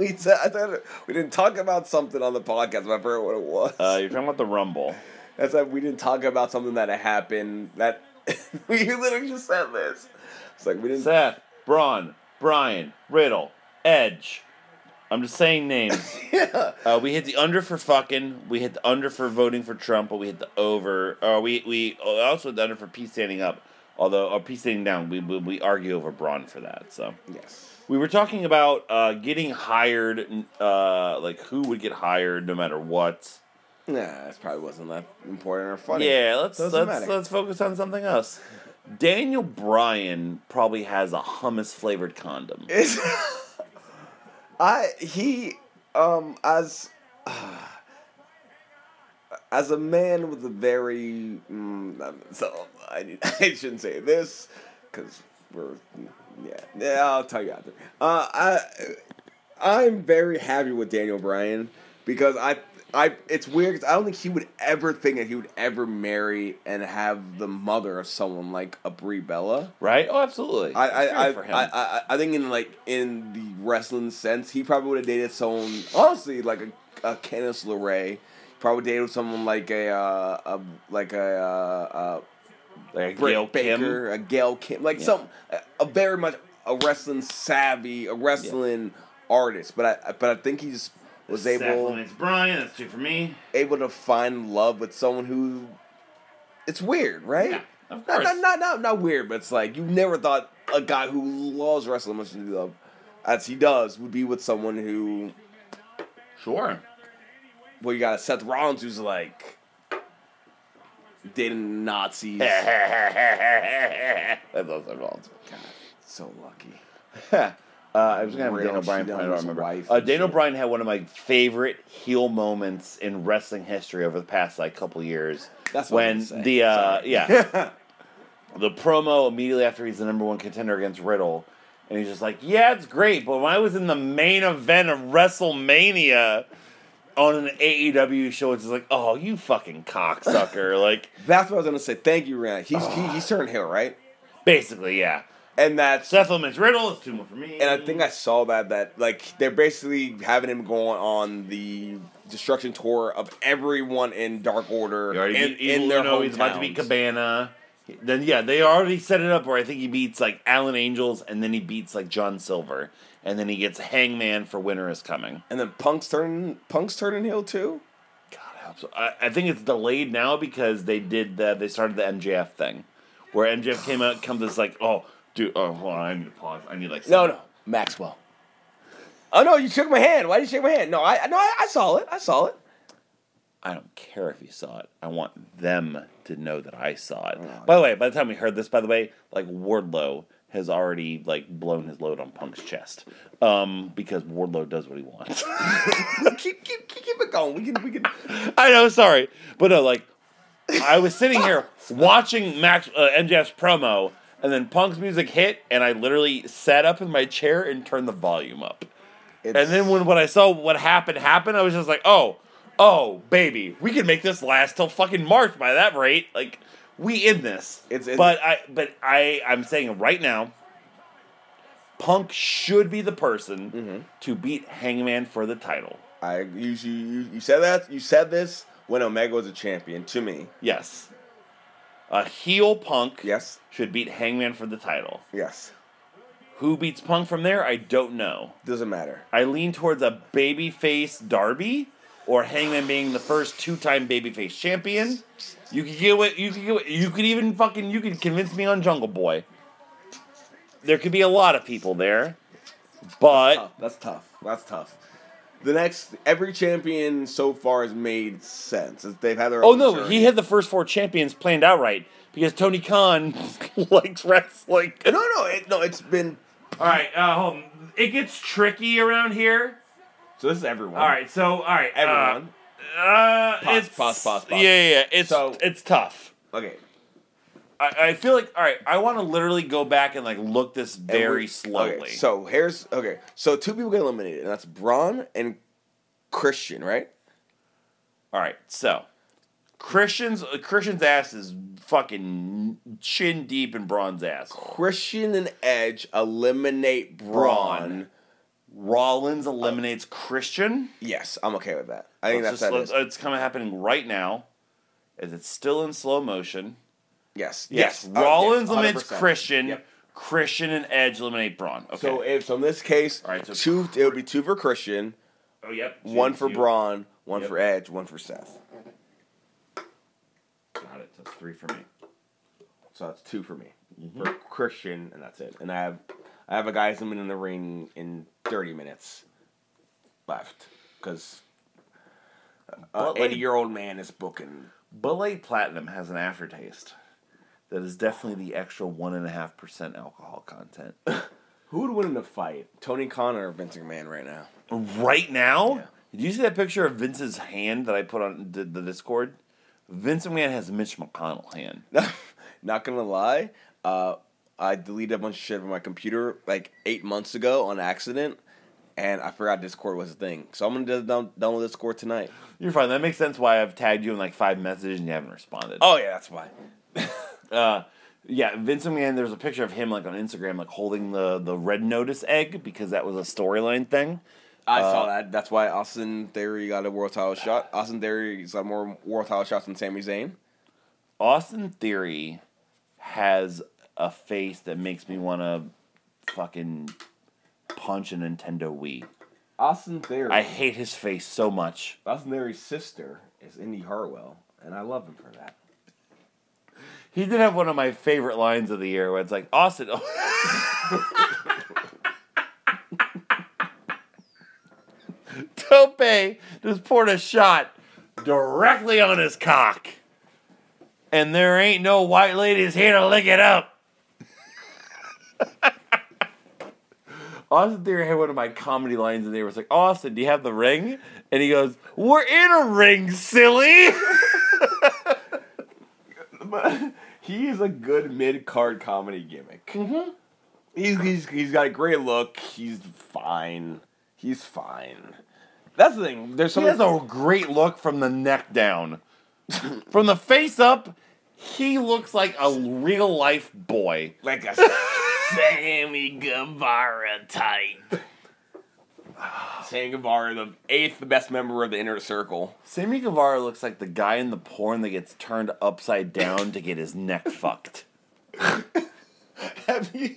[SPEAKER 3] we said I thought we didn't talk about something on the podcast. But I forgot what it was.
[SPEAKER 1] Uh, you're talking about the rumble.
[SPEAKER 3] I said we didn't talk about something that had happened. That we literally just said this. It's like we didn't.
[SPEAKER 1] Seth, Braun, Brian, Riddle, Edge. I'm just saying names.
[SPEAKER 3] yeah.
[SPEAKER 1] Uh, we hit the under for fucking. We hit the under for voting for Trump, but we hit the over. Uh, we we also hit the under for peace standing up, although or peace standing down. We we, we argue over Braun for that. So
[SPEAKER 3] Yes.
[SPEAKER 1] we were talking about uh, getting hired, uh, like who would get hired no matter what.
[SPEAKER 3] Nah, this probably wasn't that important or funny.
[SPEAKER 1] Yeah, let's
[SPEAKER 3] Doesn't
[SPEAKER 1] let's
[SPEAKER 3] matter.
[SPEAKER 1] let's focus on something else. Daniel Bryan probably has a hummus flavored condom.
[SPEAKER 3] It's, I he um as as a man with a very mm, um, so I, need- I shouldn't say this because we're yeah yeah I'll tell you after. Uh, I I'm very happy with Daniel Bryan because I I it's weird 'cause I don't think he would ever think that he would ever marry and have the mother of someone like a Brie Bella.
[SPEAKER 1] Right? Oh, absolutely.
[SPEAKER 3] I I,
[SPEAKER 1] Great for him.
[SPEAKER 3] I, I, I I think in like in the wrestling sense, he probably would have dated someone honestly like a, a Candice LeRae. Probably dated someone like a, uh, a like a uh,
[SPEAKER 1] like
[SPEAKER 3] a
[SPEAKER 1] a Gail
[SPEAKER 3] Britt
[SPEAKER 1] Kim.
[SPEAKER 3] Baker, a Gail Kim, like
[SPEAKER 1] Yeah.
[SPEAKER 3] some a, a very much a wrestling savvy, a wrestling artist. But I- I but I think he just was
[SPEAKER 1] Seth
[SPEAKER 3] able
[SPEAKER 1] Lynch, Bryan. That's two for me.
[SPEAKER 3] able to find love with someone who it's weird, right?
[SPEAKER 1] Yeah, of
[SPEAKER 3] Not,
[SPEAKER 1] course.
[SPEAKER 3] not, not, not, not weird, but it's like you never thought a guy who loves wrestling much as he love as he does would be with someone who
[SPEAKER 1] Sure.
[SPEAKER 3] well you got Seth Rollins who's like dating Nazis.
[SPEAKER 1] That's also Rollins.
[SPEAKER 3] so lucky.
[SPEAKER 1] uh, I was gonna have a
[SPEAKER 3] Real
[SPEAKER 1] Daniel Bryan.
[SPEAKER 3] shit
[SPEAKER 1] point, I
[SPEAKER 3] on
[SPEAKER 1] don't
[SPEAKER 3] his
[SPEAKER 1] remember.
[SPEAKER 3] wife
[SPEAKER 1] Uh,
[SPEAKER 3] and
[SPEAKER 1] Daniel
[SPEAKER 3] shit.
[SPEAKER 1] Bryan had one of my favorite heel moments in wrestling history over the past like couple years.
[SPEAKER 3] That's what I'm
[SPEAKER 1] when
[SPEAKER 3] saying.
[SPEAKER 1] the uh,
[SPEAKER 3] Sorry.
[SPEAKER 1] yeah the promo immediately after he's the number one contender against Riddle, and he's just like, "Yeah, it's great, but when I was in the main event of WrestleMania." On an AEW show, it's just like, oh, you fucking cocksucker! like,
[SPEAKER 3] That's what I was gonna say. Thank you, Rihanna. He's he, he's turned heel, right?
[SPEAKER 1] basically, yeah.
[SPEAKER 3] And that's
[SPEAKER 1] Seth Lemons Riddle is two more for me.
[SPEAKER 3] And I think I saw that that like they're basically having him going on the destruction tour of everyone in Dark Order
[SPEAKER 1] You already
[SPEAKER 3] in,
[SPEAKER 1] beat Evil
[SPEAKER 3] in their
[SPEAKER 1] Uno, He's about to
[SPEAKER 3] hometowns.
[SPEAKER 1] beat Cabana. Then yeah, they already set it up where I think he beats like Alan Angels, and then he beats like John Silver, and then he gets Hangman for Winter is Coming.
[SPEAKER 3] And then Punk's turning Punk's turning heel too.
[SPEAKER 1] God, I hope so. I, I think it's delayed now because they did the they started the MJF thing, where MJF came out comes as like oh dude oh hold on I need to pause I need like
[SPEAKER 3] No, no, Maxwell. Oh no, you shook my hand. Why did you shake my hand? No, I no, I, I saw it. I saw it.
[SPEAKER 1] I don't care if you saw it. I want them to know that I saw it. by the way, by the time we heard this, by the way, like Wardlow has already like blown his load on Punk's chest um, because Wardlow does what he wants.
[SPEAKER 3] keep, keep keep keep it going. We can we can.
[SPEAKER 1] I know, sorry, but no, like I was sitting here watching Max uh, MJF's promo, and then Punk's music hit, and I literally sat up in my chair and turned the volume up.
[SPEAKER 3] It's-
[SPEAKER 1] And then when what I saw what happened happened, I was just like, oh, oh, baby, we can make this last till fucking March by that rate. Like, we in this.
[SPEAKER 3] It's- it's-
[SPEAKER 1] but I but I I'm saying right now, Punk should be the person
[SPEAKER 3] Mm-hmm.
[SPEAKER 1] to beat Hangman for the title.
[SPEAKER 3] I you, you you- you said that you said this when Omega was a champion to me.
[SPEAKER 1] Yes, a heel Punk
[SPEAKER 3] Yes,
[SPEAKER 1] should beat Hangman for the title.
[SPEAKER 3] yes.
[SPEAKER 1] Who beats Punk from there? I don't know.
[SPEAKER 3] Doesn't matter.
[SPEAKER 1] I lean towards a babyface Darby or Hangman being the first two-time babyface champion. You could get what you could get. What, you could even fucking you could convince me on Jungle Boy. There could be a lot of people there, but
[SPEAKER 3] Tough. That's tough. That's tough. The next every champion so far has made sense. They've had their
[SPEAKER 1] oh
[SPEAKER 3] own
[SPEAKER 1] no,
[SPEAKER 3] journey.
[SPEAKER 1] he had the first four champions planned out right because Tony Khan likes wrestling.
[SPEAKER 3] no no it, no. It's been
[SPEAKER 1] All right, uh, hold on. It gets tricky around here.
[SPEAKER 3] so. This is everyone.
[SPEAKER 1] All right, so all right, uh,
[SPEAKER 3] everyone.
[SPEAKER 1] Uh,
[SPEAKER 3] Pause,
[SPEAKER 1] it's,
[SPEAKER 3] pause, pause, pause.
[SPEAKER 1] Yeah, yeah, yeah. It's
[SPEAKER 3] So-
[SPEAKER 1] it's tough.
[SPEAKER 3] okay.
[SPEAKER 1] I, I feel like all right. I want to literally go back and like look this
[SPEAKER 3] And we-
[SPEAKER 1] very slowly.
[SPEAKER 3] Okay, so here's okay. So two people get eliminated, and that's Braun and Christian, right?
[SPEAKER 1] all right, so Christian's uh, Christian's ass is fucking chin deep in Braun's asshole.
[SPEAKER 3] Christian and Edge eliminate Braun.
[SPEAKER 1] Braun. Rollins eliminates Christian.
[SPEAKER 3] Yes, I'm okay with that. I think
[SPEAKER 1] Let's uh,
[SPEAKER 3] that's that
[SPEAKER 1] let's-
[SPEAKER 3] is.
[SPEAKER 1] it's kind of happening right now. As it's still in slow motion.
[SPEAKER 3] yes,
[SPEAKER 1] Yes,
[SPEAKER 3] yes. uh,
[SPEAKER 1] Rollins
[SPEAKER 3] yes,
[SPEAKER 1] eliminates
[SPEAKER 3] 100%.
[SPEAKER 1] Christian.
[SPEAKER 3] Yep.
[SPEAKER 1] Christian and Edge eliminate Braun. Okay.
[SPEAKER 3] So if so, in this case,
[SPEAKER 1] All right, so-
[SPEAKER 3] two it would be two for Christian,
[SPEAKER 1] oh yep.
[SPEAKER 3] one for
[SPEAKER 1] Two.
[SPEAKER 3] Braun, one
[SPEAKER 1] Yep.
[SPEAKER 3] for Edge, one for Seth.
[SPEAKER 1] Got it. That's three for me.
[SPEAKER 3] So that's two for me for Christian, and that's it. And I have I have a guy's limit in the ring in 30 minutes left because
[SPEAKER 1] But, like-
[SPEAKER 3] 80 year old man is booking.
[SPEAKER 1] Belay Platinum has an aftertaste that is definitely the extra 1.5% alcohol content.
[SPEAKER 3] Who would win in a fight, Tony Khan or Vince McMahon right now?
[SPEAKER 1] right now? Did you see that picture of Vince's hand that I put on the, the Discord? Vince McMahon has a Mitch McConnell hand.
[SPEAKER 3] Not gonna lie, uh, I deleted a bunch of shit from my computer like eight months ago on accident, and I forgot Discord was a thing. So I'm gonna just down- download Discord tonight.
[SPEAKER 1] You're fine. That makes sense why I've tagged you in like five messages and you haven't responded.
[SPEAKER 3] Oh yeah, that's why.
[SPEAKER 1] Uh, yeah, Vince McMahon, there's a picture of him like on Instagram, like holding the, the red notice egg because that was a storyline thing.
[SPEAKER 3] I saw that. That's why Austin Theory got a world title shot. Austin Theory's got more world title shots than Sami Zayn.
[SPEAKER 1] Austin Theory has a face that makes me want to fucking punch a Nintendo Wii.
[SPEAKER 3] Austin Theory.
[SPEAKER 1] I hate his face so much.
[SPEAKER 3] Austin Theory's sister is Indy Hartwell, and I love him for that.
[SPEAKER 1] He did have one of my favorite lines of the year where it's like, Austin. Tope just poured a shot directly on his cock. And there ain't no white ladies here to lick it up. Austin Theory had one of my comedy lines in there. It was like, Austin, do you have the ring? And he goes, We're in a ring, silly.
[SPEAKER 3] he is a good mid card comedy gimmick. Mm-hmm. He's, he's he's got a great look. He's fine. He's fine. That's the thing. There's so
[SPEAKER 1] He has
[SPEAKER 3] many-
[SPEAKER 1] a great look from the neck down. from the face up, he looks like a real life boy.
[SPEAKER 3] like a
[SPEAKER 6] Sammy Guevara type.
[SPEAKER 3] Sam Guevara, the eighth best member of the inner circle.
[SPEAKER 1] Sammy Guevara looks like the guy in the porn that gets turned upside down to get his neck fucked.
[SPEAKER 3] Have you, have you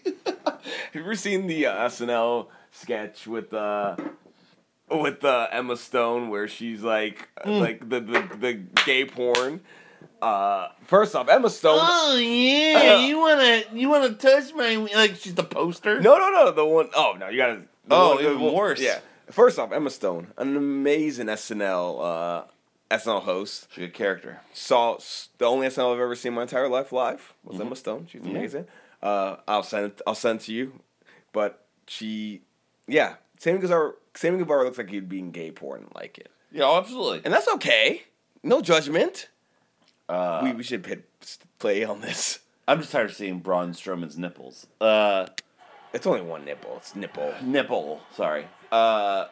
[SPEAKER 3] ever seen the uh, SNL sketch with uh with uh, Emma Stone where she's like like the, the the gay porn? Uh, first off, Emma Stone.
[SPEAKER 1] Oh yeah, you wanna you wanna touch my like she's the poster?
[SPEAKER 3] No, no, no. The one oh no, you gotta. the
[SPEAKER 1] Oh,
[SPEAKER 3] one-
[SPEAKER 1] even
[SPEAKER 3] the one-
[SPEAKER 1] worse.
[SPEAKER 3] Yeah. First off, Emma Stone, an amazing SNL uh, SNL host.
[SPEAKER 1] She's a character.
[SPEAKER 3] Saw s- the only SNL I've ever seen in my entire life live was Emma Stone. She's amazing. Uh, I'll send it. I'll send it to you. But she, yeah, Sammy Guevara. Sammy Guevara looks like he'd be in gay porn and like it,
[SPEAKER 1] Yeah, absolutely.
[SPEAKER 3] and that's okay. No judgment. Uh, we we should pit, play on this.
[SPEAKER 1] I'm just tired of seeing Braun Strowman's nipples. Uh
[SPEAKER 3] It's only one nipple. It's nipple.
[SPEAKER 1] nipple, sorry. Uh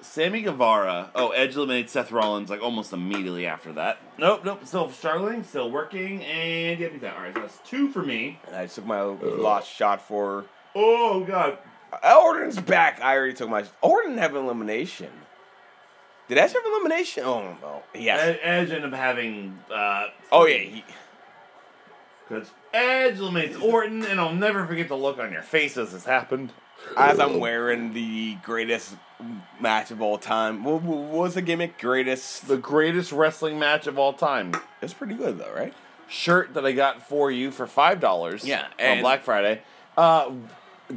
[SPEAKER 1] Sammy Guevara. Oh, Edge eliminates Seth Rollins like almost immediately after that. Nope, nope. Still struggling, still working, and yeah, beat that. All right, so that's two for me.
[SPEAKER 3] And I took my last shot for uh,
[SPEAKER 1] Oh God,
[SPEAKER 3] Orton's back. I already took my. Orton have elimination. Did Edge have elimination? Oh no. Yes.
[SPEAKER 1] Ed- Edge ended up having. Uh,
[SPEAKER 3] Oh yeah. He,
[SPEAKER 1] because Edge eliminates Orton, and I'll never forget the look on your face as this happened.
[SPEAKER 3] as I'm wearing the greatest match of all time. What, what was the gimmick? Greatest.
[SPEAKER 1] The greatest wrestling match of all time.
[SPEAKER 3] It's pretty good though, right?
[SPEAKER 1] Shirt that I got for you for five dollars.
[SPEAKER 3] Yeah,
[SPEAKER 1] on
[SPEAKER 3] and-
[SPEAKER 1] Black Friday. Uh,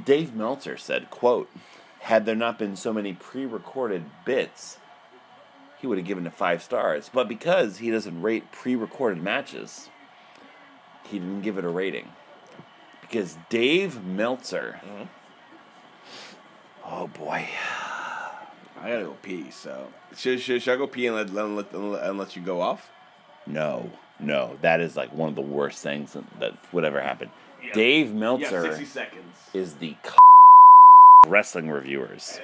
[SPEAKER 1] Dave Meltzer said, "Quote: Had there not been so many pre-recorded bits." He would have given it five stars, but because he doesn't rate pre-recorded matches, he didn't give it a rating. Because Dave Meltzer,
[SPEAKER 3] Mm-hmm.
[SPEAKER 1] oh boy,
[SPEAKER 3] I gotta go pee. So should should, should I go pee and let, let, let, and let you go off?
[SPEAKER 1] No, no, that is like one of the worst things that- that would ever happen. Dave Meltzer
[SPEAKER 3] seconds.
[SPEAKER 1] is the c- wrestling reviewers.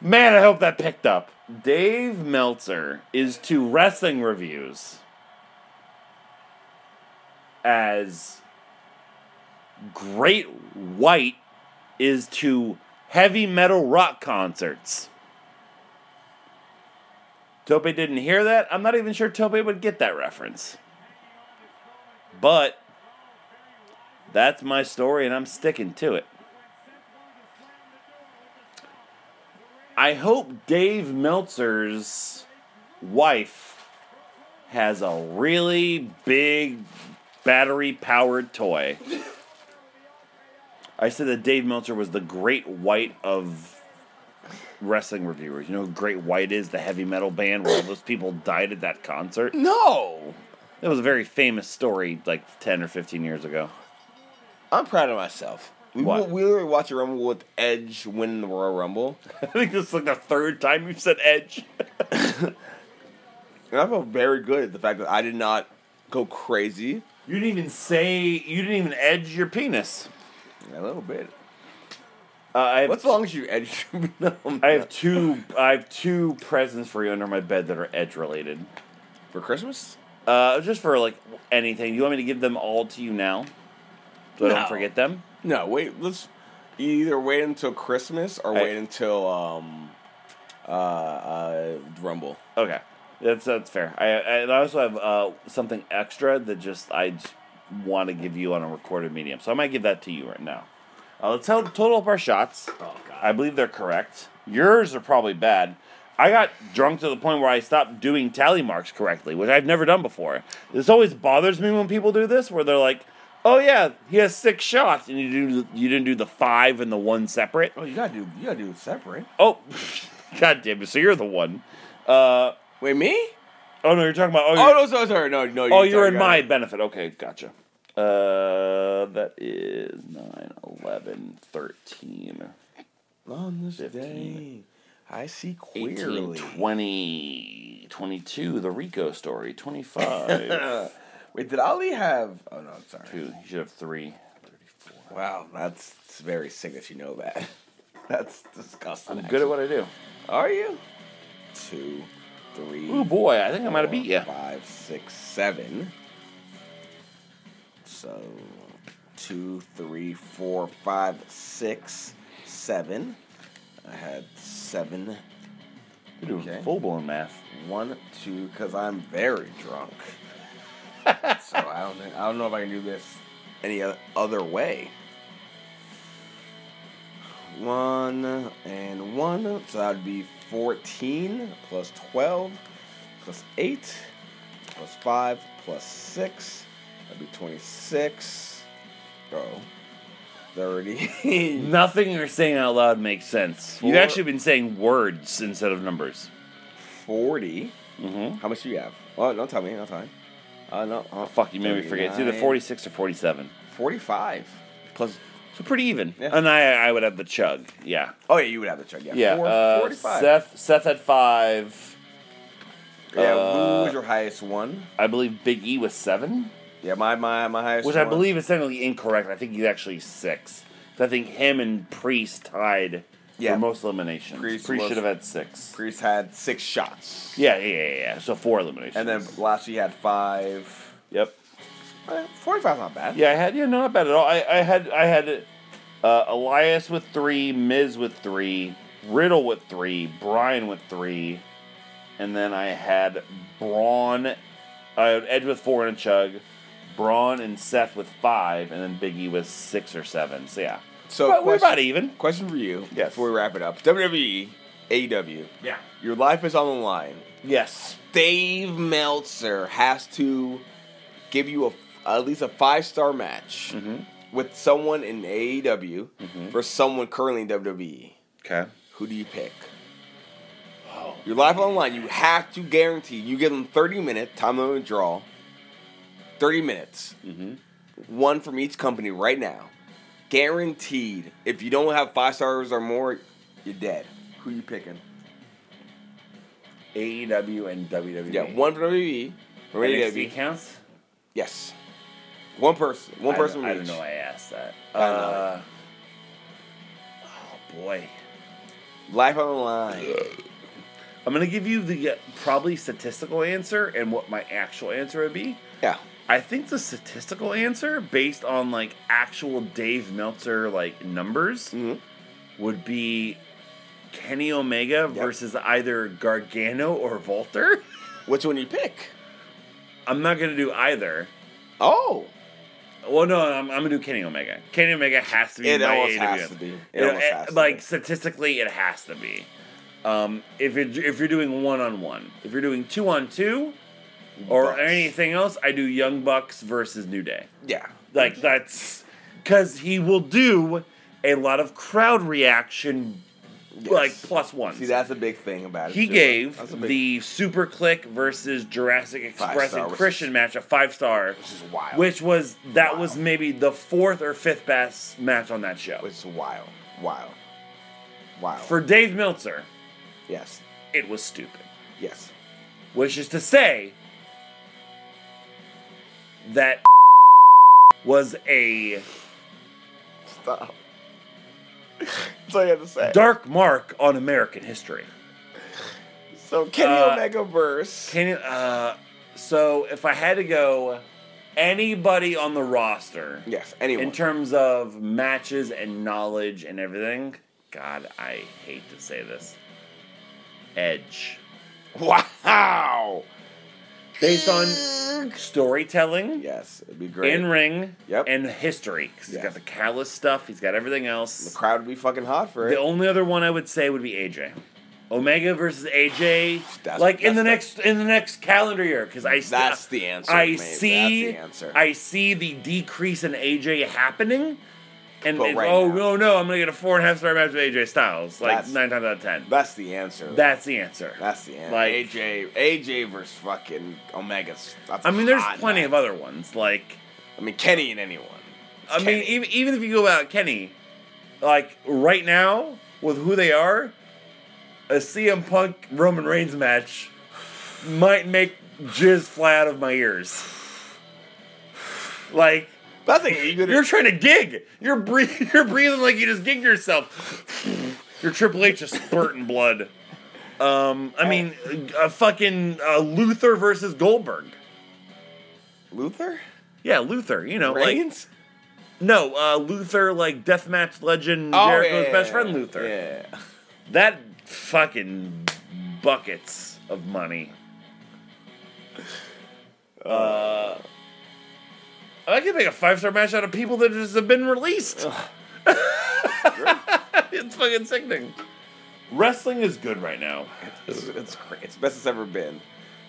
[SPEAKER 1] Man, I hope that picked up. Dave Meltzer is to wrestling reviews as Great White is to heavy metal rock concerts. Tope didn't hear that. I'm not even sure Tope would get that reference. But that's my story, and I'm sticking to it. I hope Dave Meltzer's wife has a really big battery powered toy. I said that Dave Meltzer was the great white of wrestling reviewers. You know who Great White is, the heavy metal band where all those people died at that concert?
[SPEAKER 3] No.
[SPEAKER 1] That was a very famous story like 10 or 15 years ago.
[SPEAKER 3] I'm proud of myself. We
[SPEAKER 1] What?
[SPEAKER 3] we were watching Rumble with Edge win the Royal Rumble.
[SPEAKER 1] I think this is like the third time you've said Edge.
[SPEAKER 3] And I felt very good at the fact that I did not go crazy.
[SPEAKER 1] You didn't even say, you didn't even edge your penis.
[SPEAKER 3] A little bit.
[SPEAKER 1] Uh, I have,
[SPEAKER 3] What's wrong with you, Edge? no,
[SPEAKER 1] I have two, I have two presents for you under my bed that are edge related.
[SPEAKER 3] for Christmas.
[SPEAKER 1] Uh, just for like anything. You want me to give them all to you now? So I
[SPEAKER 3] No.
[SPEAKER 1] don't forget them?
[SPEAKER 3] No, wait. Let's either wait until Christmas or
[SPEAKER 1] I-
[SPEAKER 3] wait until um, uh, uh, Rumble.
[SPEAKER 1] Okay, that's that's fair. I, I and I also have uh, something extra that just I want to give you on a recorded medium, so I might give that to you right now. Uh, let's tell, total up our shots. I believe they're correct. Yours are probably bad. I got drunk to the point where I stopped doing tally marks correctly, which I've never done before. This always bothers me when people do this, where they're like, "Oh yeah, he has six shots," and you do you didn't do the five and the one separate.
[SPEAKER 3] Oh, you gotta do. You gotta do it separate.
[SPEAKER 1] Oh, god damn it! So you're the one. Uh,
[SPEAKER 3] Wait, me?
[SPEAKER 1] oh no, you're talking about oh,
[SPEAKER 3] Oh
[SPEAKER 1] you're-
[SPEAKER 3] no, sorry, sorry, no, no.
[SPEAKER 1] Oh, you're in my
[SPEAKER 3] sorry,
[SPEAKER 1] benefit. Okay, gotcha. Uh, that is 9, 11, 13,
[SPEAKER 3] got it. On this
[SPEAKER 1] 15.
[SPEAKER 3] day, I see
[SPEAKER 1] 18,
[SPEAKER 3] queerly.
[SPEAKER 1] 20, 22, the Rico story, 25.
[SPEAKER 3] Wait, did Ali have? Oh no, I'm sorry.
[SPEAKER 1] Two, you should have three.
[SPEAKER 3] Wow, that's it's very sick that you know that. That's disgusting.
[SPEAKER 1] I'm good at what I do.
[SPEAKER 3] Are you? Two, three.
[SPEAKER 1] Ooh, boy, I think I might have
[SPEAKER 3] four,
[SPEAKER 1] beat you.
[SPEAKER 3] Five, six, seven. So, two, three, four, five, six, seven. I had seven.
[SPEAKER 1] You're doing
[SPEAKER 3] Okay.
[SPEAKER 1] full blown math.
[SPEAKER 3] One, two, because I'm very drunk. so I don't, know- I don't know if I can do this any o- other way. One and one, so that would be 14 plus 12 plus 8 plus 5 plus 6. That'd be 26. Oh. 30.
[SPEAKER 1] Nothing you're saying out loud makes sense. You've
[SPEAKER 3] Four.
[SPEAKER 1] actually been saying words instead of numbers.
[SPEAKER 3] 40.
[SPEAKER 1] Mm-hmm.
[SPEAKER 3] How much do you have? Oh, don't tell me. Don't tell me. Uh, no. Oh,
[SPEAKER 1] Fuck, you made me forget. It's either 46 or 47.
[SPEAKER 3] 45. Plus.
[SPEAKER 1] So pretty even.
[SPEAKER 3] Yeah.
[SPEAKER 1] And I, I would have the chug. Yeah.
[SPEAKER 3] Oh, yeah, you would have the check. Yeah.
[SPEAKER 1] Yeah.
[SPEAKER 3] Four,
[SPEAKER 1] uh,
[SPEAKER 3] 45.
[SPEAKER 1] Seth, Seth at five.
[SPEAKER 3] yeah,
[SPEAKER 1] uh,
[SPEAKER 3] who was your highest one?
[SPEAKER 1] I believe Big E was seven,
[SPEAKER 3] Yeah, my my, my highest
[SPEAKER 1] which I
[SPEAKER 3] one.
[SPEAKER 1] believe is technically incorrect. I think he's actually six. I think him and Priest tied
[SPEAKER 3] Yeah.
[SPEAKER 1] for most eliminations.
[SPEAKER 3] Priest
[SPEAKER 1] Priest,
[SPEAKER 3] was-
[SPEAKER 1] should have had six.
[SPEAKER 3] Priest had six shots,
[SPEAKER 1] Yeah, yeah, yeah, yeah. So four eliminations.
[SPEAKER 3] and then Lashley had five.
[SPEAKER 1] yep.
[SPEAKER 3] Forty five, not bad.
[SPEAKER 1] Yeah, I had yeah, no, not bad at all. I, I had I had uh, Elias with three, Miz with three, Riddle with three, Brian with three, and then I had Braun, I had Edge with four and a chug, Braun and Seth with five, and then Biggie with six or seven. So yeah,
[SPEAKER 3] So
[SPEAKER 1] But we're
[SPEAKER 3] question-
[SPEAKER 1] about even.
[SPEAKER 3] Question for you.
[SPEAKER 1] Yes.
[SPEAKER 3] Before we wrap it up, E, WWE, AEW,
[SPEAKER 6] Yeah.
[SPEAKER 3] your life is on the line.
[SPEAKER 1] Yes,
[SPEAKER 3] Dave Meltzer has to give you a at least a five star match
[SPEAKER 1] Mm-hmm.
[SPEAKER 3] with someone in AEW for someone currently in E. WWE.
[SPEAKER 1] okay.
[SPEAKER 3] Who do you pick?
[SPEAKER 1] Oh.
[SPEAKER 3] Your life online, you have to guarantee you give them 30 minute time limit withdrawal. 30 minutes.
[SPEAKER 1] Mm-hmm.
[SPEAKER 3] One from each company right now. Guaranteed. If you don't have five stars or more, you're dead. Who you picking?
[SPEAKER 1] AEW E and E. WWE.
[SPEAKER 3] Yeah, one E from WWE. From
[SPEAKER 1] NXT
[SPEAKER 3] AEW.
[SPEAKER 1] counts.
[SPEAKER 3] Yes. One person. One
[SPEAKER 1] I
[SPEAKER 3] person.
[SPEAKER 1] don't- I,
[SPEAKER 3] from
[SPEAKER 1] don't
[SPEAKER 3] each.
[SPEAKER 1] know. why I asked that.
[SPEAKER 3] I know.
[SPEAKER 1] Uh, oh boy.
[SPEAKER 3] Life on the line.
[SPEAKER 1] I'm gonna give you the uh, probably statistical answer and what my actual answer would be.
[SPEAKER 3] Yeah.
[SPEAKER 1] I think the statistical answer, based on like actual Dave Meltzer like numbers,
[SPEAKER 3] Mhm.
[SPEAKER 1] would be Kenny Omega versus either Gargano or Volter.
[SPEAKER 3] Which one you pick?
[SPEAKER 1] I'm not gonna do either.
[SPEAKER 3] Oh.
[SPEAKER 1] Well, no, I'm, I'm gonna do Kenny Omega. Kenny Omega has to be.
[SPEAKER 3] It
[SPEAKER 1] my
[SPEAKER 3] almost has
[SPEAKER 1] AEW.
[SPEAKER 3] to be. It
[SPEAKER 1] You know,
[SPEAKER 3] almost
[SPEAKER 1] it-
[SPEAKER 3] has to
[SPEAKER 1] like
[SPEAKER 3] be.
[SPEAKER 1] statistically, it has to be. Um, if you're if you're doing one on one, if you're doing two on two, or
[SPEAKER 3] Bucks.
[SPEAKER 1] anything else, I do Young Bucks versus New Day.
[SPEAKER 3] Yeah.
[SPEAKER 1] Like that's because he will do a lot of crowd reaction, like plus one.
[SPEAKER 3] See, that's a big thing about it.
[SPEAKER 1] He
[SPEAKER 3] too.
[SPEAKER 1] gave
[SPEAKER 3] That's a big-
[SPEAKER 1] the Super Click versus Jurassic Express
[SPEAKER 3] star,
[SPEAKER 1] and
[SPEAKER 3] which
[SPEAKER 1] Christian match a five star,
[SPEAKER 3] Which is wild.
[SPEAKER 1] which was that
[SPEAKER 3] Wow.
[SPEAKER 1] was maybe the fourth or fifth best match on that show.
[SPEAKER 3] which is wild, wild, wild.
[SPEAKER 1] For Dave Meltzer,
[SPEAKER 3] yes,
[SPEAKER 1] it was stupid.
[SPEAKER 3] yes,
[SPEAKER 1] Which is to say that was a
[SPEAKER 3] stop. That's all you have to say.
[SPEAKER 1] dark mark on American history.
[SPEAKER 3] so Kenny
[SPEAKER 1] Uh,
[SPEAKER 3] Omega verse.
[SPEAKER 1] Can you, uh, so if I had to go anybody on the roster
[SPEAKER 3] yes, anyone.
[SPEAKER 1] in terms of matches and knowledge and everything, God, I hate to say this. Edge.
[SPEAKER 3] wow.
[SPEAKER 1] Based on storytelling,
[SPEAKER 3] Yes, it'd be great.
[SPEAKER 1] in ring,
[SPEAKER 3] Yep.
[SPEAKER 1] and history. 'Cause He's
[SPEAKER 3] Yes.
[SPEAKER 1] got the callous stuff, he's got everything else.
[SPEAKER 3] the crowd would be fucking hot for
[SPEAKER 1] The
[SPEAKER 3] it.
[SPEAKER 1] only other one I would say would be AJ. Omega versus AJ,
[SPEAKER 3] That's-
[SPEAKER 1] like in
[SPEAKER 3] that's
[SPEAKER 1] the
[SPEAKER 3] the-
[SPEAKER 1] next in the next calendar year, because I s-
[SPEAKER 3] That's the answer,
[SPEAKER 1] I
[SPEAKER 3] mate. That's
[SPEAKER 1] see
[SPEAKER 3] the answer.
[SPEAKER 1] I see the decrease in AJ happening, and
[SPEAKER 3] But
[SPEAKER 1] it's,
[SPEAKER 3] right
[SPEAKER 1] oh
[SPEAKER 3] now-
[SPEAKER 1] no no I'm gonna get a four and a half star match with AJ Styles like
[SPEAKER 3] That's-
[SPEAKER 1] nine times out of ten.
[SPEAKER 3] That's the answer.
[SPEAKER 1] That's the answer.
[SPEAKER 3] That's the answer.
[SPEAKER 1] Like-
[SPEAKER 3] AJ, AJ versus fucking Omega's. That's
[SPEAKER 1] I mean, there's
[SPEAKER 3] hot,
[SPEAKER 1] plenty
[SPEAKER 3] man.
[SPEAKER 1] of other ones like
[SPEAKER 3] I mean, Kenny and anyone.
[SPEAKER 1] I mean,
[SPEAKER 3] Kenny.
[SPEAKER 1] even, even if you go out Kenny, like right now with who they are, a CM Punk Roman Reigns match might make jizz fly out of my ears. Like
[SPEAKER 3] But I think you could-
[SPEAKER 1] you're trying to gig, you're breathing, you're breathing like you just gigged yourself. Your Triple H is spurting blood. Um, I mean, a fucking uh, Luther versus Goldberg.
[SPEAKER 3] Luther
[SPEAKER 1] Yeah, Luther. You know, like
[SPEAKER 3] Reigns.
[SPEAKER 1] No, uh, Luther, like deathmatch legend Jericho's best friend Luther.
[SPEAKER 3] Oh, Yeah.
[SPEAKER 1] That fucking buckets of money. Uh, I can make a five star match out of people that just have been released. it's fucking sickening. Wrestling is good right now.
[SPEAKER 3] It's, it's great. It's the best it's ever been.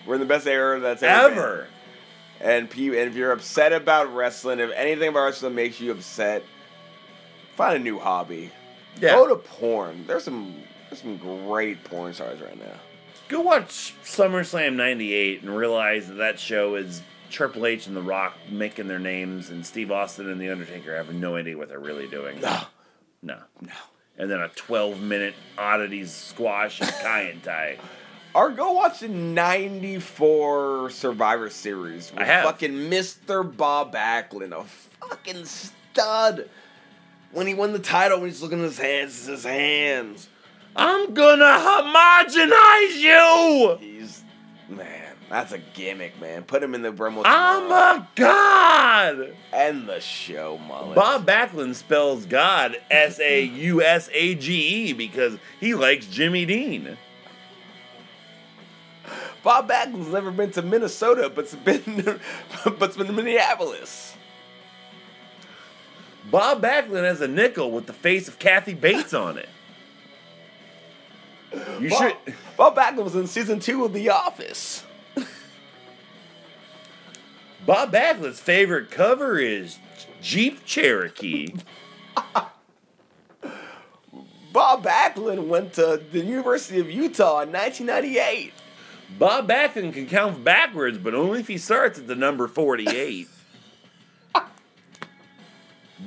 [SPEAKER 3] We're in the best era that's ever. been.
[SPEAKER 1] Ever.
[SPEAKER 3] And, pe- and if you're upset about wrestling, if anything about wrestling makes you upset, find a new hobby.
[SPEAKER 1] Yeah.
[SPEAKER 3] Go to porn. There's some there's some great porn stars right now.
[SPEAKER 1] Go watch SummerSlam 98 and realize that that show is Triple H and The Rock making their names, and Steve Austin and The Undertaker have no idea what they're really doing. No. No. Oh, No. And then a 12 minute oddities squash and tie and tie.
[SPEAKER 3] Or go watch the '94 Survivor Series with
[SPEAKER 1] have.
[SPEAKER 3] fucking Mr. Bob Backlund, a fucking stud. when he won the title, when he's looking at his hands, his hands.
[SPEAKER 1] I'm gonna homogenize you.
[SPEAKER 3] He's man, that's a gimmick, man. Put him in the Brumwell.
[SPEAKER 1] I'm a god.
[SPEAKER 3] end the show, Mullet.
[SPEAKER 1] Bob Backlund spells God S A U S A G E because he likes Jimmy Dean.
[SPEAKER 3] Bob Backlund's never been to Minnesota, but's been but's been to Minneapolis.
[SPEAKER 1] Bob Backlund has a nickel with the face of Kathy Bates on it. You
[SPEAKER 3] Bob,
[SPEAKER 1] should.
[SPEAKER 3] Bob Backlund was in season two of The Office.
[SPEAKER 1] Bob Backlund's favorite cover is Jeep Cherokee.
[SPEAKER 3] Bob Backlund went to the University of Utah in 1998.
[SPEAKER 1] Bob Backlund can count backwards, but only if he starts at the number 48.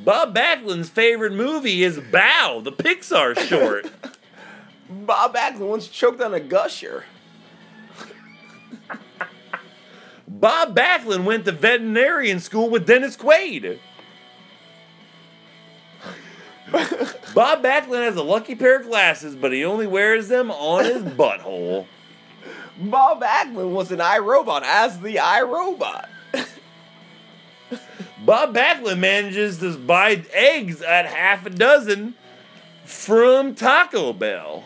[SPEAKER 1] Bob Backlund's favorite movie is Bow, the Pixar short.
[SPEAKER 3] Bob Backlund once choked on a gusher.
[SPEAKER 1] Bob Backlund went to veterinarian school with Dennis Quaid. Bob Backlund has a lucky pair of glasses, but he only wears them on his butthole.
[SPEAKER 3] Bob Backlund was an iRobot as the iRobot.
[SPEAKER 1] Bob Backlund manages to buy eggs at half a dozen from Taco Bell.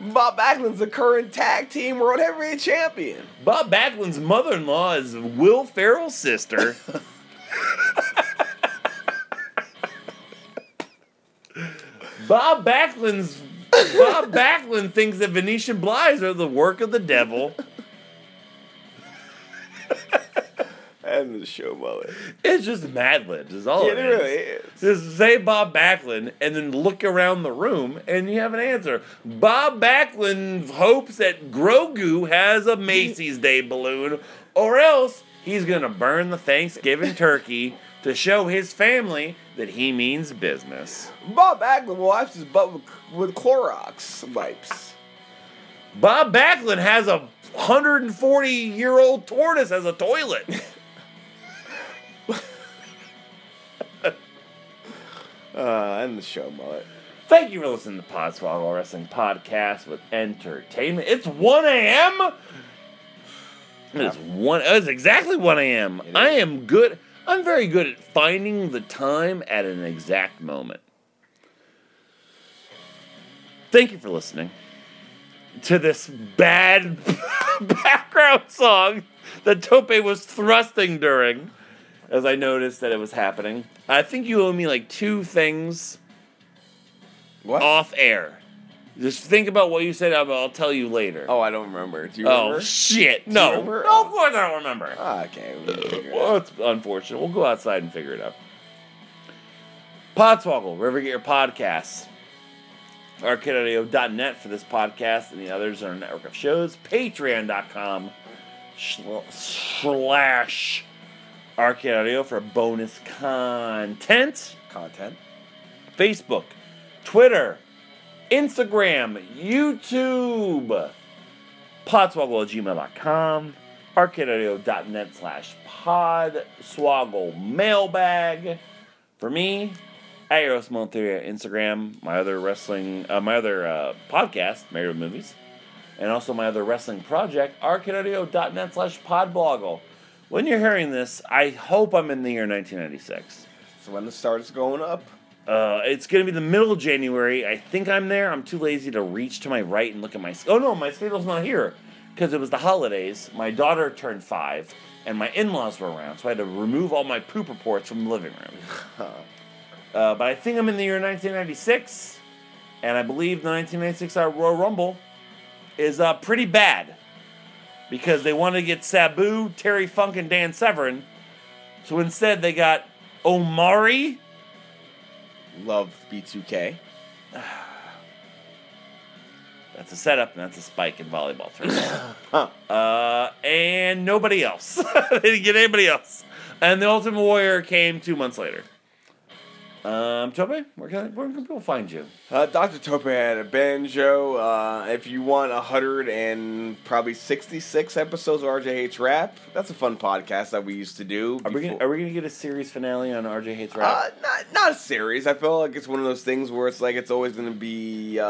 [SPEAKER 3] Bob Backlund's the current tag team world heavyweight champion.
[SPEAKER 1] Bob Backlund's mother in law is Will Ferrell's sister. Bob Backlund's Bob Backlund thinks that Venetian blinds are the work of the devil.
[SPEAKER 3] And the show mullet.
[SPEAKER 1] It's just Mad Libs. Is all
[SPEAKER 3] Yeah,
[SPEAKER 1] it
[SPEAKER 3] Oh, it
[SPEAKER 1] is.
[SPEAKER 3] really is.
[SPEAKER 1] Just say Bob Backlund and then look around the room and you have an answer. Bob Backlund hopes that Grogu has a Macy's Day balloon, or else he's going to burn the Thanksgiving turkey to show his family that he means business.
[SPEAKER 3] Bob Backlund wipes his butt with, with Clorox wipes.
[SPEAKER 1] Bob Backlund has a 140 year old tortoise as a toilet.
[SPEAKER 3] Uh, and the show mullet.
[SPEAKER 1] Thank you for listening to Podswoggle Wrestling Podcast with entertainment. It's 1 a.m. It's one. It's exactly 1 a.m.
[SPEAKER 3] It is.
[SPEAKER 1] I am good. I'm very good at finding the time at an exact moment. Thank you for listening to this bad background song that Tope was thrusting during, as I noticed that it was happening. I think you owe me like two things
[SPEAKER 3] What?
[SPEAKER 1] off air. Just think about what you said. I'll, I'll tell you later.
[SPEAKER 3] oh, I don't remember. Do you
[SPEAKER 1] Oh,
[SPEAKER 3] remember?
[SPEAKER 1] shit!
[SPEAKER 3] you
[SPEAKER 1] No,
[SPEAKER 3] remember?
[SPEAKER 1] no, of course I don't remember.
[SPEAKER 3] Ah, okay. we can figure it out.
[SPEAKER 1] Well, it's unfortunate. We'll go outside and figure it out. Podswoggle, wherever you get your podcasts. ArcadeAudio.net for this podcast and the others are a network of shows. Patreon.com shl- slash Arcade Audio for bonus content.
[SPEAKER 3] Content.
[SPEAKER 1] Facebook, Twitter, Instagram, YouTube, podswoggle at gmail.com, arcadeaudio.net slash podswoggle mailbag. For me, at Eros Monteria Instagram, my other wrestling, uh, my other uh, podcast, Married with Movies, and also my other wrestling project, arcadeaudio.net slash podbloggle. When you're hearing this, I hope I'm in the year 1996.
[SPEAKER 3] So when the starts going up,
[SPEAKER 1] Uh, it's gonna be the middle of January. I think I'm there. I'm too lazy to reach to my right and look at my. sch- Oh no, my schedule's not here because it was the holidays. My daughter turned five, and my in-laws were around, so I had to remove all my poop reports from the living room. uh, but I think I'm in the year 1996, and I believe the 1996 Royal Rumble is uh, pretty bad because they wanted to get Sabu, Terry Funk, and Dan Severn, so instead they got Omari.
[SPEAKER 3] love B2K.
[SPEAKER 1] That's a setup and that's a spike in volleyball terms. uh, and nobody else. they didn't get anybody else. And the Ultimate Warrior came two months later. Uh, Um, Tope, where can, where can people find you?
[SPEAKER 3] Uh, Dr. Tope had a banjo. Uh, if you want 100 and probably 66 episodes of RJH Rap, that's a fun podcast that we used to do.
[SPEAKER 1] Are we gonna,
[SPEAKER 3] before-
[SPEAKER 1] are we gonna get a series finale on RJ Hates Rap?
[SPEAKER 3] Uh, not, not a series. I feel like it's one of those things where it's like it's always going to be, uh,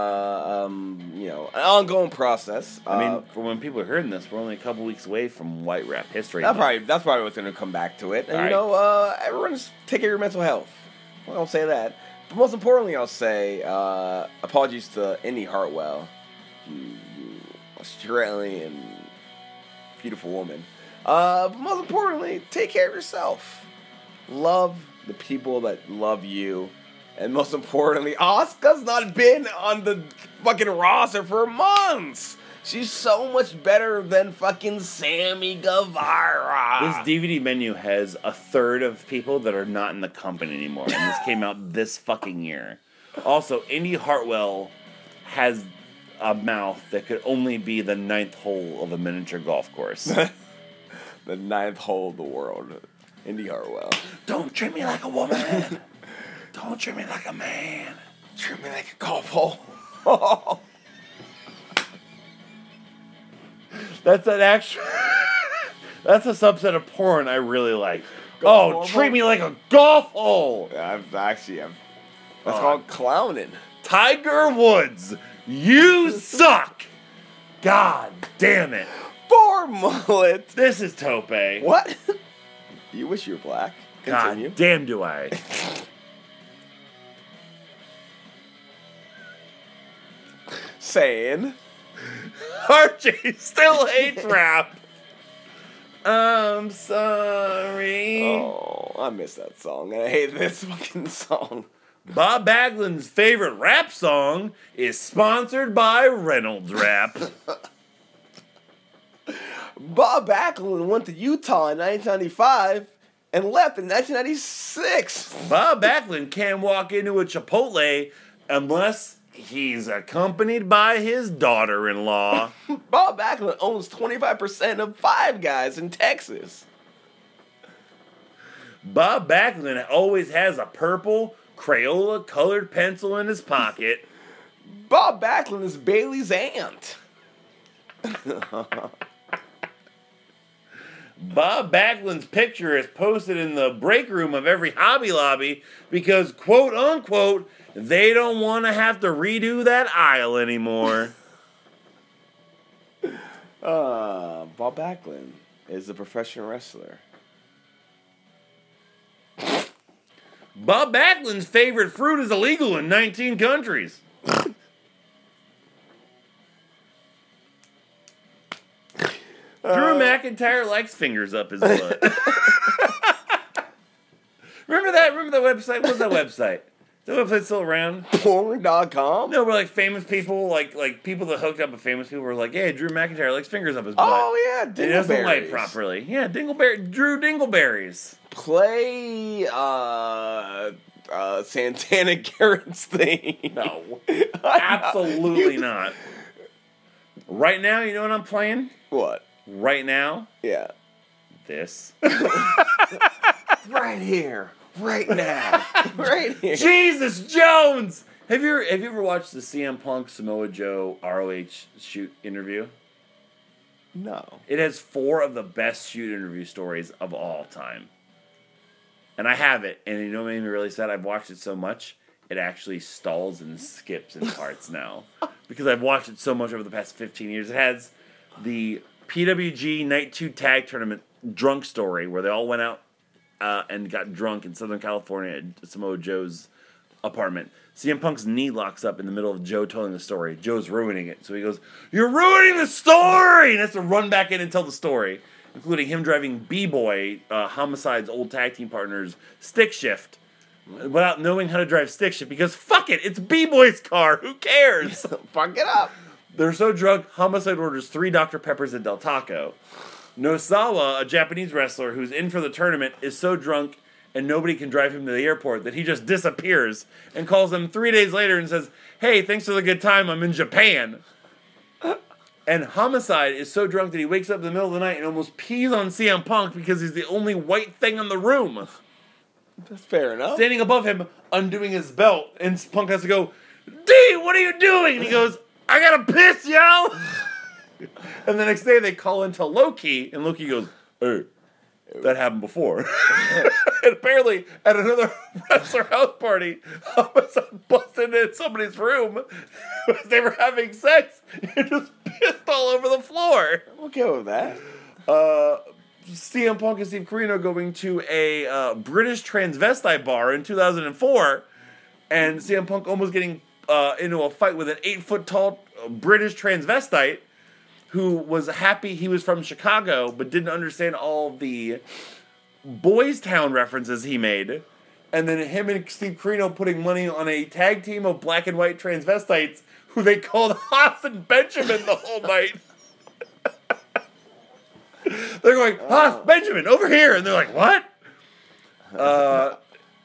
[SPEAKER 3] uh, um, you know, an ongoing process.
[SPEAKER 1] I mean,
[SPEAKER 3] Uh,
[SPEAKER 1] for when people are hearing this, we're only a couple weeks away from White Rap History.
[SPEAKER 3] that
[SPEAKER 1] Month.
[SPEAKER 3] probably that's probably what's going to come back to it. And you
[SPEAKER 1] Alright.
[SPEAKER 3] know, uh, everyone's take care of your mental health. Well, I'll say that. But most importantly, I'll say uh, apologies to Indy Hartwell, you, you Australian beautiful woman. Uh, but most importantly, take care of yourself. Love the people that love you. And most importantly, Asuka's not been on the fucking roster for months. She's so much better than fucking Sammy Guevara.
[SPEAKER 1] This DVD menu has a third of people that are not in the company anymore, and this came out this fucking year. Also, Indy Hartwell has a mouth that could only be the ninth hole of a miniature golf course.
[SPEAKER 3] the ninth hole of the world. Indy Hartwell.
[SPEAKER 1] Don't treat me like a woman. Don't treat me like a man.
[SPEAKER 3] Treat me like a golf hole.
[SPEAKER 1] That's an actual. That's a subset of porn I really like. oh,
[SPEAKER 3] Golf hole?
[SPEAKER 1] treat me like a golf hole.
[SPEAKER 3] I've actually, I've, that's
[SPEAKER 1] Oh.
[SPEAKER 3] called clowning.
[SPEAKER 1] Tiger Woods, you suck. God damn it.
[SPEAKER 3] Four mullet.
[SPEAKER 1] This is Tope.
[SPEAKER 3] What? you wish you were black.
[SPEAKER 1] God
[SPEAKER 3] Continue.
[SPEAKER 1] damn do I.
[SPEAKER 3] Saying.
[SPEAKER 1] RJ still hates rap. I'm sorry.
[SPEAKER 3] Oh, I miss that song. I hate this fucking song.
[SPEAKER 1] Bob Baglin's favorite rap song is sponsored by Reynolds Rap.
[SPEAKER 3] Bob Backlund went to Utah in 1995 and left in 1996.
[SPEAKER 1] Bob Backlund can't walk into a Chipotle unless he's accompanied by his daughter-in-law.
[SPEAKER 3] Bob Backlund owns 25% of Five Guys in Texas.
[SPEAKER 1] Bob Backlund always has a purple Crayola colored pencil in his pocket.
[SPEAKER 3] Bob Backlund is Bailey's aunt.
[SPEAKER 1] Bob Backlund's picture is posted in the break room of every Hobby Lobby because, quote unquote, they don't want to have to redo that aisle anymore.
[SPEAKER 3] Uh, Bob Backlund is a professional wrestler.
[SPEAKER 1] Bob Backlund's favorite fruit is illegal in 19 countries. Drew McIntyre likes fingers up his butt. remember that? Remember that website? What was that website? Is that website still around?
[SPEAKER 3] Porn.com?
[SPEAKER 1] No, we're like famous people, like like people that hooked up with famous people were like, yeah, Drew McIntyre likes fingers up his butt.
[SPEAKER 3] Oh, yeah.
[SPEAKER 1] He doesn't like
[SPEAKER 3] Dingleberries.
[SPEAKER 1] properly. Yeah, Dingleberry, Drew Dingleberries.
[SPEAKER 3] Play uh, uh, Santana Garrett's thing.
[SPEAKER 1] No,
[SPEAKER 3] You-
[SPEAKER 1] absolutely not. Right now, you know what I'm playing?
[SPEAKER 3] What?
[SPEAKER 1] Right now,
[SPEAKER 3] Yeah.
[SPEAKER 1] this.
[SPEAKER 3] Right here. Right now. right here.
[SPEAKER 1] Jesus Jones. Have you have you ever watched the CM Punk Samoa Joe ROH shoot interview?
[SPEAKER 3] No.
[SPEAKER 1] It has four of the best shoot interview stories of all time. And I have it, and you know what made me really sad? I've watched it so much, it actually stalls and skips in parts now. Because I've watched it so much over the past 15 years. It has the PWG Night 2 Tag Tournament drunk story where they all went out uh, and got drunk in Southern California at Samoa Joe's apartment. CM Punk's knee locks up in the middle of Joe telling the story. Joe's ruining it. So he goes, You're ruining the story! And has to run back in and tell the story, including him driving B Boy, uh, Homicide's old tag team partner's stick shift, without knowing how to drive stick shift because fuck it, it's B Boy's car. Who cares?
[SPEAKER 3] Fuck it up.
[SPEAKER 1] They're so drunk, Homicide orders three Dr. Peppers and Del Taco. Nosawa, a Japanese wrestler who's in for the tournament, is so drunk and nobody can drive him to the airport that he just disappears and calls them three days later and says, Hey, thanks for the good time, I'm in Japan. And Homicide is so drunk that he wakes up in the middle of the night and almost pees on CM Punk because he's the only white thing in the room.
[SPEAKER 3] That's fair enough.
[SPEAKER 1] standing above him, undoing his belt, and Punk has to go, D, what are you doing? And he goes, I gotta piss, y'all. and the next day they call into Loki, and Loki goes, Hey, that happened before. and apparently, at another wrestler house party, Homicide busted into somebody's room because they were having sex and just pissed all over the floor.
[SPEAKER 3] I'm okay with that.
[SPEAKER 1] Uh, CM Punk and Steve Corino going to a uh, British transvestite bar in 2004, and CM Punk almost getting uh, into a fight with an eight foot tall uh, British transvestite who was happy he was from Chicago but didn't understand all the Boys Town references he made. And then him and Steve Corino putting money on a tag team of black and white transvestites who they called Haas and Benjamin the whole night. They're going, Haas, Benjamin, over here. And they're like, what? Uh,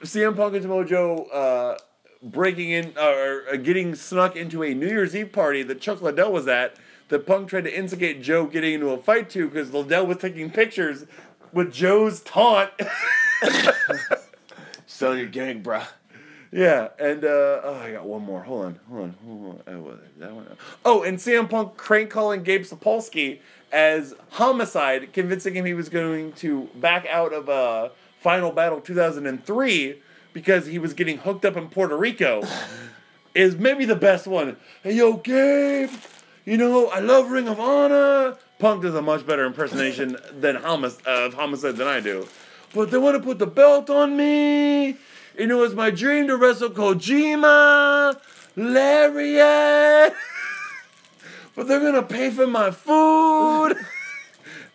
[SPEAKER 1] CM Punk and Samoa Joe uh, breaking in or uh, getting snuck into a New Year's Eve party that Chuck Liddell was at that Punk tried to instigate Joe getting into a fight to because Liddell was taking pictures with Joe's taunt.
[SPEAKER 3] So your gimmick, bruh.
[SPEAKER 1] yeah, and uh, oh, I got one more. Hold on, hold on, hold on. Oh, was it that one? Oh, and CM Punk crank calling Gabe Sapolsky as homicide, convincing him he was going to back out of uh, Final Battle 2003 because he was getting hooked up in Puerto Rico. is maybe the best one. Hey, yo, Gabe, you know, I love Ring of Honor. Punk does a much better impersonation than homic- uh, of Homicide than I do. But they want to put the belt on me. You know, it's my dream to wrestle Kojima, Lariat. but they're going to pay for my food.